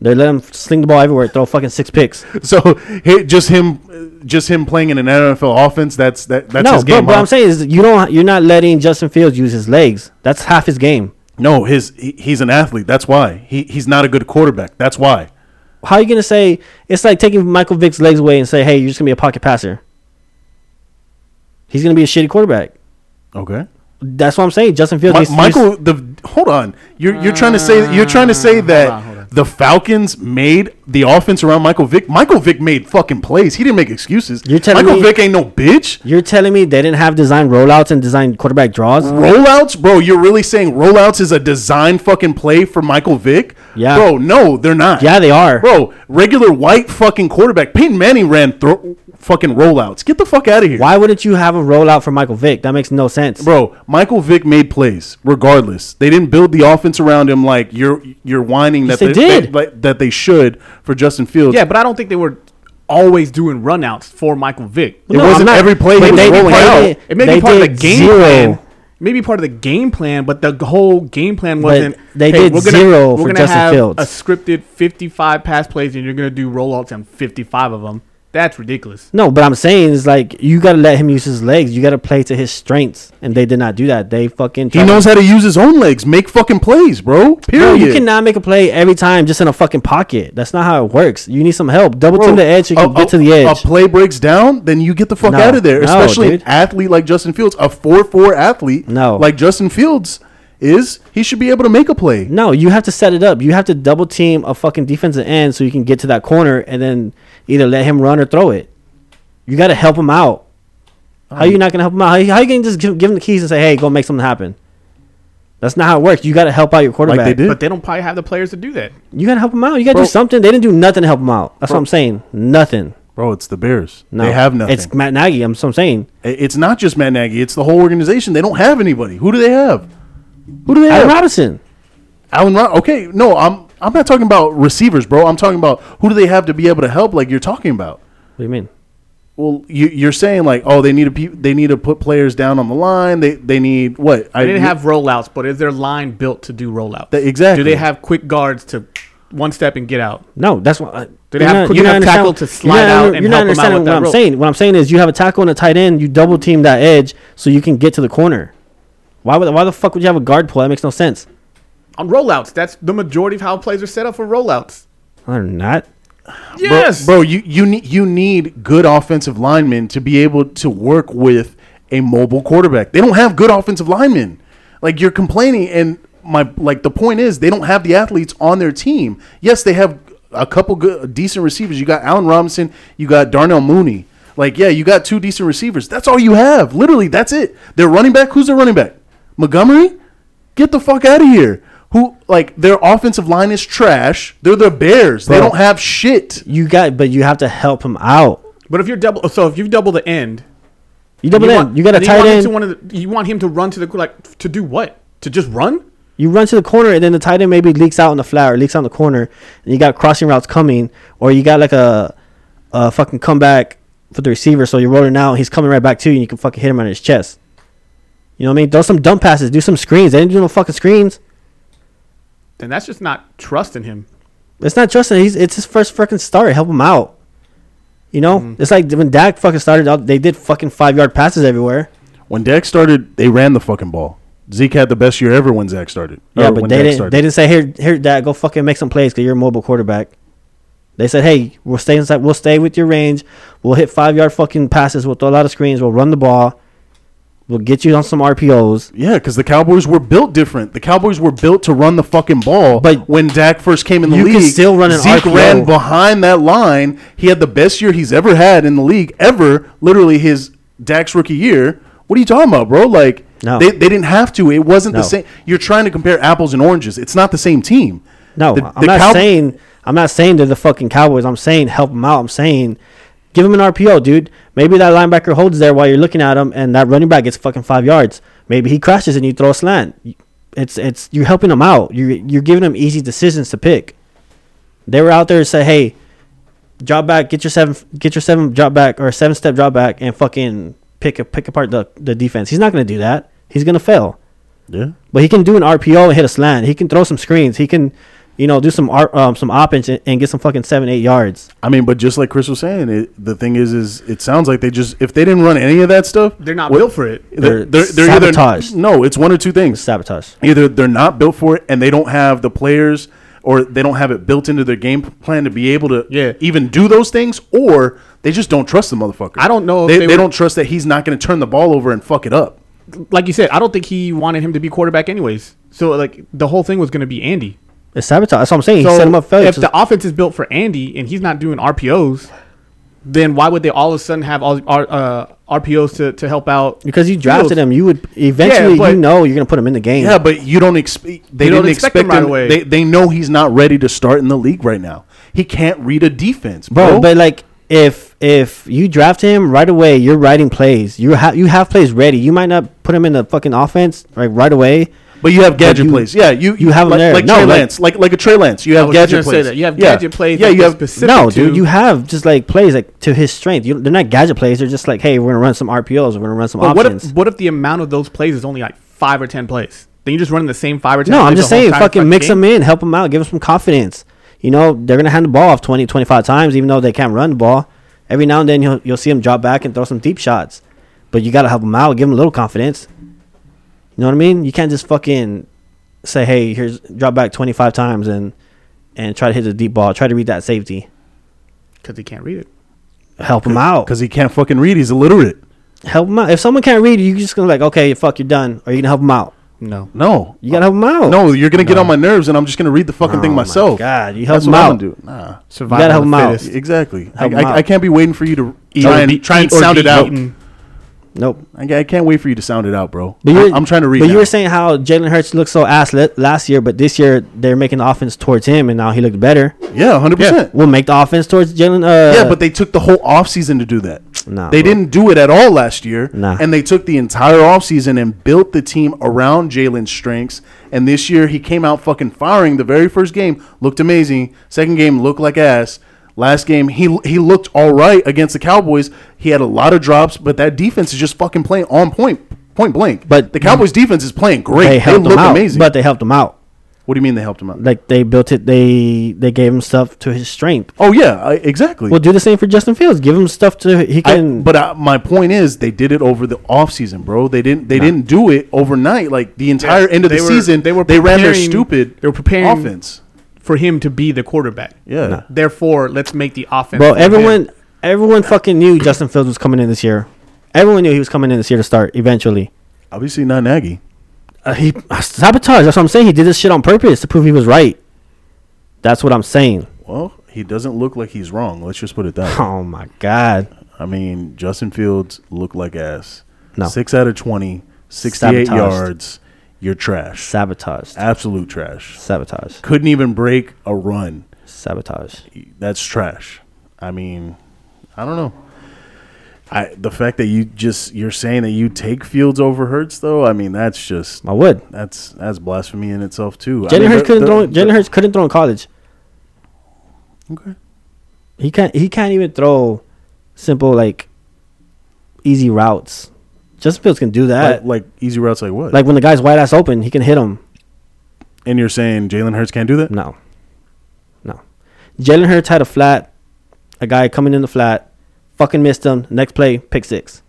S4: They let him sling the ball everywhere, throw fucking six picks.
S3: so he, just him, just him playing in an NFL offense. That's that. That's
S4: no,
S3: his game.
S4: but what
S3: huh?
S4: I'm saying is you don't you're not letting Justin Fields use his legs. That's half his game.
S3: no, his he, he's an athlete. That's why he, he's not a good quarterback. That's why.
S4: How you gonna say it's like taking Michael Vick's legs away and say, hey, you're just gonna be a pocket passer? He's gonna be a shitty quarterback.
S3: Okay.
S4: That's what I'm saying. Justin Fields.
S3: Mi-
S4: needs to use-
S3: Michael, the hold on. You're you're trying to say you're trying to say that
S5: on, hold on.
S3: The Falcons made the offense around Michael Vick. Michael Vick made fucking plays. He didn't make excuses.
S4: You're telling
S3: Michael
S4: me-
S3: Vick ain't no bitch.
S4: You're telling me they didn't have design rollouts and design quarterback draws?
S3: Rollouts, bro. You're really saying rollouts is a design fucking play for Michael Vick?
S4: Yeah.
S3: bro. No, they're not.
S4: Yeah, they are.
S3: bro. Regular white fucking quarterback. Peyton Manning ran thro- fucking rollouts. Get the fuck out of here.
S4: Why wouldn't you have a rollout for Michael Vick? That makes no sense.
S3: Bro, Michael Vick made plays regardless. They didn't build the offense around him like you're you're whining that
S4: they did.
S3: like, that they should for Justin Fields.
S5: Yeah, but I don't think they were always doing runouts for Michael Vick.
S3: it wasn't every play
S4: but
S3: he was
S4: they-
S3: rolling
S4: they
S3: out.
S4: did-
S5: It may
S4: They
S5: be part of the
S4: did
S5: game
S4: zero.
S5: plan. Maybe part of the game plan, but the whole game plan wasn't.
S4: they did zero for Justin Fields."
S5: A scripted fifty-five pass plays, and you're gonna do rollouts on fifty-five of them. That's ridiculous.
S4: No, but I'm saying is like you gotta let him use his legs. You gotta play to his strengths, and they did not do that. They fucking
S3: He knows how to use his own legs, make fucking plays, bro. Period.
S4: Bro, you cannot make a play every time just in a fucking pocket. That's not how it works. You need some help. Double team the edge. You can
S3: a-
S4: get to the
S3: a-
S4: edge.
S3: A play breaks down, then you get the fuck
S4: No,
S3: out of there.
S4: no,
S3: Especially
S4: dude.
S3: an athlete like Justin Fields, a four-four athlete,
S4: No.
S3: like Justin Fields is. He should be able to make a play.
S4: No, you have to set it up. You have to double team a fucking defensive end so you can get to that corner and then either let him run or throw it. You got to help him out. How you not gonna help him out? How you, how you gonna just give, give him the keys and say, "Hey, go make something happen"? That's not how it works. You got to help out your quarterback.
S3: they did.
S5: But they don't probably have the players to do that.
S4: You got to help him out. You got to
S3: Bro.
S4: do something. They didn't do nothing to help him out. That's what I'm saying. Nothing.
S3: Bro, it's the Bears.
S4: No.
S3: They have nothing.
S4: It's Matt Nagy. I'm, so I'm saying.
S3: It- It's not just Matt Nagy. It's the whole organization. They don't have anybody. Who do they have? Who do they
S4: Allen
S3: have?
S4: Robinson.
S3: Allen Rod- Okay, no, I'm I'm not talking about receivers, bro. I'm talking about who do they have to be able to help, like you're talking about.
S4: What do you mean?
S3: Well, you, you're saying like, oh, they need to pe- they need to put players down on the line. They they need what? I
S5: They didn't have rollouts, but is their line built to do rollouts?
S3: Th- exactly.
S5: Do they have quick guards to one step and get out?
S4: No, that's uh, what. I-
S5: Do they
S4: you're
S5: have-
S4: not-
S5: you
S4: you're
S5: have
S4: not
S5: tackle
S4: understand-
S5: to
S4: you're
S5: slide
S4: not
S5: out
S4: under-
S5: and
S4: You're not
S5: help 'em out
S4: understanding
S5: with
S4: what
S5: that
S4: I'm
S5: rope?
S4: saying. What I'm saying is you have a tackle and a tight end. You double team that edge so you can get to the corner. Why would? Why the fuck would you have a guard pull? That makes no sense.
S5: On rollouts, that's the majority of how plays are set up for rollouts.
S4: Or not.
S3: bro,
S5: Yes,
S3: bro. You you need you need good offensive linemen to be able to work with a mobile quarterback. They don't have good offensive linemen. Like you're complaining, and my like the point is they don't have the athletes on their team. Yes, they have a couple good decent receivers. You got Allen Robinson. You got Darnell Mooney. Like yeah, you got two decent receivers. That's all you have. Literally, that's it. Their running back. Who's their running back? Montgomery. Get the fuck out of here. Who like their offensive line is trash. They're the Bears. They
S4: Bro.
S3: don't have shit.
S4: You got, but you have to help him out.
S5: but if you're double, so if you double the end,
S4: You double
S5: you
S4: in.
S5: want-
S4: you got a
S5: then
S4: tight
S5: want him
S4: end.
S5: To one of the, you want him to run to the like to do what? To just run?
S4: You run to the corner, and then the tight end maybe leaks out in the flat or leaks out in the corner, and you got crossing routes coming, or you got like a, a fucking comeback for the receiver. So you're rolling out, he's coming right back to you, and you can fucking hit him on his chest. You know what I mean? Throw some dumb passes, do some screens. They didn't do no fucking screens.
S5: Then that's just not trusting him.
S4: It's not Justin. He's it's his first fucking start. Help him out. You know, it's like when Dak fucking started out, they did fucking five yard passes everywhere.
S3: When Dak started, they ran the fucking ball. Zeke had the best year ever when Zach started.
S4: Yeah,
S3: Or
S4: but
S3: when
S4: they
S3: Dak
S4: didn't.
S3: started.
S4: They didn't say here, here, Dak, go fucking make some plays because you're a mobile quarterback. They said, hey, we'll stay inside. We'll stay with your range. We'll hit five yard fucking passes. We'll throw a lot of screens. We'll run the ball. We'll get you on some RPOs.
S3: Yeah, because the Cowboys were built different. The Cowboys were built to run the fucking ball.
S4: But
S3: when Dak first came in the
S4: you
S3: league,
S4: can still run an
S3: Zeke
S4: RPO.
S3: ran behind that line. He had the best year he's ever had in the league ever. Literally his Dak's rookie year. What are you talking about, bro? Like
S4: No.
S3: they, they didn't have to. It wasn't the
S4: No.
S3: same. You're trying to compare apples and oranges. It's not the same team.
S4: No,
S3: The-
S4: I'm
S3: the
S4: not
S3: Cow-
S4: saying. I'm not saying they're the fucking Cowboys. I'm saying help them out. I'm saying give him an RPO, dude. Maybe that linebacker holds there while you're looking at him, and that running back gets fucking five yards. Maybe he crashes and you throw a slant. It's it's you're helping him out. You're you're giving him easy decisions to pick. They were out there to say, hey, drop back, get your seven, get your seven drop back or seven step drop back, and fucking pick a, pick apart the the defense. He's not gonna do that. He's gonna fail.
S3: Yeah.
S4: But he can do an RPO and hit a slant. He can throw some screens. He can, you know, do some R, um, some offense and, and get some fucking seven eight yards.
S3: I mean, but just like Chris was saying, it, the thing is, is it sounds like they just if they didn't run any of that stuff,
S5: They're not
S3: what-
S5: built for it.
S3: They're, they're,
S4: They're
S3: they're either
S4: sabotaged.
S3: no, it's one or two things.
S4: Sabotage.
S3: Either they're not built for it, and they don't have the players, or they don't have it built into their game plan to be able to
S5: Yeah.
S3: even do those things, or they just don't trust the motherfucker.
S5: I don't know if
S3: They,
S5: they
S3: they
S5: were-
S3: don't trust that he's not going to turn the ball over and fuck it up.
S5: Like you said, I don't think he wanted him to be quarterback anyways. So like the whole thing was going to be Andy.
S4: It's sabotage. That's what I'm saying.
S5: So
S4: he set him up for failure.
S5: if the offense is built for Andy and he's not doing RPOs, then why would they all of a sudden have all R, uh, RPOs to, to help out?
S4: because you drafted
S5: Fields?
S4: him, you would eventually
S5: but-
S4: you know you're gonna put him in the game.
S3: Yeah, but you don't expect. They
S5: You don't
S3: didn't
S5: expect
S3: expect, him.
S5: him right away.
S3: They they know he's not ready to start in the league right now. He can't read a defense,
S4: bro.
S3: bro.
S4: But like, if if you draft him right away, you're writing plays. You have you have plays ready. You might not put him in the fucking offense like right away.
S3: But you have gadget
S4: you-
S3: plays. Yeah, you
S4: you have 'em
S3: like,
S4: there.
S3: like
S4: No,
S3: Trey
S4: like-
S3: Lance, like like a Trey Lance. You have
S5: was just
S3: gadget
S5: gonna say
S3: plays.
S5: that. You have
S3: Yeah.
S5: gadget plays
S3: Yeah,
S5: that
S3: you
S5: were
S3: have
S5: specific.
S4: No,
S5: to-
S4: dude, you have just like plays like to his strength. You, they're not gadget plays. They're just like, hey, we're gonna run some RPOs. We're gonna run some
S5: But what
S4: offense.
S5: if what if the amount of those plays is only like five or ten plays? Then you're just running the same five or ten.
S4: No,
S5: plays
S4: I'm just
S5: the whole
S4: saying,
S5: entire
S4: fucking mix
S5: game?
S4: them in, help them out, give them some confidence. You know, they're gonna hand the ball off 20, 25 times, even though they can't run the ball. Every now and then, you'll you'll see them drop back and throw some deep shots, but you gotta help them out, give them a little confidence. You know what I mean? You can't just fucking say, hey, here's drop back 25 times and and try to hit the deep ball, try to read that safety,
S5: because he can't read it.
S4: help them out,
S3: because he can't fucking read. He's illiterate.
S4: help them out. If someone can't read, you just gonna like, okay, fuck, you're done. Are you gonna help them out?
S5: No,
S3: No,
S4: You gotta help them out. Oh
S3: No, you're gonna get on my nerves, and I'm just gonna read the fucking thing
S4: my
S3: myself.
S4: God, you help
S3: That's
S4: him
S3: what I'm
S4: out.
S3: gonna do. Nah,
S5: survive.
S4: gotta help him out.
S3: exactly. I,
S4: Help him
S3: I,
S4: out.
S3: I can't be waiting for you to
S5: or
S3: try and
S5: be-
S3: try and
S5: eat or
S3: sound
S5: be
S3: it out.
S5: eaten.
S4: nope.
S3: I, I can't wait for you to sound it out, bro.
S4: But you're,
S3: I, am trying to read.
S4: But
S3: now.
S4: you were saying how Jalen Hurts looked so ass le- last year, but this year they're making the offense towards him, and now he looked better.
S3: yeah, hundred percent.
S4: We'll make the offense towards Jalen. Uh,
S3: Yeah, but they took the whole offseason to do that.
S4: Nah,
S3: they
S4: bro.
S3: didn't do it at all last year.
S4: Nah.
S3: And they took the entire offseason and built the team around Jalen's strengths. And this year he came out fucking firing the very first game, looked amazing. Second game looked like ass. Last game he he looked all right against the Cowboys. He had a lot of drops, but that defense is just fucking playing on point point blank.
S4: But-
S3: the Cowboys defense is playing great.
S4: they
S3: They,
S4: helped
S3: look
S4: him out.
S3: amazing.
S4: But they helped him out.
S3: what do you mean they helped him out?
S4: Like they built it. They they gave him stuff to his strength.
S3: oh yeah, I, exactly.
S4: We'll do the same for Justin Fields. Give him stuff to he
S3: I-
S4: can.
S3: but I, my point is, they did it over the offseason, bro. They didn't. They didn't do it overnight. Like the entire end of
S5: they
S3: the
S5: were-
S3: season,
S5: they
S3: they
S5: were
S3: were they ran their
S5: preparing-
S3: stupid.
S5: they were preparing-
S3: offense.
S5: for him to be the quarterback.
S3: Yeah,
S5: Therefore, let's make the offense.
S4: bro,
S5: for
S4: everyone
S5: him.
S4: everyone fucking knew Justin Fields was coming in this year. Everyone knew he was coming in this year to start eventually.
S3: obviously not Nagy.
S4: Uh, he sabotage. That's what I'm saying. He did this shit on purpose to prove he was right. That's what I'm saying.
S3: Well, he doesn't look like he's wrong. Let's just put it that. way.
S4: Oh my god.
S3: I mean, Justin Fields looked like ass.
S4: No.
S3: six out of 20, 68
S4: Sabotaged.
S3: yards. You're trash.
S4: Sabotage.
S3: Absolute trash.
S4: Sabotage.
S3: Couldn't even break a run.
S4: Sabotage.
S3: that's trash. I mean, I don't know. I the fact that you just you're saying that you take Fields over Hurts though, I mean that's just
S4: I would.
S3: that's that's blasphemy in itself too. I
S4: Jalen
S3: mean,
S4: Hurts
S3: the-
S4: couldn't
S3: the-
S4: throw.
S3: the-
S4: Jalen Hurts couldn't throw in college.
S3: Okay.
S4: He can't. He can't even throw simple like easy routes. Justin Fields can do
S3: Like,
S4: that. Like,
S3: like easy routes like what?
S4: when the guy's wide ass open, he can hit him.
S3: and you're saying Jalen Hurts can't do that?
S4: No, no. Jalen Hurts had a flat. A guy coming in the flat, fucking missed him. Next play, pick six.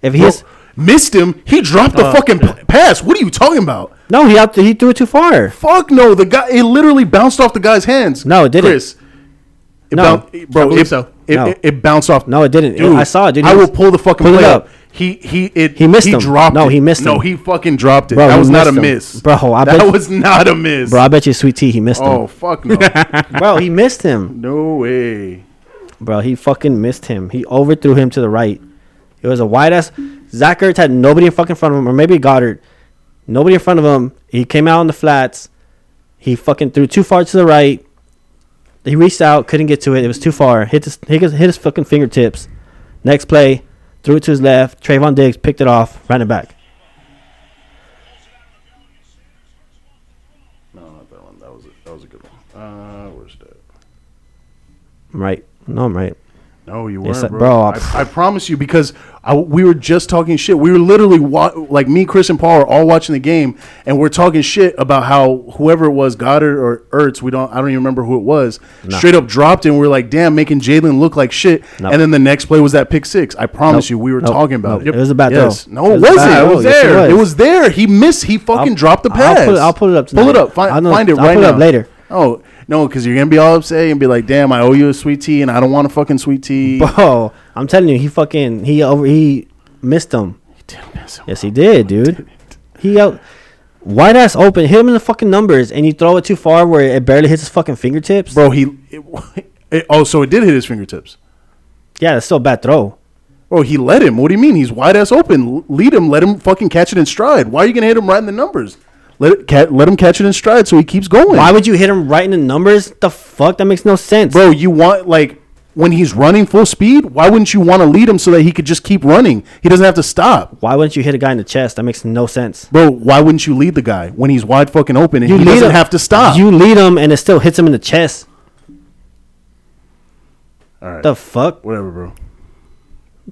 S4: If he Uh,
S3: Bro,
S4: hits,
S3: missed him. He dropped the fucking p- pass. What are you talking about?
S4: no, he out. He threw it too far.
S3: Fuck no. The guy it literally bounced off the guy's hands.
S4: No, it didn't.
S3: Chris. It
S4: No.
S3: boun- it- bro,
S5: believe
S3: it,
S5: so.
S3: It,
S4: No.
S3: it, it bounced off.
S4: No, it didn't.
S3: Dude,
S4: I saw it, dude. He
S3: I
S4: was-
S3: will pull the fucking
S4: Pull it
S3: play
S4: up.
S3: up. He he it
S4: He missed
S3: he
S4: him.
S3: dropped
S4: No,
S3: it.
S4: he missed
S3: No,
S4: him.
S3: he fucking dropped it.
S4: Bro,
S3: that
S4: he
S3: was not a
S4: missed him.
S3: miss.
S4: Bro, I
S3: that
S4: bet-
S3: was not a miss.
S4: Bro, I bet you Sweet Tea he missed
S3: oh
S4: him.
S3: fuck no.
S4: Bro, he missed him.
S3: no way.
S4: Bro, he fucking missed him. He overthrew him to the right. It was a wide ass. Zach Ertz had nobody in fucking front of him, or maybe Goddard. Nobody in front of him. He came out on the flats. He fucking threw too far to the right. He reached out, couldn't get to it. It was too far. Hit his, hit his, hit his fucking fingertips. Next play, threw it to his left. Trayvon Diggs picked it off, ran it back.
S3: No, not that one. That was a, that was a good one. Uh, where's that?
S4: I'm right. No, I'm right.
S3: No, you weren't,
S4: It's like,
S3: bro.
S4: bro, I-
S3: I, I promise you, because I, we were just talking shit. We were literally wa- like me, Chris, and Paul are all watching the game, and we're talking shit about how whoever it was, Goddard or Ertz, we don't, I don't even remember who it was, straight up dropped, and we're like, damn, making Jalen look like shit.
S4: Nope.
S3: And then the next play was that pick six. I promise
S4: Nope.
S3: you, we were
S4: Nope.
S3: talking about
S4: Nope.
S3: it.
S4: It was a bad
S3: yes.
S4: throw.
S3: No, it,
S4: It was a
S3: wasn't.
S4: bad
S3: It
S4: throw.
S3: was
S4: Yes, it
S3: there.
S4: was.
S3: It was there. He missed. He fucking dropped the
S4: I'll pull
S3: pass.
S4: it- I'll pull it up
S3: Pull it
S4: tonight.
S3: up. Fi-
S4: I'll know-
S3: find it
S4: I'll
S3: right
S4: pull it up
S3: now.
S4: later.
S3: Oh no, because you're gonna be all upset and be like, "Damn, I owe you a sweet tea, and I don't want a fucking sweet tea."
S4: Bro, I'm telling you, he fucking he over he missed him.
S3: Damn, that's so-
S4: Yes, he did, dude. He out. Wide ass open, hit him in the fucking numbers, and you throw it too far where it barely hits his fucking fingertips.
S3: bro. He it, it- oh, so it did hit his fingertips.
S4: Yeah, that's still a bad throw.
S3: Bro, he let him. What do you mean? He's wide ass open. L- Lead him. Let him fucking catch it in stride. Why are you gonna hit him right in the numbers? Let it, ca- let him catch it in stride so he keeps going.
S4: Why would you hit him right in the numbers? The fuck? That makes no sense.
S3: bro? You want like when he's running full speed. Why wouldn't you want to lead him so that he could just keep running? He doesn't have to stop.
S4: Why wouldn't you hit a guy in the chest? That makes no sense.
S3: Bro, why wouldn't you lead the guy when he's wide fucking open and he doesn't have to stop?
S4: You lead him, and it still hits him in the chest.
S3: All right,
S4: The fuck?
S3: whatever, bro.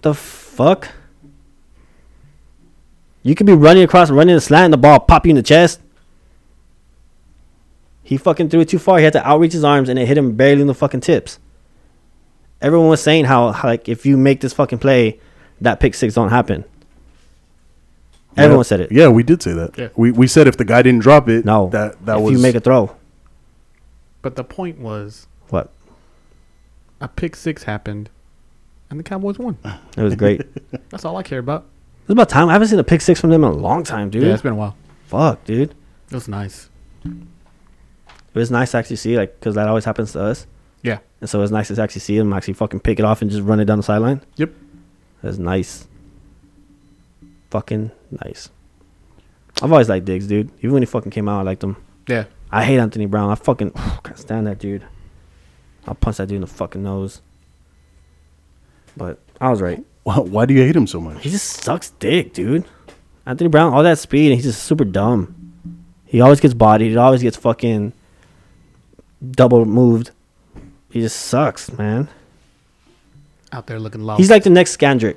S4: The fuck? You could be running across, running the slant, and the ball pop you in the chest. He fucking threw it too far. He had to outreach his arms, and it hit him barely in the fucking tips. Everyone was saying how, how, like if you make this fucking play, that pick six don't happen. Everyone
S3: Yeah.
S4: said it.
S3: Yeah, we did say that.
S5: Yeah.
S3: We we said if the guy didn't drop it,
S4: No,
S3: that that
S4: if
S3: was
S4: you make a throw.
S5: But the point was,
S4: What?
S5: a pick six happened, and the Cowboys won.
S4: It was great. it's
S5: That's all I care about.
S4: about time. I haven't seen a pick six from them in a long time, dude.
S5: Yeah, it's been a while.
S4: Fuck, dude.
S5: It was nice.
S4: It was nice to actually see, like, because that always happens to us.
S5: Yeah.
S4: And so it's nice to actually see him actually fucking pick it off and just run it down the sideline.
S5: Yep.
S4: That's nice. Fucking nice. I've always liked Diggs, dude. Even when he fucking came out, I liked him.
S5: Yeah.
S4: I hate Anthony Brown. I fucking can't stand that dude. I'll punch that dude in the fucking nose. But I was right.
S3: why, why do you hate him so much?
S4: He just sucks dick, dude. Anthony Brown, all that speed, and he's just super dumb. He always gets bodied. He always gets fucking double moved. He just sucks, man.
S5: Out there looking loud.
S4: He's like the next Scandrick.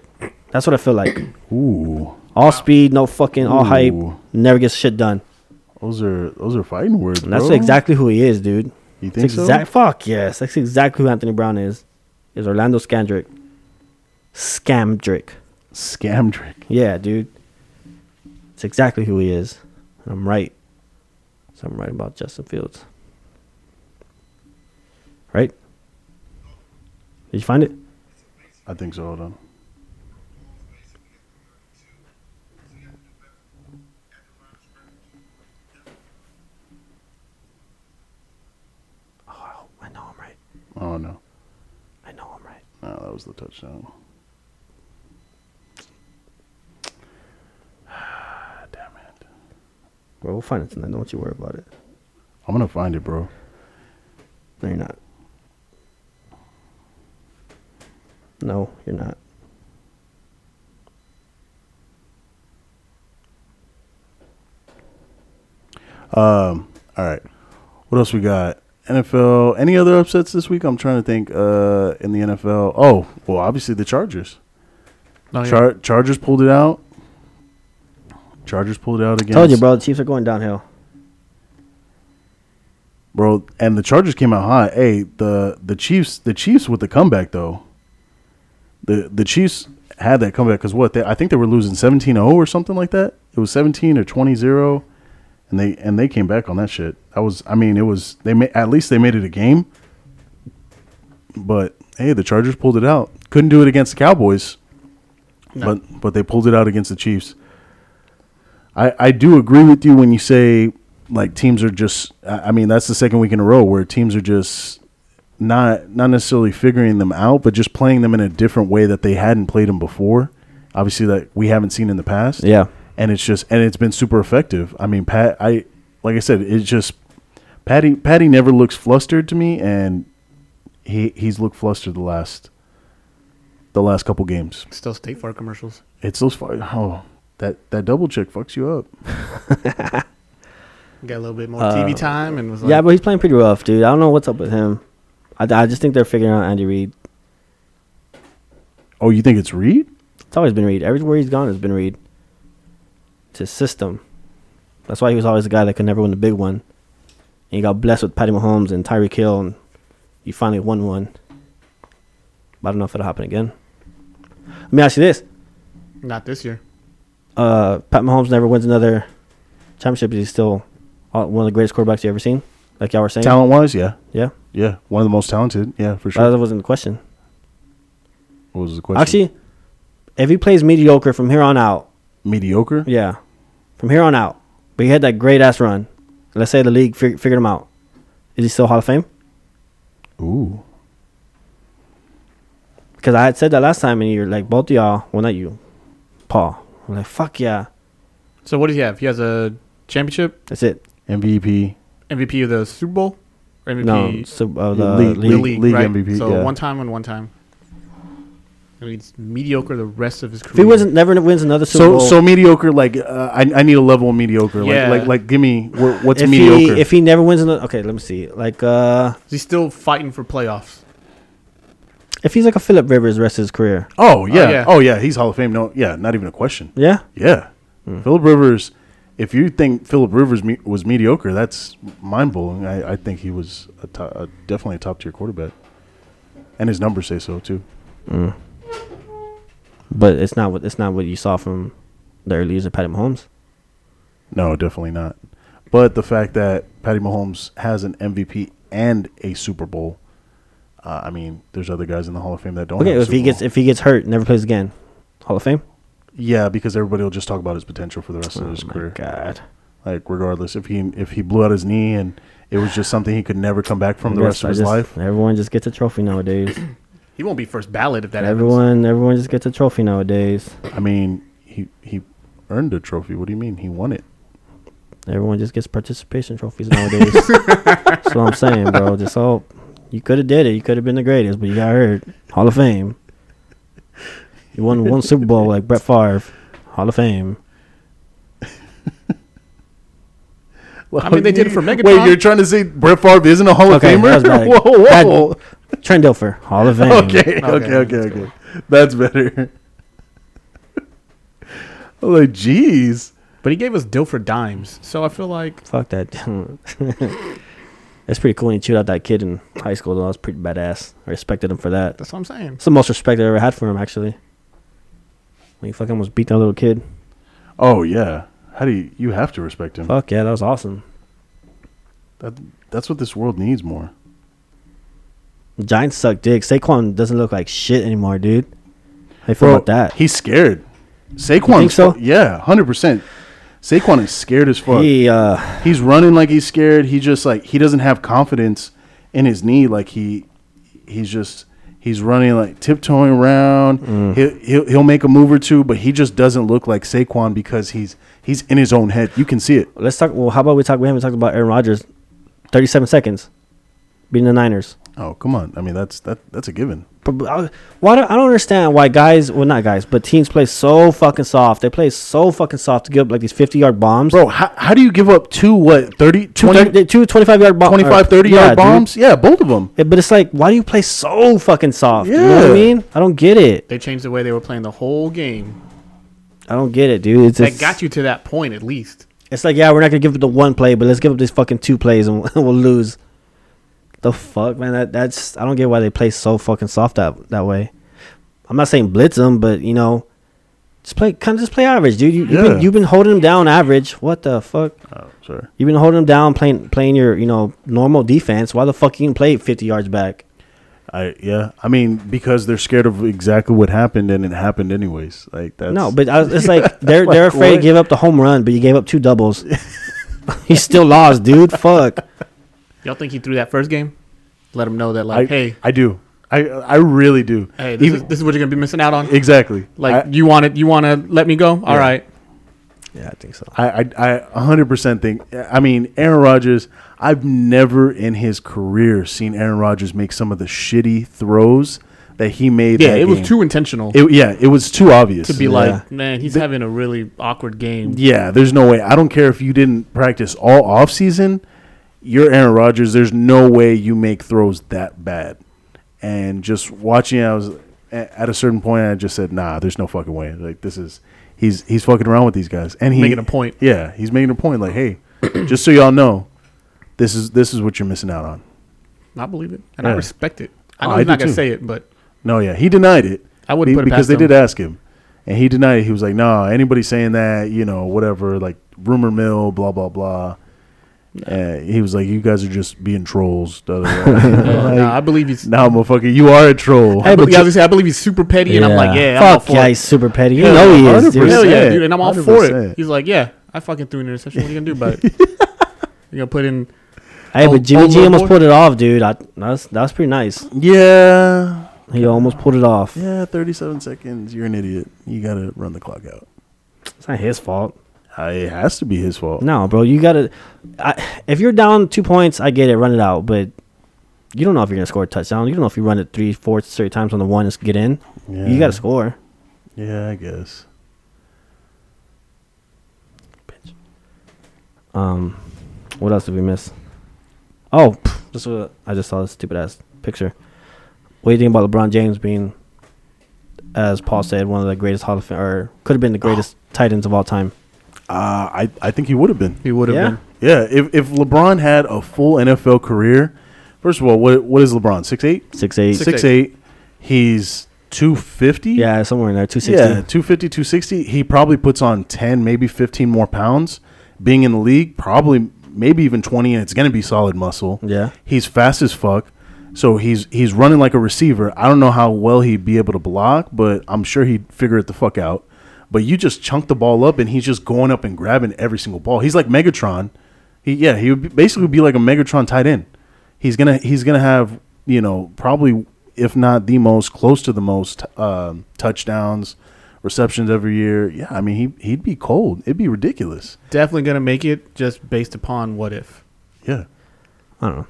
S4: That's what I feel like.
S3: Ooh,
S4: All speed, no fucking, all hype,
S3: Ooh.
S4: never gets shit done.
S3: those are those are fighting words.
S4: And that's
S3: bro.
S4: exactly who he is, dude.
S3: You think
S4: That's
S3: so?
S4: exact fuck yes. That's exactly who Anthony Brown is. Is Orlando Scandrick. Scamdrick.
S3: Scamdrick.
S4: Yeah, dude. It's exactly who he is. And I'm right. So I'm right about Justin Fields. Right? Did you find it?
S3: I think so. Hold on.
S4: Oh, I know I'm right.
S3: Oh no,
S4: I know I'm right.
S3: no, that was the touchdown. Damn it!
S4: Bro, we'll find it tonight. Don't you worry about it.
S3: I'm gonna find it, bro.
S4: No, you're not. No, you're not.
S3: All right. What else we got? NFL. Any other upsets this week? I'm trying to think. Uh, in the NFL. Oh, well, obviously the Chargers.
S5: Oh, yeah.
S3: Char- Chargers pulled it out. Chargers pulled it out again.
S4: Told you, bro. The Chiefs are going downhill.
S3: bro. And the Chargers came out hot. Hey, the the Chiefs, the Chiefs with the comeback though. The the Chiefs had that comeback because what? They, I think they were losing 17-0 or something like that. It was 17 or 20-0 and they and they came back on that shit. That was I mean, it was they ma- at least they made it a game. But hey, the Chargers pulled it out. Couldn't do it against the Cowboys. But but they pulled it out against the Chiefs. I, I do agree with you when you say like teams are just I I mean that's the second week in a row where teams are just not not necessarily figuring them out but just playing them in a different way that they hadn't played them before obviously that we haven't seen in the past
S4: Yeah.
S3: and it's just and it's been super effective I mean Pat I like I said it's just Patty Patty never looks flustered to me and he he's looked flustered the last the last couple games
S5: Still State Farm commercials.
S3: it's those fi- oh that that double check fucks you up
S5: Got a little bit more
S6: Uh,
S5: TV time and was like,
S4: yeah, but he's playing pretty rough, dude. I don't know what's up with him. I, I just think they're figuring out Andy Reid.
S3: oh you think it's Reed
S4: It's always been Reid. Everywhere he's gone has been Reid. It's his system. That's why he was always the guy that could never win the big one. And he got blessed with Patty Mahomes and Tyreek Hill, and he finally won one. But I don't know if it'll happen again. Let me ask you this.
S5: not this year.
S4: uh, Pat Mahomes never wins another championship, but he's still uh, one of the greatest quarterbacks you ever seen. Like y'all were saying,
S3: Talent wise, yeah.
S4: yeah,
S3: Yeah. One of the most talented. Yeah, for sure.
S4: that wasn't the question.
S3: what was the question?
S4: Uh, Actually, if he plays mediocre from here on out,
S3: mediocre.
S4: yeah, from here on out, But he had that great ass run. Let's say the league fig- figured him out. Is he still Hall of Fame?
S3: Ooh.
S4: Because I had said that last time, and you're like, both of y'all, well, not you, Paul. I'm like, fuck yeah,
S6: So what does he have? He has a championship,
S4: that's it.
S3: MVP.
S6: MVP of the Super Bowl, or MVP
S4: No, so, uh, the
S3: League-
S4: league,
S6: the league,
S3: league
S6: right?
S3: MVP,
S6: So
S3: yeah.
S6: one time and one time. I mean, it's mediocre the rest of his
S4: If he
S6: career.
S4: wasn't never wins another Super
S3: So
S4: Bowl,
S3: so mediocre. Like uh, I I need a level of mediocre.
S6: Yeah.
S3: Like like like give me what, what's
S4: if
S3: mediocre.
S4: he if he never wins another, okay, let me see. Like, uh,
S6: he's still fighting for playoffs.
S4: if he's like a Philip Rivers the rest of his career,
S3: oh yeah. oh
S6: yeah.
S3: yeah he's Hall of Fame. No yeah not even a question.
S4: yeah,
S3: Yeah.
S4: Hmm.
S3: Philip Rivers. If you think Philip Rivers me- was mediocre, that's mind blowing. I, I think he was a to- a, definitely a top tier quarterback, and his numbers say so too.
S4: but it's not what it's not what you saw from the early years of Patty Mahomes.
S3: No, definitely not. But the fact that Patty Mahomes has an MVP and a Super Bowl, uh, I mean, there's other guys in the Hall of Fame that don't.
S4: Okay,
S3: have a
S4: if he
S3: Super
S4: gets
S3: Bowl.
S4: if he gets hurt, never plays again, Hall of Fame.
S3: yeah, because everybody will just talk about his potential for the rest of his
S4: Oh My
S3: career.
S4: God,
S3: Like regardless, if he if he blew out his knee and it was just something he could never come back from the
S4: Yes,
S3: rest
S4: I
S3: of his
S4: just-
S3: life,
S4: Everyone just gets a trophy nowadays.
S6: He won't be first ballot if that happens.
S4: everyone, everyone just gets a trophy nowadays.
S3: I mean, he he earned a trophy. What do you mean he won it?
S4: Everyone just gets participation trophies nowadays. That's what I'm saying, bro. Just all you could have did it. You could have been the greatest, but you got hurt. Hall of Fame. You won one Super Bowl like Brett Favre. Hall of Fame.
S6: I mean, they did it for Megatron.
S3: Wait, you're trying to say Brett Favre isn't a Hall
S4: Okay,
S3: of
S4: that was
S3: Famer?
S4: bad. Mm-hmm.
S3: Whoa, whoa.
S4: Bad- Trent Dilfer. Hall of Fame.
S3: Okay,
S6: Okay,
S3: okay, okay,
S6: that's
S3: okay. That's better. I'm like, jeez.
S6: But he gave us Dilfer dimes, so I feel like
S4: Fuck that. That's pretty cool. When he chewed out that kid in high school, though. That was pretty badass. I respected him for that.
S6: that's what I'm saying.
S4: It's the most respect I ever had for him, actually. When he fucking almost beat that little kid.
S3: Oh yeah. How do you? You have to respect him.
S4: Fuck yeah, that was awesome.
S3: That, that's what this world needs more.
S4: Giants suck dick. Saquon doesn't look like shit anymore, dude. How you feel about that?
S3: He's scared. Saquon.
S4: think so?
S3: Yeah, hundred percent. Saquon is scared as fuck.
S4: He, uh,
S3: he's running like he's scared. He just like he doesn't have confidence in his knee. Like he he's just he's running like tiptoeing around. He'll, he'll he'll make a move or two, but he just doesn't look like Saquon because he's he's in his own head. You can see it.
S4: let's talk. Well, how about we talk? We haven't talked about Aaron Rodgers. Thirty-seven seconds, beating the Niners.
S3: Oh come on! I mean that's that that's a given.
S4: But- but I- Why do, I don't understand why guys, well not guys, but teams play so fucking soft. They play so fucking soft to give up like these fifty-yard bombs,
S3: Bro, how, how do you give up two what 30, two
S4: 20,
S3: thir-
S4: they- two 25 yard bombs,
S3: 25, 30 yard bombs? Yeah, both of them.
S4: But it's like, why do you play so fucking soft? You know what I
S3: Yeah.
S4: mean? I don't get it.
S6: They changed the way they were playing the whole game.
S4: I don't get it, dude. It's
S6: That
S4: just,
S6: got you to that point, at least.
S4: It's like, yeah, we're not gonna give up the one play, but let's give up these fucking two plays and we'll lose. The fuck, man. That that's I don't get why they play so fucking soft that that way. I'm not saying blitz them, but you know, just play kind of just play average, dude. You, you've,
S3: Yeah.
S4: been, you've been holding them down average. What the fuck?
S3: Oh, sorry.
S4: You've been holding them down, playing playing your you know normal defense. Why the fuck you can play 50 yards back?
S3: I yeah. I mean because they're scared of exactly what happened and it happened anyways. Like that's
S4: No, but I, was- it's like they're they're
S3: Like,
S4: afraid
S3: what?
S4: to give up the home run, but you gave up two doubles. you still lost, dude. Fuck.
S6: Y'all think he threw that first game? Let him know that,
S3: I,
S6: like, hey,
S3: I do. I I really do.
S6: hey, this,
S3: Even-
S6: is, this is what you're gonna be missing out on.
S3: exactly.
S6: Like,
S3: I-
S6: you want it? You want to let me go? All right.
S4: Yeah, I think so.
S3: I, I, I 100% think. I mean, Aaron Rodgers, I've never in his career seen Aaron Rodgers make some of the shitty throws that he made.
S6: Yeah,
S3: that
S6: it was
S3: game.
S6: too intentional
S3: It, yeah, it was too obvious.
S6: to be
S3: yeah.
S6: like, man, he's having a really awkward game.
S3: yeah, there's no way. I don't care if you didn't practice all offseason. You're Aaron Rodgers. There's no way you make throws that bad. And just watching, I was a- at a certain point. I just said, "Nah, there's no fucking way." Like this is he's he's fucking around with these guys, and he
S6: Making a point.
S3: Yeah, he's making a point. Like, hey, just so y'all know, this is this is what you're missing out on.
S6: I believe it, and I
S3: Yeah.
S6: respect it. I
S3: Oh,
S6: know
S3: I
S6: he's
S3: do
S6: not gonna
S3: too.
S6: say it, but
S3: No, yeah, he denied it.
S6: I wouldn't
S3: Be-
S6: put it
S3: because
S6: past
S3: they
S6: him.
S3: did ask him, and he denied it. He was like, "Nah, anybody saying that, you know, whatever, like rumor mill, blah blah blah." Uh, he was like, "You guys are just being trolls." Da, da, da.
S6: uh, nah, I believe he's.
S3: nah, motherfucker, you are a troll.
S6: I, believe, I, was gonna say, I believe he's super petty, and I'm like, yeah, I'm all
S4: fuck
S6: for
S4: yeah,
S6: it.
S4: he's super petty. You know he is, dude.
S6: Hell yeah,
S3: 100%.
S6: dude, and I'm all for it.
S3: 100%.
S6: He's like, yeah, I fucking threw an interception. What are you gonna do about it? you gonna put in?
S4: Hey,
S6: Oh,
S4: but Jimmy
S6: oh,
S4: G almost
S6: Lord.
S4: pulled it off, dude. I, that's that's pretty nice.
S3: Yeah.
S4: He almost pulled it off.
S3: Yeah, 37 seconds. You're an idiot. You got to run the clock out.
S4: It's not his fault.
S3: Uh, It has to be his fault.
S4: No, bro, you gotta. I, if you're down two points, I get it, run it out. But you don't know if you're gonna score a touchdown. You don't know if you run it three, four straight times on the one and get in.
S3: Yeah.
S4: You gotta score.
S3: Yeah, I guess.
S4: Um, what else did we miss? Oh, pff, just uh, I just saw this stupid ass picture. What do you think about LeBron James being, as Paul said, one of the greatest Hall of Fame, or could have
S6: Oh.
S4: been the greatest tight ends of all time?
S3: Uh, I, I think he would have been.
S6: He would have
S4: Yeah.
S6: been.
S3: Yeah, if, if LeBron had a full NFL career, first of all, what what is LeBron? 6'8?
S4: Six eight.
S3: 6'8. He's 250?
S4: Yeah, somewhere in there. Two sixty.
S3: Yeah, 250, 260. He probably puts on 10, maybe 15 more pounds. Being in the league, probably maybe even 20, and it's going to be solid muscle.
S4: Yeah.
S3: He's fast as fuck. So he's he's running like a receiver. I don't know how well he'd be able to block, but I'm sure he'd figure it the fuck out. But you just chunk the ball up, and he's just going up and grabbing every single ball. He's like Megatron. He yeah, he would be, basically be like a Megatron tight end. He's gonna he's gonna have you know probably if not the most close to the most um, touchdowns, receptions every year. Yeah, I mean he he'd be cold. It'd be ridiculous.
S6: Definitely gonna make it just based upon what if.
S3: Yeah,
S4: I don't know.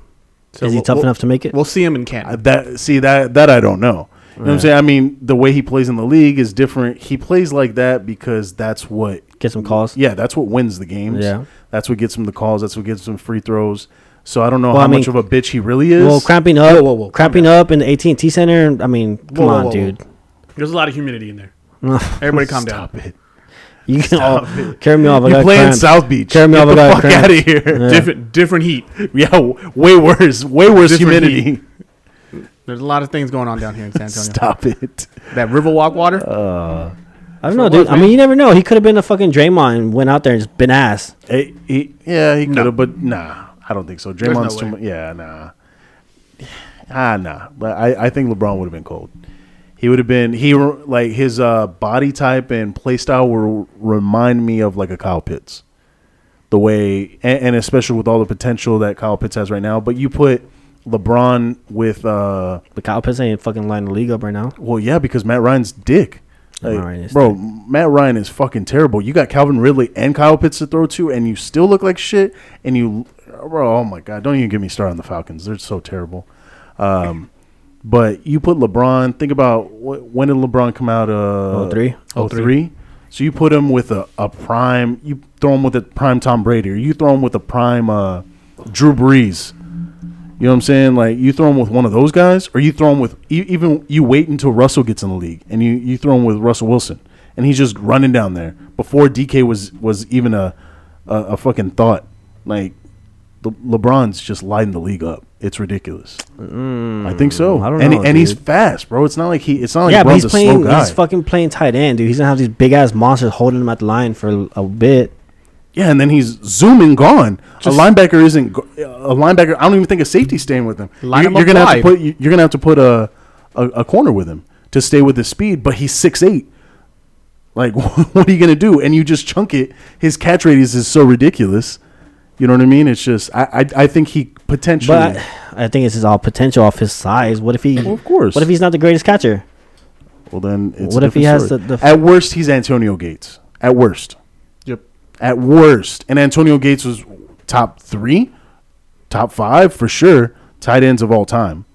S6: So
S4: Is he
S6: we'll-
S4: tough
S6: we'll-
S4: enough to make it?
S6: We'll see him in
S3: I-
S6: Canton.
S3: that see that that I don't know. You know what I'm saying? I mean the way he plays in the league is different. He plays like that because that's what
S4: Get some calls.
S3: Yeah, that's what wins the games.
S4: Yeah.
S3: that's what gets him the calls. That's what gets him free throws. So I don't know
S4: Well,
S3: how
S4: I mean-
S3: much of a bitch he really is.
S4: Well, cramping up,
S6: whoa, whoa, calm
S4: cramping up in the AT and T Center. I mean, come
S6: whoa,
S4: on,
S6: whoa.
S4: dude.
S6: There's a lot of humidity in there. Everybody, calm down.
S3: Stop it.
S4: You can all carry me off. I
S3: You
S4: got
S3: play in
S4: cramps.
S3: South Beach.
S4: Carry me
S3: Get
S4: off. I
S3: the
S4: got
S3: fuck out
S4: cramps.
S3: of here.
S6: Different, different heat.
S3: Yeah, w- way worse. Way worse
S6: Different
S3: humidity.
S6: heat. There's a lot of things going on down here in San Antonio.
S3: Stop it.
S6: That Riverwalk water.
S4: I don't know, dude. I mean, you never know. He could have been a fucking Draymond and went out there and just been ass.
S3: Hey, Eh, he, yeah, he could have, but nah, I don't think so. Draymond's
S6: no
S3: too
S6: way.
S3: much. Yeah, nah. Ah, nah. But I, I think LeBron would have been cold. He would have been he re- like his uh, body type and play style will remind me of like a Kyle Pitts, the way and, and especially with all the potential that Kyle Pitts has right now. But you put LeBron with uh,
S4: But Kyle Pitts ain't fucking lining the league up right now.
S3: well, yeah, because Matt Ryan's dick. Like,
S4: Matt Ryan is
S3: bro, Matt Ryan is fucking terrible. You got Calvin Ridley and Kyle Pitts to throw to, and you still look like shit. And you, bro, oh my god, don't even get me started on the Falcons. They're so terrible. Um, but you put LeBron. Think about wh- when did LeBron come out? Uh,
S4: 03?
S3: 03? So you put him with a, a prime. You throw him with a prime Tom Brady, or you throw him with a prime uh, Drew Brees. You know what I'm saying? Like you throw him with one of those guys, or you throw him with e- even you wait until Russell gets in the league, and you you throw him with Russell Wilson, and he's just running down there before DK was was even a a, a fucking thought. Like Le- LeBron's just lighting the league up. It's ridiculous. I think so.
S4: Mm. I don't
S3: and,
S4: know,
S3: and he's
S4: dude.
S3: fast, bro. It's not like he. It's not like
S4: yeah, but
S3: LeBron's
S4: he's
S3: a slow
S4: playing.
S3: guy.
S4: He's fucking playing tight end, dude. He's gonna have these big ass monsters holding him at the line for a bit.
S3: Yeah, and then he's zooming gone. a linebacker isn't go- a linebacker. I don't even think a safety staying with him.
S6: Line
S3: you're,
S6: him
S3: you're
S6: up
S3: gonna have to
S6: wide.
S3: put you- you're gonna have to put a, a a corner with him to stay with his speed. But he's six eight. Like what are you gonna do? And you just chunk it. His catch radius is so ridiculous. You know what I mean? It's just I I, I think he potentially.
S4: But I, I think it's just all potential off his size. What if he?
S3: Well, of course.
S4: What if he's not the greatest catcher?
S3: well then, it's a
S4: What if he
S3: different
S4: has
S3: story.
S4: the- the-
S3: at worst he's Antonio Gates. At worst.
S6: Yep.
S3: at worst. And Antonio Gates was top three, top five for sure, tight ends of all time.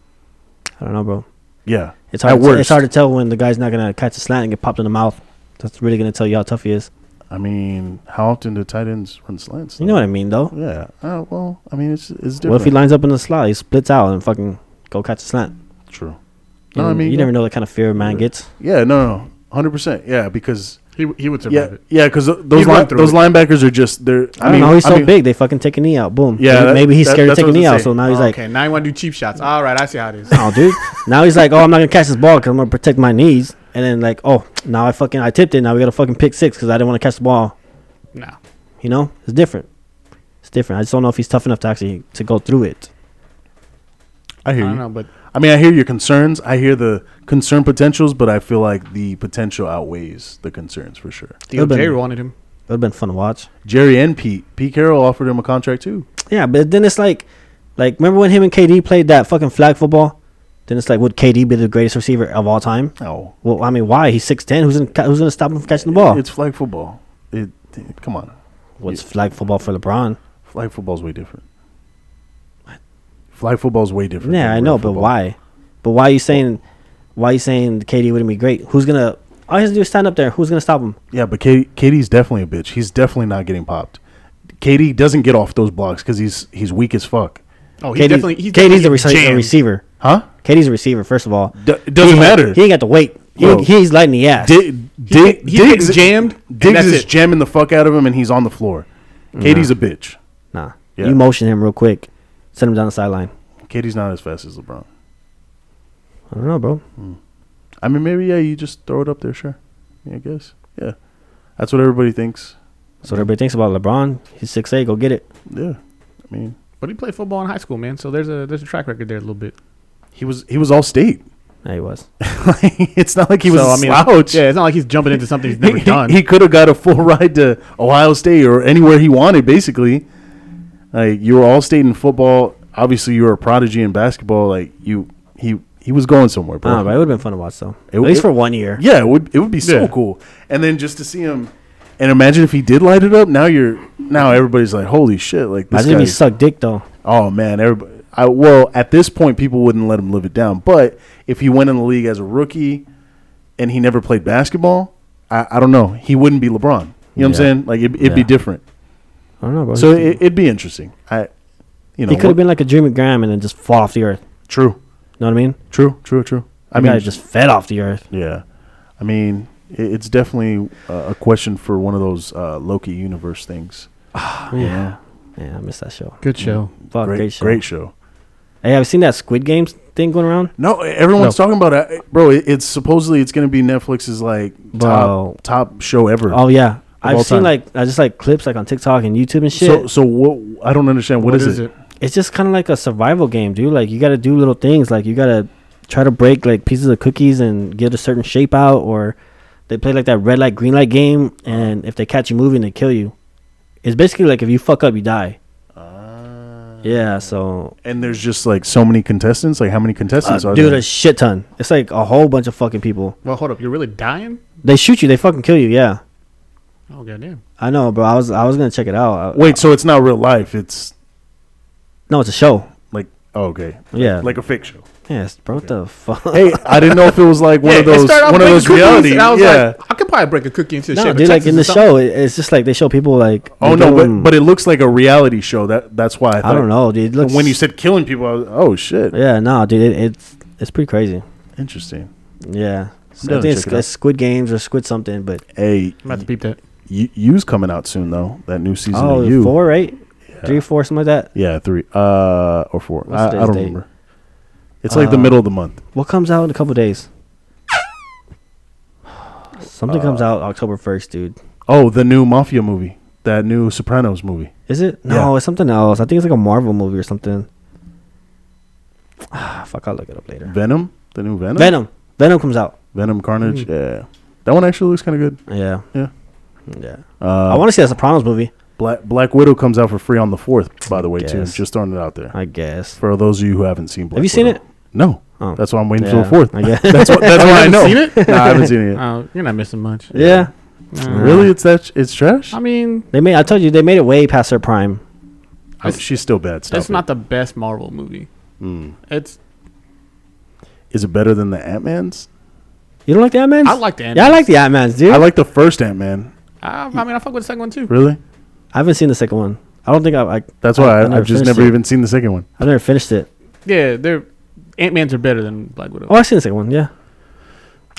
S4: I don't know, bro.
S3: Yeah,
S4: It's hard.
S3: At
S4: to-
S3: worst,
S4: it's hard to tell when the guy's not gonna catch a slant and get popped in the mouth. That's really gonna tell you how tough he is.
S3: I mean, how often do tight ends run slants?
S4: You know what I mean, though.
S3: Yeah. Uh, well, I mean, it's it's different.
S4: What if he lines up in the slot? He splits out and fucking go catch a slant.
S3: True.
S4: You,
S3: No, I
S4: know,
S3: mean,
S4: you never know the kind of fear a man gets.
S3: Yeah. No. No. Hundred percent. Yeah. Because.
S6: He, he would survive
S3: Yeah.
S6: it.
S3: Yeah. Because those
S6: run
S3: line,
S6: through
S3: those
S6: it.
S3: linebackers are just they're. I,
S4: I,
S3: mean,
S4: don't know. He's
S3: I
S4: so
S3: mean,
S4: big. They fucking take a knee out. Boom.
S3: Yeah,
S4: Maybe,
S3: that-
S4: maybe he's
S3: that-
S4: scared
S3: that's
S4: to take
S3: what I
S4: a
S3: was
S4: knee
S3: gonna
S4: out.
S3: say.
S4: So now he's
S6: okay,
S4: like,
S6: now you want to do cheap shots. All right, I see how it is.
S4: oh, dude. now he's like, oh, I'm not gonna catch this ball because I'm gonna protect my knees. And then like, oh, now I fucking I tipped it. Now we got to fucking pick six because I didn't want to catch the ball.
S6: no.
S4: You know, it's different. It's different. I just don't know if he's tough enough to actually to go through it.
S3: I
S6: I
S3: hear
S6: don't
S3: you.
S6: know, but
S3: I mean, I hear your concerns. I hear the concern potentials, but I feel like the potential outweighs the concerns for sure.
S4: Would've
S6: DOJ
S4: been-
S6: wanted him.
S4: That would have been fun to watch.
S3: Jerry and Pete. Pete Carroll offered him a contract too.
S4: Yeah, but then it's like, like remember when him and KD played that fucking flag football? Then it's like, would KD be the greatest receiver of all time?
S3: No,
S4: Well, I mean, why? He's six ten. Who's in, who's gonna stop him from catching the ball?
S3: it's flag football. It, it- come on,
S4: What's flag football for LeBron?
S3: flag football's way different. Flag football's way different.
S4: Yeah,
S3: than
S4: I
S3: real
S4: know, but
S3: football.
S4: why? But why are you saying? Why are you saying KD wouldn't be great? Who's gonna? All he has to do is stand up there. Who's gonna stop him?
S3: Yeah, but Katie, Katie's definitely a bitch. He's definitely not getting popped. Katie doesn't get off those blocks because he's he's weak as fuck.
S6: Oh, he's
S4: KD,
S6: definitely he's
S4: KD's a,
S6: definitely
S4: rece- a
S6: jammed.
S4: receiver.
S3: Huh?
S4: KD's a receiver. First of all,
S3: D- it doesn't
S4: He-
S3: matter.
S4: He ain't got the weight. He,
S3: Yo.
S4: he's lighting the ass.
S3: Dig, dig,
S6: he gets
S3: Diggs-
S6: jammed, and
S3: Diggs
S6: that's
S3: is
S6: it.
S3: jamming the fuck out of him, and he's on the floor. Katie's a bitch.
S4: nah,
S3: Yeah.
S4: you motion him real quick, send him down the sideline.
S3: Katie's not as fast as LeBron.
S4: I don't know, bro.
S3: I mean, maybe yeah, you just throw it up there, sure. Yeah, I guess. Yeah, that's what everybody thinks.
S4: So everybody thinks about LeBron. He's six eight. Go get it.
S3: Yeah, I mean,
S5: But he played football in high school, man. So there's a there's a track record there a little bit.
S3: he was he was all state.
S4: There he was.
S3: it's not like he was
S5: so
S3: a slouch.
S5: yeah, it's not like he's jumping into something he's
S3: He-
S5: never
S3: he,
S5: done.
S3: He could have got a full ride to Ohio State or anywhere he wanted, basically. Like you were all state in football. Obviously, you were a prodigy in basketball. Like you, he he was going somewhere,
S4: I
S3: bro.
S4: don't know, but it would have been fun to watch though.
S3: It
S4: At
S3: w-
S4: least
S3: it-
S4: for one year.
S3: Yeah, it would it would be so
S5: Yeah.
S3: cool. And then just to see him, and imagine if he did light it up. Now you're now everybody's like, holy shit! Like this
S4: Imagine if he
S3: guy's-
S4: sucked dick though.
S3: Oh man, everybody. I, well, at this point, people wouldn't let him live it down. But if he went in the league as a rookie and he never played basketball, I, I don't know. He wouldn't be LeBron. You know what I'm
S4: Yeah.
S3: saying? Like it, it'd be
S4: Yeah.
S3: different.
S4: I don't know, bro.
S3: So
S4: He-
S3: it, it'd be interesting. I, you know,
S4: he could
S3: what-
S4: have been like a Jimmy Graham and then just fall off the earth.
S3: true,
S4: You know what I mean?
S3: true, true, true. I
S4: I mean,
S3: mean,
S4: guy just fed off the earth.
S3: yeah. I mean, it, it's definitely uh, a question for one of those uh, Loki universe things.
S4: yeah.
S3: yeah.
S4: Yeah, I miss that show.
S6: Good show.
S5: Mm.
S4: Fuck,
S3: great,
S4: great,
S3: great
S4: show.
S3: show.
S4: Hey, have you seen that Squid Games thing going around?
S3: No, everyone's talking about it, bro. It, it's supposedly it's going to be Netflix's like
S4: Bro.
S3: top top show ever.
S4: Oh yeah,
S3: all
S4: I've seen
S3: time.
S4: like I just like clips like on TikTok and YouTube and shit.
S3: So so what? I don't understand. what is, it?
S4: it's just kind of like a survival game, dude. Like you got to do little things. Like you got to try to break like pieces of cookies and get a certain shape out. Or they play like that red light green light game, and if they catch you moving, they kill you. It's basically like if you fuck up, you die.
S3: Ah.
S4: yeah, so
S3: And there's just like so many contestants. Like how many contestants
S4: uh,
S3: are
S4: dude,
S3: there?
S4: a shit ton. It's like a whole bunch of fucking people.
S5: Well, hold up, you're really dying?
S4: They shoot you, they fucking kill you. Yeah,
S5: Oh goddamn!
S4: I know, bro. I was I was gonna check it out. I-
S3: Wait, so it's not real life. It's
S4: no, it's a show.
S3: like oh, okay,
S4: Yeah,
S3: like a fake show.
S4: yes, bro. What the fuck?
S3: Hey, I didn't know if it was like one of
S5: it
S3: those
S5: started off
S3: one of
S5: breaking
S3: those
S5: cookies,
S3: reality.
S5: And I was
S3: yeah.
S5: like, I could probably break a cookie into the
S4: no,
S5: shape
S4: dude,
S5: of
S4: like
S5: Texas
S4: in
S5: or
S4: the
S5: something.
S4: show, it, it's just like they show people like.
S3: oh
S4: they're
S3: no,
S4: doing-
S3: but, but it looks like a reality show. That that's why I,
S4: I
S3: thought-
S4: don't know, dude. It looks,
S3: When you said killing people, I was oh shit,
S4: yeah, no, dude, it, it's it's pretty crazy.
S3: interesting.
S4: Yeah, So
S3: down
S4: I
S3: to
S4: think it's,
S3: check it out.
S4: it's Squid Games or Squid something, but
S3: Hey,
S5: I'm about to peep that.
S3: y- you's coming out soon though. That new season
S4: oh,
S3: of you.
S4: four, right? Three, four, something like that.
S3: Yeah, three uh or four.
S4: What's
S3: I, I
S4: today's
S3: don't
S4: date?
S3: remember. It's like the
S4: Uh,
S3: middle of the month.
S4: What comes out in a couple days? Something comes
S3: Uh,
S4: out October first, dude.
S3: Oh, the new Mafia movie. That new Sopranos movie.
S4: Is it? No, it's something else. I think it's like a Marvel movie or something. Ah, fuck, I'll look it up later.
S3: Venom, the new Venom.
S4: Venom. Hmm. Venom comes out.
S3: Venom Carnage. Yeah, that one actually looks kind of good.
S4: Yeah.
S3: Yeah.
S4: Yeah.
S3: Uh,
S4: I want to see that Sopranos movie.
S3: Black Black Widow comes out for free on the fourth. By the way, too.
S4: Yes.
S3: Just throwing it out there
S4: I guess.
S3: for those of you who haven't seen. Black
S4: you seen
S3: Widow.
S4: it?
S3: No,
S4: Oh.
S3: that's why I'm waiting
S4: Yeah,
S3: for the fourth.
S4: I guess.
S3: that's what, that's why I
S5: haven't
S3: know.
S5: seen it?
S3: Nah, I haven't seen it. Yet.
S5: Oh, you're not missing much.
S4: Yeah.
S5: Uh,
S3: Really, it's that it's trash.
S5: I mean,
S4: They made. I told you they made it way past their prime.
S3: Oh, she's still bad. Stop
S5: it's
S3: it.
S5: not the best Marvel movie. It's
S3: Is it better than the Ant Man's?
S4: You don't like the Ant Man's?
S5: I like the
S4: Yeah, I
S5: Ant-Mans.
S4: like the Ant Man's, dude. I,
S3: I like the first Ant Man.
S5: I, I mean, I fuck with the second one too.
S3: Really?
S4: haven't seen the second one. I don't think I. I
S3: That's why I,
S4: Oh, never
S3: I've just
S4: finished
S3: never
S4: it.
S3: even seen the second one.
S4: I've never finished it.
S5: Yeah, they're Ant Man's are better than Black Widow.
S4: Oh, I've seen the second one. Yeah.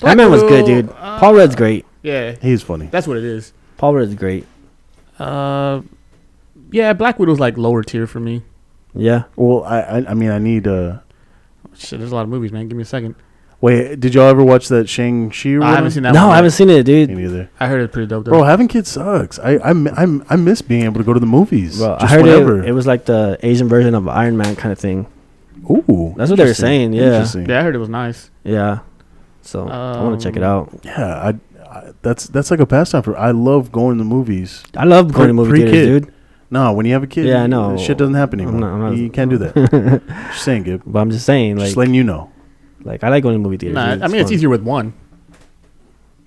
S5: Black
S4: Ant Man was good,
S5: Widow, uh,
S4: dude. Paul Rudd's great.
S5: Yeah,
S3: He's funny.
S5: that's what it is.
S4: Paul Rudd's great.
S5: Uh, yeah, Black Widow's like lower tier for me.
S4: Yeah.
S3: Well, I I, I mean I need uh
S5: Shit, there's a lot of movies, man. Give me a second.
S3: wait. Did y'all ever watch that Shang Chi?
S5: I haven't seen that.
S4: no, I
S5: one yet.
S4: haven't seen it, dude.
S3: Me neither.
S5: I heard it's pretty dope though.
S3: Bro, having kids sucks. I I mi- I'm- I miss being able to go to the movies.
S4: Bro, I
S3: just
S4: heard
S3: whenever.
S4: it, it was like the Asian version of Iron Man kind of thing.
S3: Ooh,
S4: That's what they were
S3: interesting,
S4: saying, yeah.
S3: interesting.
S5: yeah, I heard it was nice. Um,
S4: Yeah. So I want to check it out.
S3: yeah. I I, that's that's like a pastime for. I love going to movies.
S4: I love going to movie
S3: Pre-kid.
S4: theaters, dude.
S3: No, when you have a kid,
S4: Yeah, I know.
S3: that shit doesn't happen
S4: I'm
S3: anymore.
S4: not- I'm not-
S3: you can't do that. just saying, Gib.
S4: But I'm just saying, like,
S3: just letting you know.
S4: like I like going to movie theaters.
S5: Nah,
S4: dude.
S5: I mean it's
S4: fun.
S5: easier with one.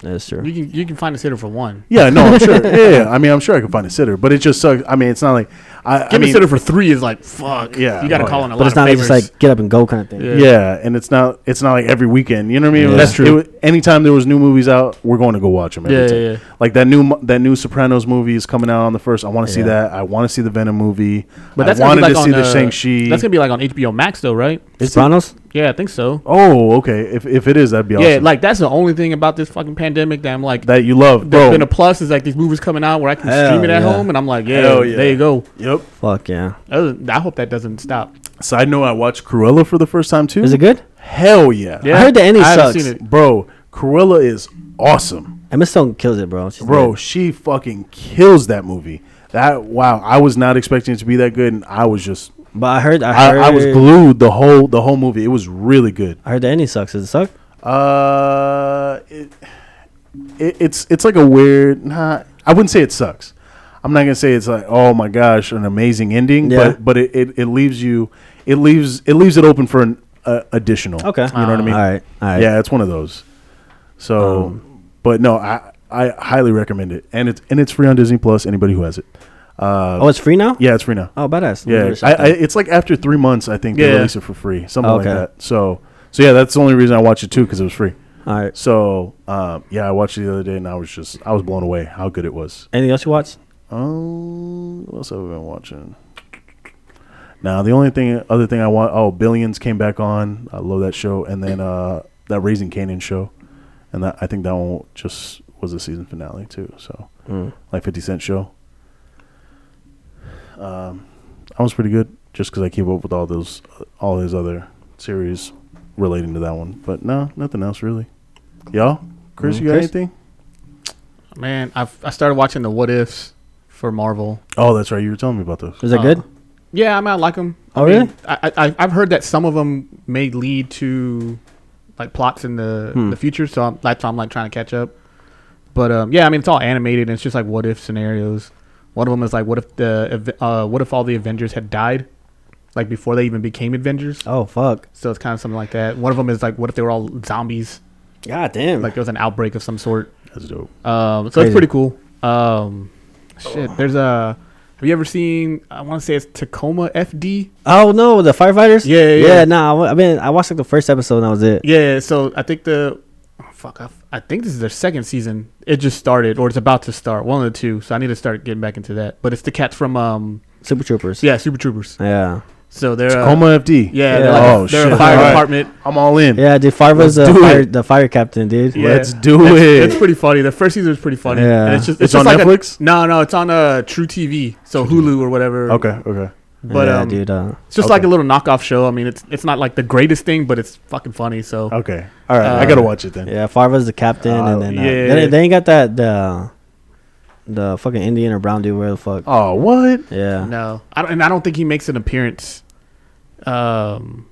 S4: That's
S5: You
S4: true.
S5: can you can find a sitter for one.
S3: Yeah, no, I'm sure. Yeah, yeah, I mean, I'm sure I could find a sitter, but it just sucks. I mean, it's not like I. I
S5: Give me
S3: mean,
S5: a sitter for three is like fuck.
S3: Yeah,
S5: you got to
S3: oh,
S5: call
S3: yeah.
S5: in a
S4: But
S5: lot
S4: it's not
S5: of
S4: like
S5: favors.
S4: just like get up and go kind of thing.
S5: Yeah.
S3: Yeah, and it's not it's not like every weekend. You know what I mean? It was-
S4: That's
S3: it
S4: true.
S3: was- anytime there was new movies out, we're going to go watch them. Every
S5: Yeah,
S3: time.
S5: yeah, yeah.
S3: Like that new mo- that new Sopranos movie is coming out on the first. I want to see
S4: Yeah.
S3: that. I want to see the Venom movie.
S5: but that's
S3: I wanted
S5: gonna be like
S3: to
S5: on,
S3: see the Shang
S5: uh,
S3: Chi.
S5: That's gonna be like on HBO Max though, right?
S4: Sopranos.
S5: Yeah, I think so.
S3: oh, okay. If if it is, that'd be awesome.
S5: Yeah, like that's the only thing about this fucking pandemic that I'm like
S3: Oh, that you love,
S5: that's
S3: bro.
S5: been a plus is like these movies coming out where I can
S4: Hell
S5: stream it at
S4: yeah.
S5: home and I'm like, yeah,
S3: Hell yeah.
S5: there you go.
S3: yep.
S4: Fuck yeah.
S5: Other- I hope that doesn't stop.
S3: Side note: I watched Cruella for the first time too.
S4: Is it good?
S3: Hell yeah,
S5: Yeah,
S4: I heard the ending
S5: I haven't
S4: sucks.
S5: seen it.
S3: bro. Cruella is awesome.
S4: Emma Stone kills it, bro. She's
S3: bro
S4: good.
S3: she fucking kills that movie that wow i was not expecting it to be that good and i was just
S4: But I heard, I
S3: I,
S4: heard,
S3: I was glued the whole the whole movie it was really good
S4: I heard the ending sucks. Does it suck?
S3: uh it, it, it's it's like a weird nah, i wouldn't say it sucks i'm not gonna say it's like oh my gosh an amazing ending
S4: Yeah.
S3: but but it, it, it leaves you it leaves it leaves it open for an uh, additional
S4: Okay.
S3: you know what i mean
S4: All right. All right. Um,
S3: yeah, it's one of those. So, but no, I I highly recommend it, and it's and it's free on Disney Plus. Anybody who has it, uh,
S4: Oh, it's free now.
S3: yeah, it's free now.
S4: Oh, badass. Let me give
S3: yeah,
S4: it a
S3: I,
S4: shot
S3: I,
S4: then.
S3: it's like after three months, I think they
S5: Yeah.
S3: release it for free, something
S4: Okay.
S3: like that. So, so yeah, that's the only reason I watched it too because it was free.
S4: All right.
S3: So, um, yeah, I watched it the other day, and I was just I was blown away how good it was.
S4: Anything else you watch?
S3: Um, what else have I been watching? Now the only thing, other thing I want, oh, Billions came back on. I love that show, and then uh, that Raising Canaan show, and that I think that one just was the season finale too. So,
S4: Hmm.
S3: like Fifty Cent show. Um, that was pretty good, just because I keep up with all those, all his other series relating to that one. But no, nothing else really. Y'all, Chris, you got
S4: Hmm. Chris?
S3: anything?
S5: Man, I I started watching the What Ifs for Marvel.
S3: Oh, that's right. You were telling me about those.
S4: Is it
S5: Uh,
S4: good?
S5: Yeah, I mean, I like them.
S4: Oh,
S5: I mean,
S4: really?
S5: I, I I've heard that some of them may lead to like plots in the
S4: Hmm.
S5: the future, so I'm, that's why I'm like trying to catch up. But um, yeah, I mean, it's all animated and it's just like what if scenarios. One of them is like, what if the uh, what if all the Avengers had died, like before they even became Avengers?
S4: Oh fuck.
S5: So it's kind of something like that. One of them is like, what if they were all zombies?
S4: God damn.
S5: Like there was an outbreak of some sort.
S3: That's dope.
S5: Um, so
S4: Crazy.
S5: it's pretty cool. Um,
S3: Oh.
S5: shit, there's a. Have you ever seen? I want to say it's Tacoma FD.
S4: oh no, the firefighters.
S5: Yeah, yeah,
S4: yeah.
S5: yeah.
S4: Nah, I wa- I mean, I watched like the first episode and that was it.
S5: Yeah, so I think the oh, fuck, I, I think this is their second season. It just started, or it's about to start. One of the two. So I need to start getting back into that. But it's the cats from um,
S4: Super Troopers.
S5: yeah, Super Troopers.
S4: Yeah.
S5: So they're uh,
S3: Tacoma FD.
S5: Yeah,
S4: Yeah.
S5: they're, like,
S3: Oh,
S5: they're
S3: shit.
S5: a fire
S3: Alright.
S5: department.
S3: I'm all in.
S4: Yeah, dude. Farva's
S3: Let's
S4: the
S3: do
S4: fire,
S3: it.
S4: the fire captain, dude.
S5: Yeah.
S3: Let's do it.
S5: It's pretty funny. The first season is pretty funny.
S4: Yeah.
S5: And it's just
S3: It's
S5: it's, just
S3: on
S5: like a-
S3: Netflix?
S5: no, no, it's on uh True TV, so Hulu or whatever.
S3: okay, okay.
S5: but
S4: yeah,
S5: um,
S4: dude. Uh,
S5: it's just
S3: Okay.
S5: like a little knockoff show. I mean, it's it's not like the greatest thing, but it's fucking funny. So
S3: Okay. All right.
S5: Uh,
S3: I got to watch it then.
S4: yeah, Farva's the captain,
S3: Oh,
S4: and then uh,
S5: yeah.
S4: they, they ain't got that the the fucking Indian or brown dude. Where the fuck?
S3: Oh, what?
S4: Yeah.
S5: No, I don't, and I don't think he makes an appearance. Um,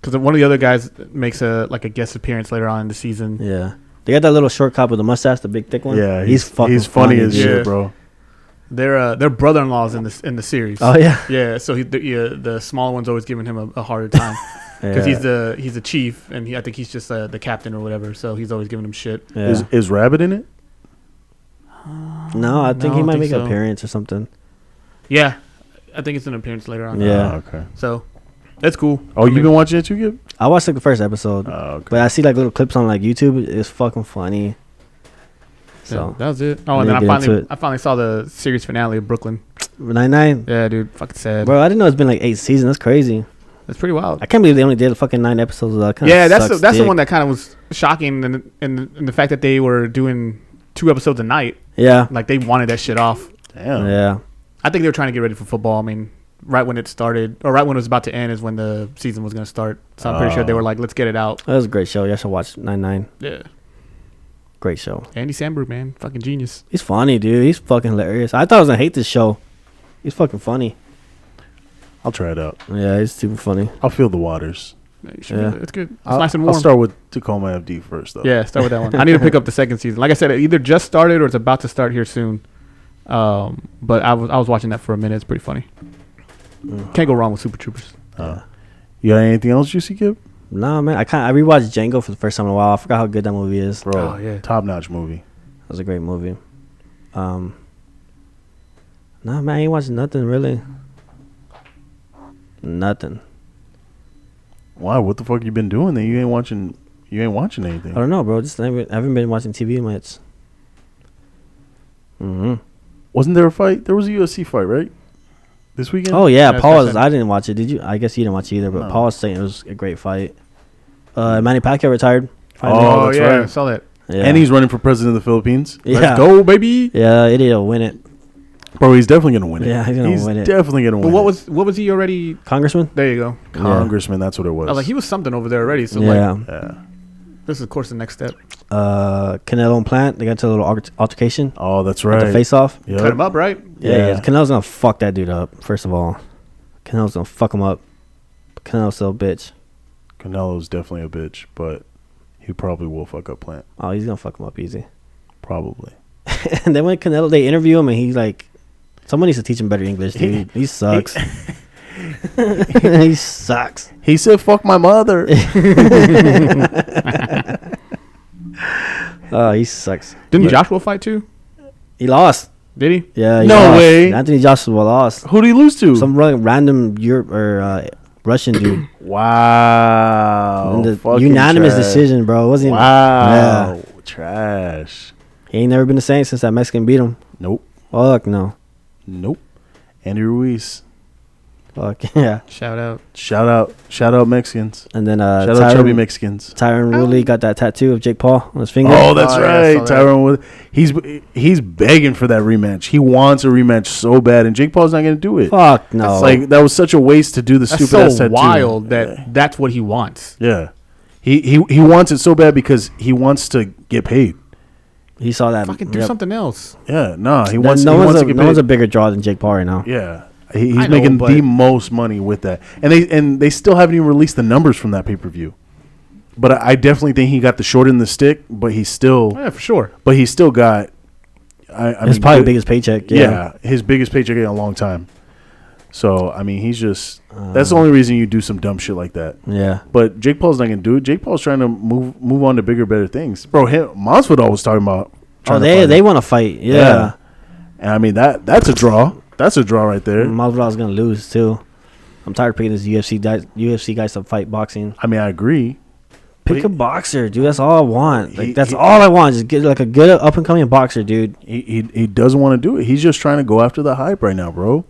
S5: because one of the other guys makes a like a guest appearance later on in the season.
S4: Yeah. They got that little short cop with the mustache, the big thick one.
S3: Yeah,
S4: he's, fucking
S3: he's funny, as
S4: dude.
S5: shit.
S3: shit,
S5: Yeah.
S3: bro.
S5: Their uh, their brother in laws in this in the series.
S4: Oh yeah,
S5: yeah. So he, the, yeah, the small one's always giving him a, a harder time because
S4: yeah.
S5: he's the he's the chief, and he, I think he's just uh, the captain or whatever. So he's always giving him shit.
S4: Yeah.
S3: Is is Rabbit in it?
S4: no, I think
S5: No,
S4: he
S5: I
S4: might
S5: think
S4: make an
S5: so.
S4: appearance or something.
S5: Yeah, I think it's an appearance later on.
S4: Yeah.
S3: Oh, okay.
S5: So that's cool.
S3: Oh,
S5: I
S3: you've
S5: mean,
S3: been watching it too, Gib?
S4: I watched like the first episode,
S3: Oh, okay.
S4: but I see like little clips on like YouTube. It's fucking funny. So
S5: yeah, that was it. Oh,
S4: Let
S5: and
S4: me
S5: then
S4: get
S5: I
S4: into
S5: finally
S4: it.
S5: I finally saw the series finale of Brooklyn.
S4: nine nine,
S5: Yeah, dude, fucking sad.
S4: bro. I didn't know it's been like eight seasons. That's crazy.
S5: That's pretty wild.
S4: I can't believe they only did fucking nine episodes. Of that. Kinda
S5: yeah, that's
S4: sucks
S5: the, that's
S4: dick.
S5: the one that kind of was shocking, and and and the fact that they were doing two episodes a night,
S4: Yeah,
S5: like they wanted that shit off.
S3: Damn.
S4: yeah,
S5: I think they were trying to get ready for football. I mean, right when it started, or right when it was about to end, is when the season was going to start. So I'm pretty sure they
S3: Oh.
S5: were like, "Let's get it out."
S4: that was a great show. Y'all should watch nine nine.
S5: Yeah,
S4: Great show.
S5: Andy Samberg, man, fucking genius.
S4: He's funny, dude. He's fucking hilarious. I thought I was gonna hate this show. He's fucking funny.
S3: I'll try it out.
S4: Yeah, he's super funny.
S3: I'll feel the waters.
S6: You should
S4: Yeah. Uh,
S6: really- it's good. It's
S3: I'll,
S6: nice and
S3: I'll
S6: warm.
S3: start with Tacoma FD first, though.
S6: Yeah, start with that one. I need to pick up the second season. Like I said, it either just started or it's about to start here soon. Um, but I was I was watching that for a minute. It's pretty funny. Can't go wrong with Super Troopers.
S3: You got anything else, Juicy Kip?
S4: Nah, man. I kind I rewatched Django for the first time in a while. I forgot how good that movie is. That
S3: Bro,
S6: Oh, yeah.
S3: top notch movie.
S4: was a great movie. Um. Nah, man. I ain't watching nothing really. Nothing.
S3: Why? What the fuck you been doing? Then you ain't watching. You ain't watching anything.
S4: I don't know, bro. Just never, I haven't been watching TV much. hmm
S3: Wasn't there a fight? There was a UFC fight, right? This weekend.
S4: Oh yeah,
S6: That's
S4: Paul
S6: what I
S4: was.
S6: said.
S4: I didn't watch it. Did you? I guess you didn't watch it either. But
S3: No.
S4: Paul was saying it was a great fight. Uh, Manny Pacquiao retired. Finally.
S3: Oh, that's
S6: yeah,
S3: right.
S6: saw that.
S4: yeah.
S3: And he's running for president of the Philippines.
S4: yeah.
S6: Let's go, baby.
S4: Yeah, idiot will win it.
S3: Bro, he's definitely gonna win it.
S4: Yeah, he's gonna win it.
S3: Definitely gonna win.
S6: But what
S3: it.
S6: was what was he already?
S4: Congressman.
S6: There you go.
S3: congressman? That's what it was.
S6: I was Oh, like, he was something over there already. So
S4: yeah.
S6: like,
S3: yeah.
S6: this is of course the next step.
S4: uh, Canelo and Plant. They got into a little alter- altercation
S3: Oh, that's
S4: at
S3: right.
S4: the face off.
S3: Yep.
S6: Cut him up, right?
S4: Yeah,
S3: Yeah.
S4: yeah, Canelo's gonna fuck that dude up. First of all, Canelo's gonna fuck him up. Canelo's still a bitch.
S3: Canelo's definitely a bitch, but he probably will fuck up Plant.
S4: Oh, he's gonna fuck him up easy.
S3: Probably.
S4: and then when Canelo, they interview him, and he's like, "Someone needs to teach him better English, dude. He sucks. he sucks."
S3: He said, "Fuck my mother."
S4: Oh, he sucks.
S6: Didn't
S4: But-
S6: Joshua fight too?
S4: He lost.
S6: Did he?
S4: Yeah. he
S3: No
S4: lost.
S3: way.
S4: Anthony Joshua lost.
S3: Who do you lose to?
S4: Some ra- random Europe or uh, Russian dude.
S3: wow.
S4: And the
S3: Oh, Fucking
S4: unanimous
S3: trash.
S4: decision, bro. It wasn't even-
S3: Wow. Trash.
S4: He ain't never been the same since that Mexican beat him.
S3: Nope.
S4: Fuck no.
S3: Nope. Andy Ruiz.
S4: Fuck yeah.
S6: Shout out.
S3: Shout out. Shout out Mexicans.
S4: And then uh,
S3: shout out chubby
S4: Tyron,
S3: Mexicans.
S4: Tyron Woodley got that tattoo of Jake Paul on his finger.
S3: Oh, that's
S6: Oh, yeah, I
S3: right.
S6: saw that.
S3: Tyron with he's he's begging for that rematch. He wants a rematch so bad, and Jake Paul's not going to do it.
S4: Fuck no.
S3: It's like that was such a waste to do the
S6: That's
S3: stupid ass
S6: so
S3: tattoo.
S6: wild that that's what he wants.
S3: Yeah. He, he he wants it so bad because he wants to get paid.
S4: he saw that.
S6: Fucking do
S4: yep.
S6: something else.
S3: Yeah, nah, he
S4: Then
S3: wants,
S4: no
S3: he
S4: one's
S3: wants
S4: a,
S3: to get
S4: no
S3: paid.
S4: one's a bigger draw than Jake Paul right now.
S3: yeah, he, he's
S6: I know,
S3: making the
S6: but-
S3: most money with that, and they and they still haven't even released the numbers from that pay per view. But I, I definitely think he got the short end of the stick. But he still,
S6: Yeah, for sure.
S3: but he still got. I, I
S4: It's
S3: mean,
S4: probably
S3: good-
S4: biggest paycheck.
S3: Yeah.
S4: Yeah.
S3: his biggest paycheck in a long time. So I mean, he's just that's
S4: Uh.
S3: the only reason you do some dumb shit like that.
S4: Yeah.
S3: But Jake Paul's not gonna do it. Jake Paul's trying to move move on to bigger, better things. Bro, him, Masvidal was talking about.
S4: Oh,
S3: trying to
S4: they
S3: fight
S4: they
S3: him.
S4: want to fight. Yeah.
S3: Yeah. And I mean that that's a draw. That's a draw right there.
S4: Masvidal's gonna lose too. I'm tired of picking these UFC guys, UFC guys to fight boxing.
S3: I mean, I agree.
S4: Pick
S3: Wait.
S4: a boxer, dude. That's all I want. Like
S3: He-
S4: that's
S3: he-
S4: all I want. Just get like a good up and coming boxer, dude.
S3: He he, he doesn't want to do it. He's just trying to go after the hype right now, bro.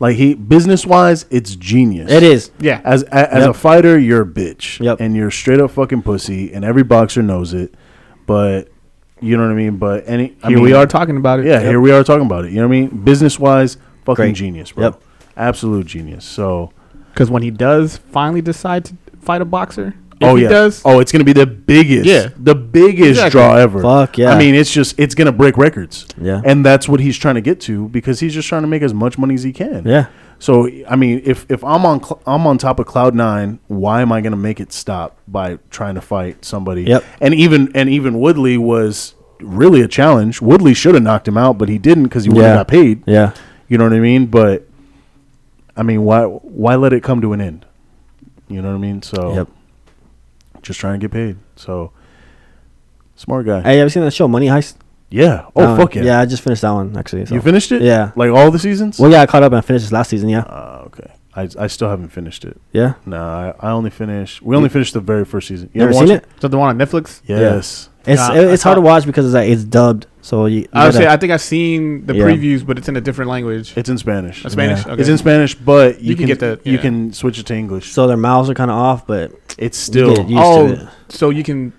S3: Like he business wise, it's genius.
S4: It is.
S6: Yeah.
S3: As as, as a
S4: Yep.
S3: fighter, you're a bitch.
S4: Yep.
S3: And you're straight up fucking pussy, and every boxer knows it. But you know what I mean. But any I
S6: Here
S3: mean,
S6: we are talking about it.
S3: Yeah, here we are talking about it. You know what I mean? Business wise, fucking
S4: Great.
S3: genius, bro.
S4: Yep.
S3: Absolute genius. So,
S6: Because when he does finally decide to fight a boxer, if
S3: oh
S6: he
S3: yeah.
S6: does,
S3: Oh, it's gonna be the biggest.
S6: Yeah.
S3: the biggest
S6: Exactly.
S3: draw ever.
S4: Fuck, yeah.
S3: I mean, it's just it's gonna break records.
S4: Yeah.
S3: And that's what he's trying to get to because he's just trying to make as much money as he can.
S4: Yeah.
S3: So I mean, if if I'm on cl- I'm on top of cloud nine, why am I going to make it stop by trying to fight somebody?
S4: Yep.
S3: And even and even Woodley was really a challenge. Woodley should have knocked him out, but he didn't because he would
S4: Yeah.
S3: have got paid.
S4: Yeah.
S3: You know what I mean? But I mean, why why let it come to an end? You know what I mean? So
S4: Yep.
S3: just trying to get paid. So smart guy.
S4: Hey, have you seen that show Money Heist?
S3: yeah. Oh
S4: That one.
S3: fuck yeah.
S4: Yeah, I just finished that one actually. so.
S3: You finished it?
S4: Yeah.
S3: Like all the seasons?
S4: Well, yeah, I caught up and finished this last season. Yeah.
S3: Ah, okay. I I still haven't finished it.
S4: yeah.
S3: No, I, I only finished. We only finished the very first season.
S4: You ever
S3: watched
S4: seen it?
S6: is that the one on Netflix?
S3: Yes.
S4: It's
S6: Nah,
S4: it-
S6: I
S4: it's hard to
S6: saw-
S4: watch because it's like it's dubbed. So you, you
S6: I would say
S4: gotta-
S6: I think I've seen the
S4: Yeah.
S6: previews, but it's in a different language.
S3: It's in Spanish.
S6: Uh, Spanish, okay.
S3: It's in Spanish, but you,
S6: You
S3: can,
S6: can get that,
S3: You
S6: yeah.
S3: can switch it to English. So
S4: so their mouths are kind of off, but
S3: it's still.
S4: get used to it.
S6: oh, so you can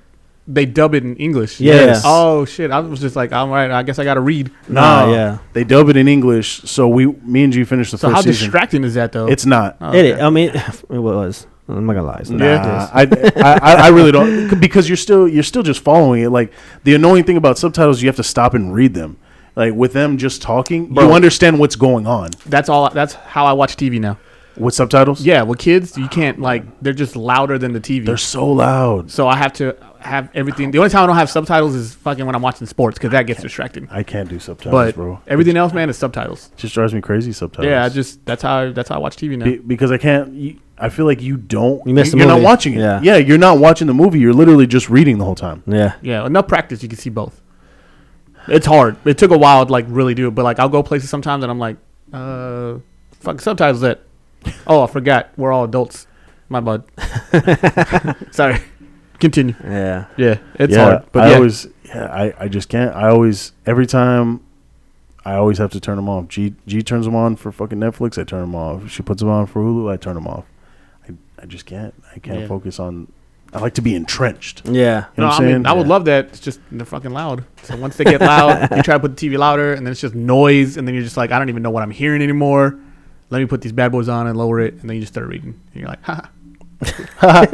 S6: they dub it in English?
S4: Yes.
S6: Oh shit! I was just like, all right, I guess I got to read.
S3: nah,
S4: Nah, yeah.
S3: They dub it in English, so we, me and you finished the
S6: So
S3: first
S6: how
S3: season.
S6: distracting is that though?
S3: it's not.
S6: Oh,
S4: it.
S6: okay.
S4: I mean, it was. I'm not gonna lie. It's
S3: Nah,
S4: not.
S3: I, I, I I really don't c- because you're still you're still just following it. Like the annoying thing about subtitles, you have to stop and read them. Like with them just talking,
S6: Bro.
S3: you understand what's going on.
S6: That's all. That's how I watch TV now.
S3: with subtitles.
S5: Yeah, with kids, you can't like they're just louder than the TV.
S3: they're so loud.
S5: so I have to have everything. The only time I don't have subtitles is fucking when I'm watching sports because that gets distracting.
S3: I can't do subtitles,
S5: But
S3: bro.
S5: everything else, man, is subtitles.
S3: just drives me crazy. Subtitles.
S5: Yeah, I just that's how I, that's how I watch TV now.
S3: Be- because I can't. You, I feel like you don't.
S4: You
S3: You
S4: miss the
S3: are not
S4: movie.
S3: watching it.
S4: Yeah.
S3: Yeah. you're not watching the movie. You're literally just reading the whole time.
S4: Yeah.
S5: Yeah, enough practice, you can see both. It's hard. It took a while to like really do it, but like I'll go places sometimes and I'm like, uh, fuck subtitles that. Oh, I forgot. We're all adults. My bud. Sorry. Continue.
S4: Yeah.
S5: Yeah, it's
S3: yeah,
S5: hard. But
S3: I
S5: yeah,
S3: always. Yeah, I, I just can't. I always every time. I always have to turn them off. G G turns them on for fucking Netflix. I turn them off. She puts them on for Hulu. I turn them off. I, I just can't. I can't
S5: Yeah.
S3: focus on. I like to be entrenched. You
S4: Yeah.
S3: know
S5: no,
S3: what
S5: I
S3: I'm saying?
S5: mean, I would
S3: Yeah.
S5: love that. It's just they're fucking loud. So once they get loud, you try to put the TV louder, and then it's just noise, and then you're just like, I don't even know what I'm hearing anymore. Let me put these bad boys on and lower it, and then you just start reading. And you're like, ha. ha.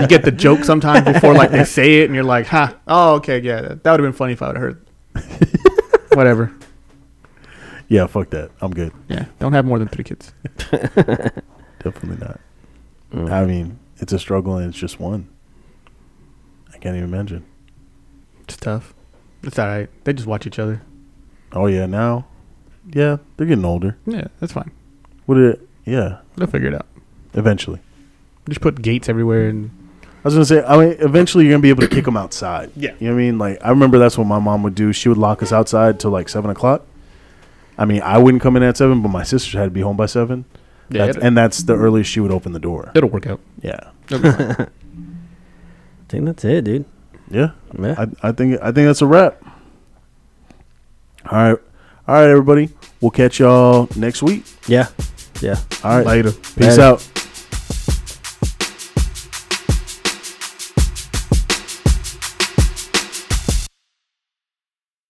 S5: you get the joke sometimes before like they say it, and you're like, ha. Oh, okay, yeah, that, would have been funny if I would have heard. Whatever.
S3: Yeah, fuck that. I'm good.
S5: Yeah, don't have more than three kids.
S3: Definitely not.
S5: Mm.
S3: I mean, it's a struggle and it's just one. I can't even imagine.
S5: It's tough. It's all right. They just watch each other.
S3: Oh yeah, now, yeah, they're getting older.
S5: Yeah, that's fine.
S3: What it? Yeah,
S5: They'll figure it out.
S3: eventually.
S5: Just put gates everywhere and
S3: I was gonna say, I mean, eventually you're gonna be able to kick them outside.
S5: Yeah.
S3: you know what I mean. Like I remember that's what my mom would do. She would lock us outside till like seven o'clock. I mean, I wouldn't come in at seven, but my sisters had to be home by seven.
S5: Yeah,
S3: That's-
S5: it-
S3: and that's the earliest she would open the door.
S5: it'll work out.
S3: Yeah,
S4: I think that's it, dude.
S3: yeah.
S4: Yeah.
S3: I, I think I think that's a wrap. All right, all right, everybody. We'll catch y'all next week.
S4: yeah. Yeah.
S3: All right,
S5: Later.
S3: Peace
S4: Later.
S3: out.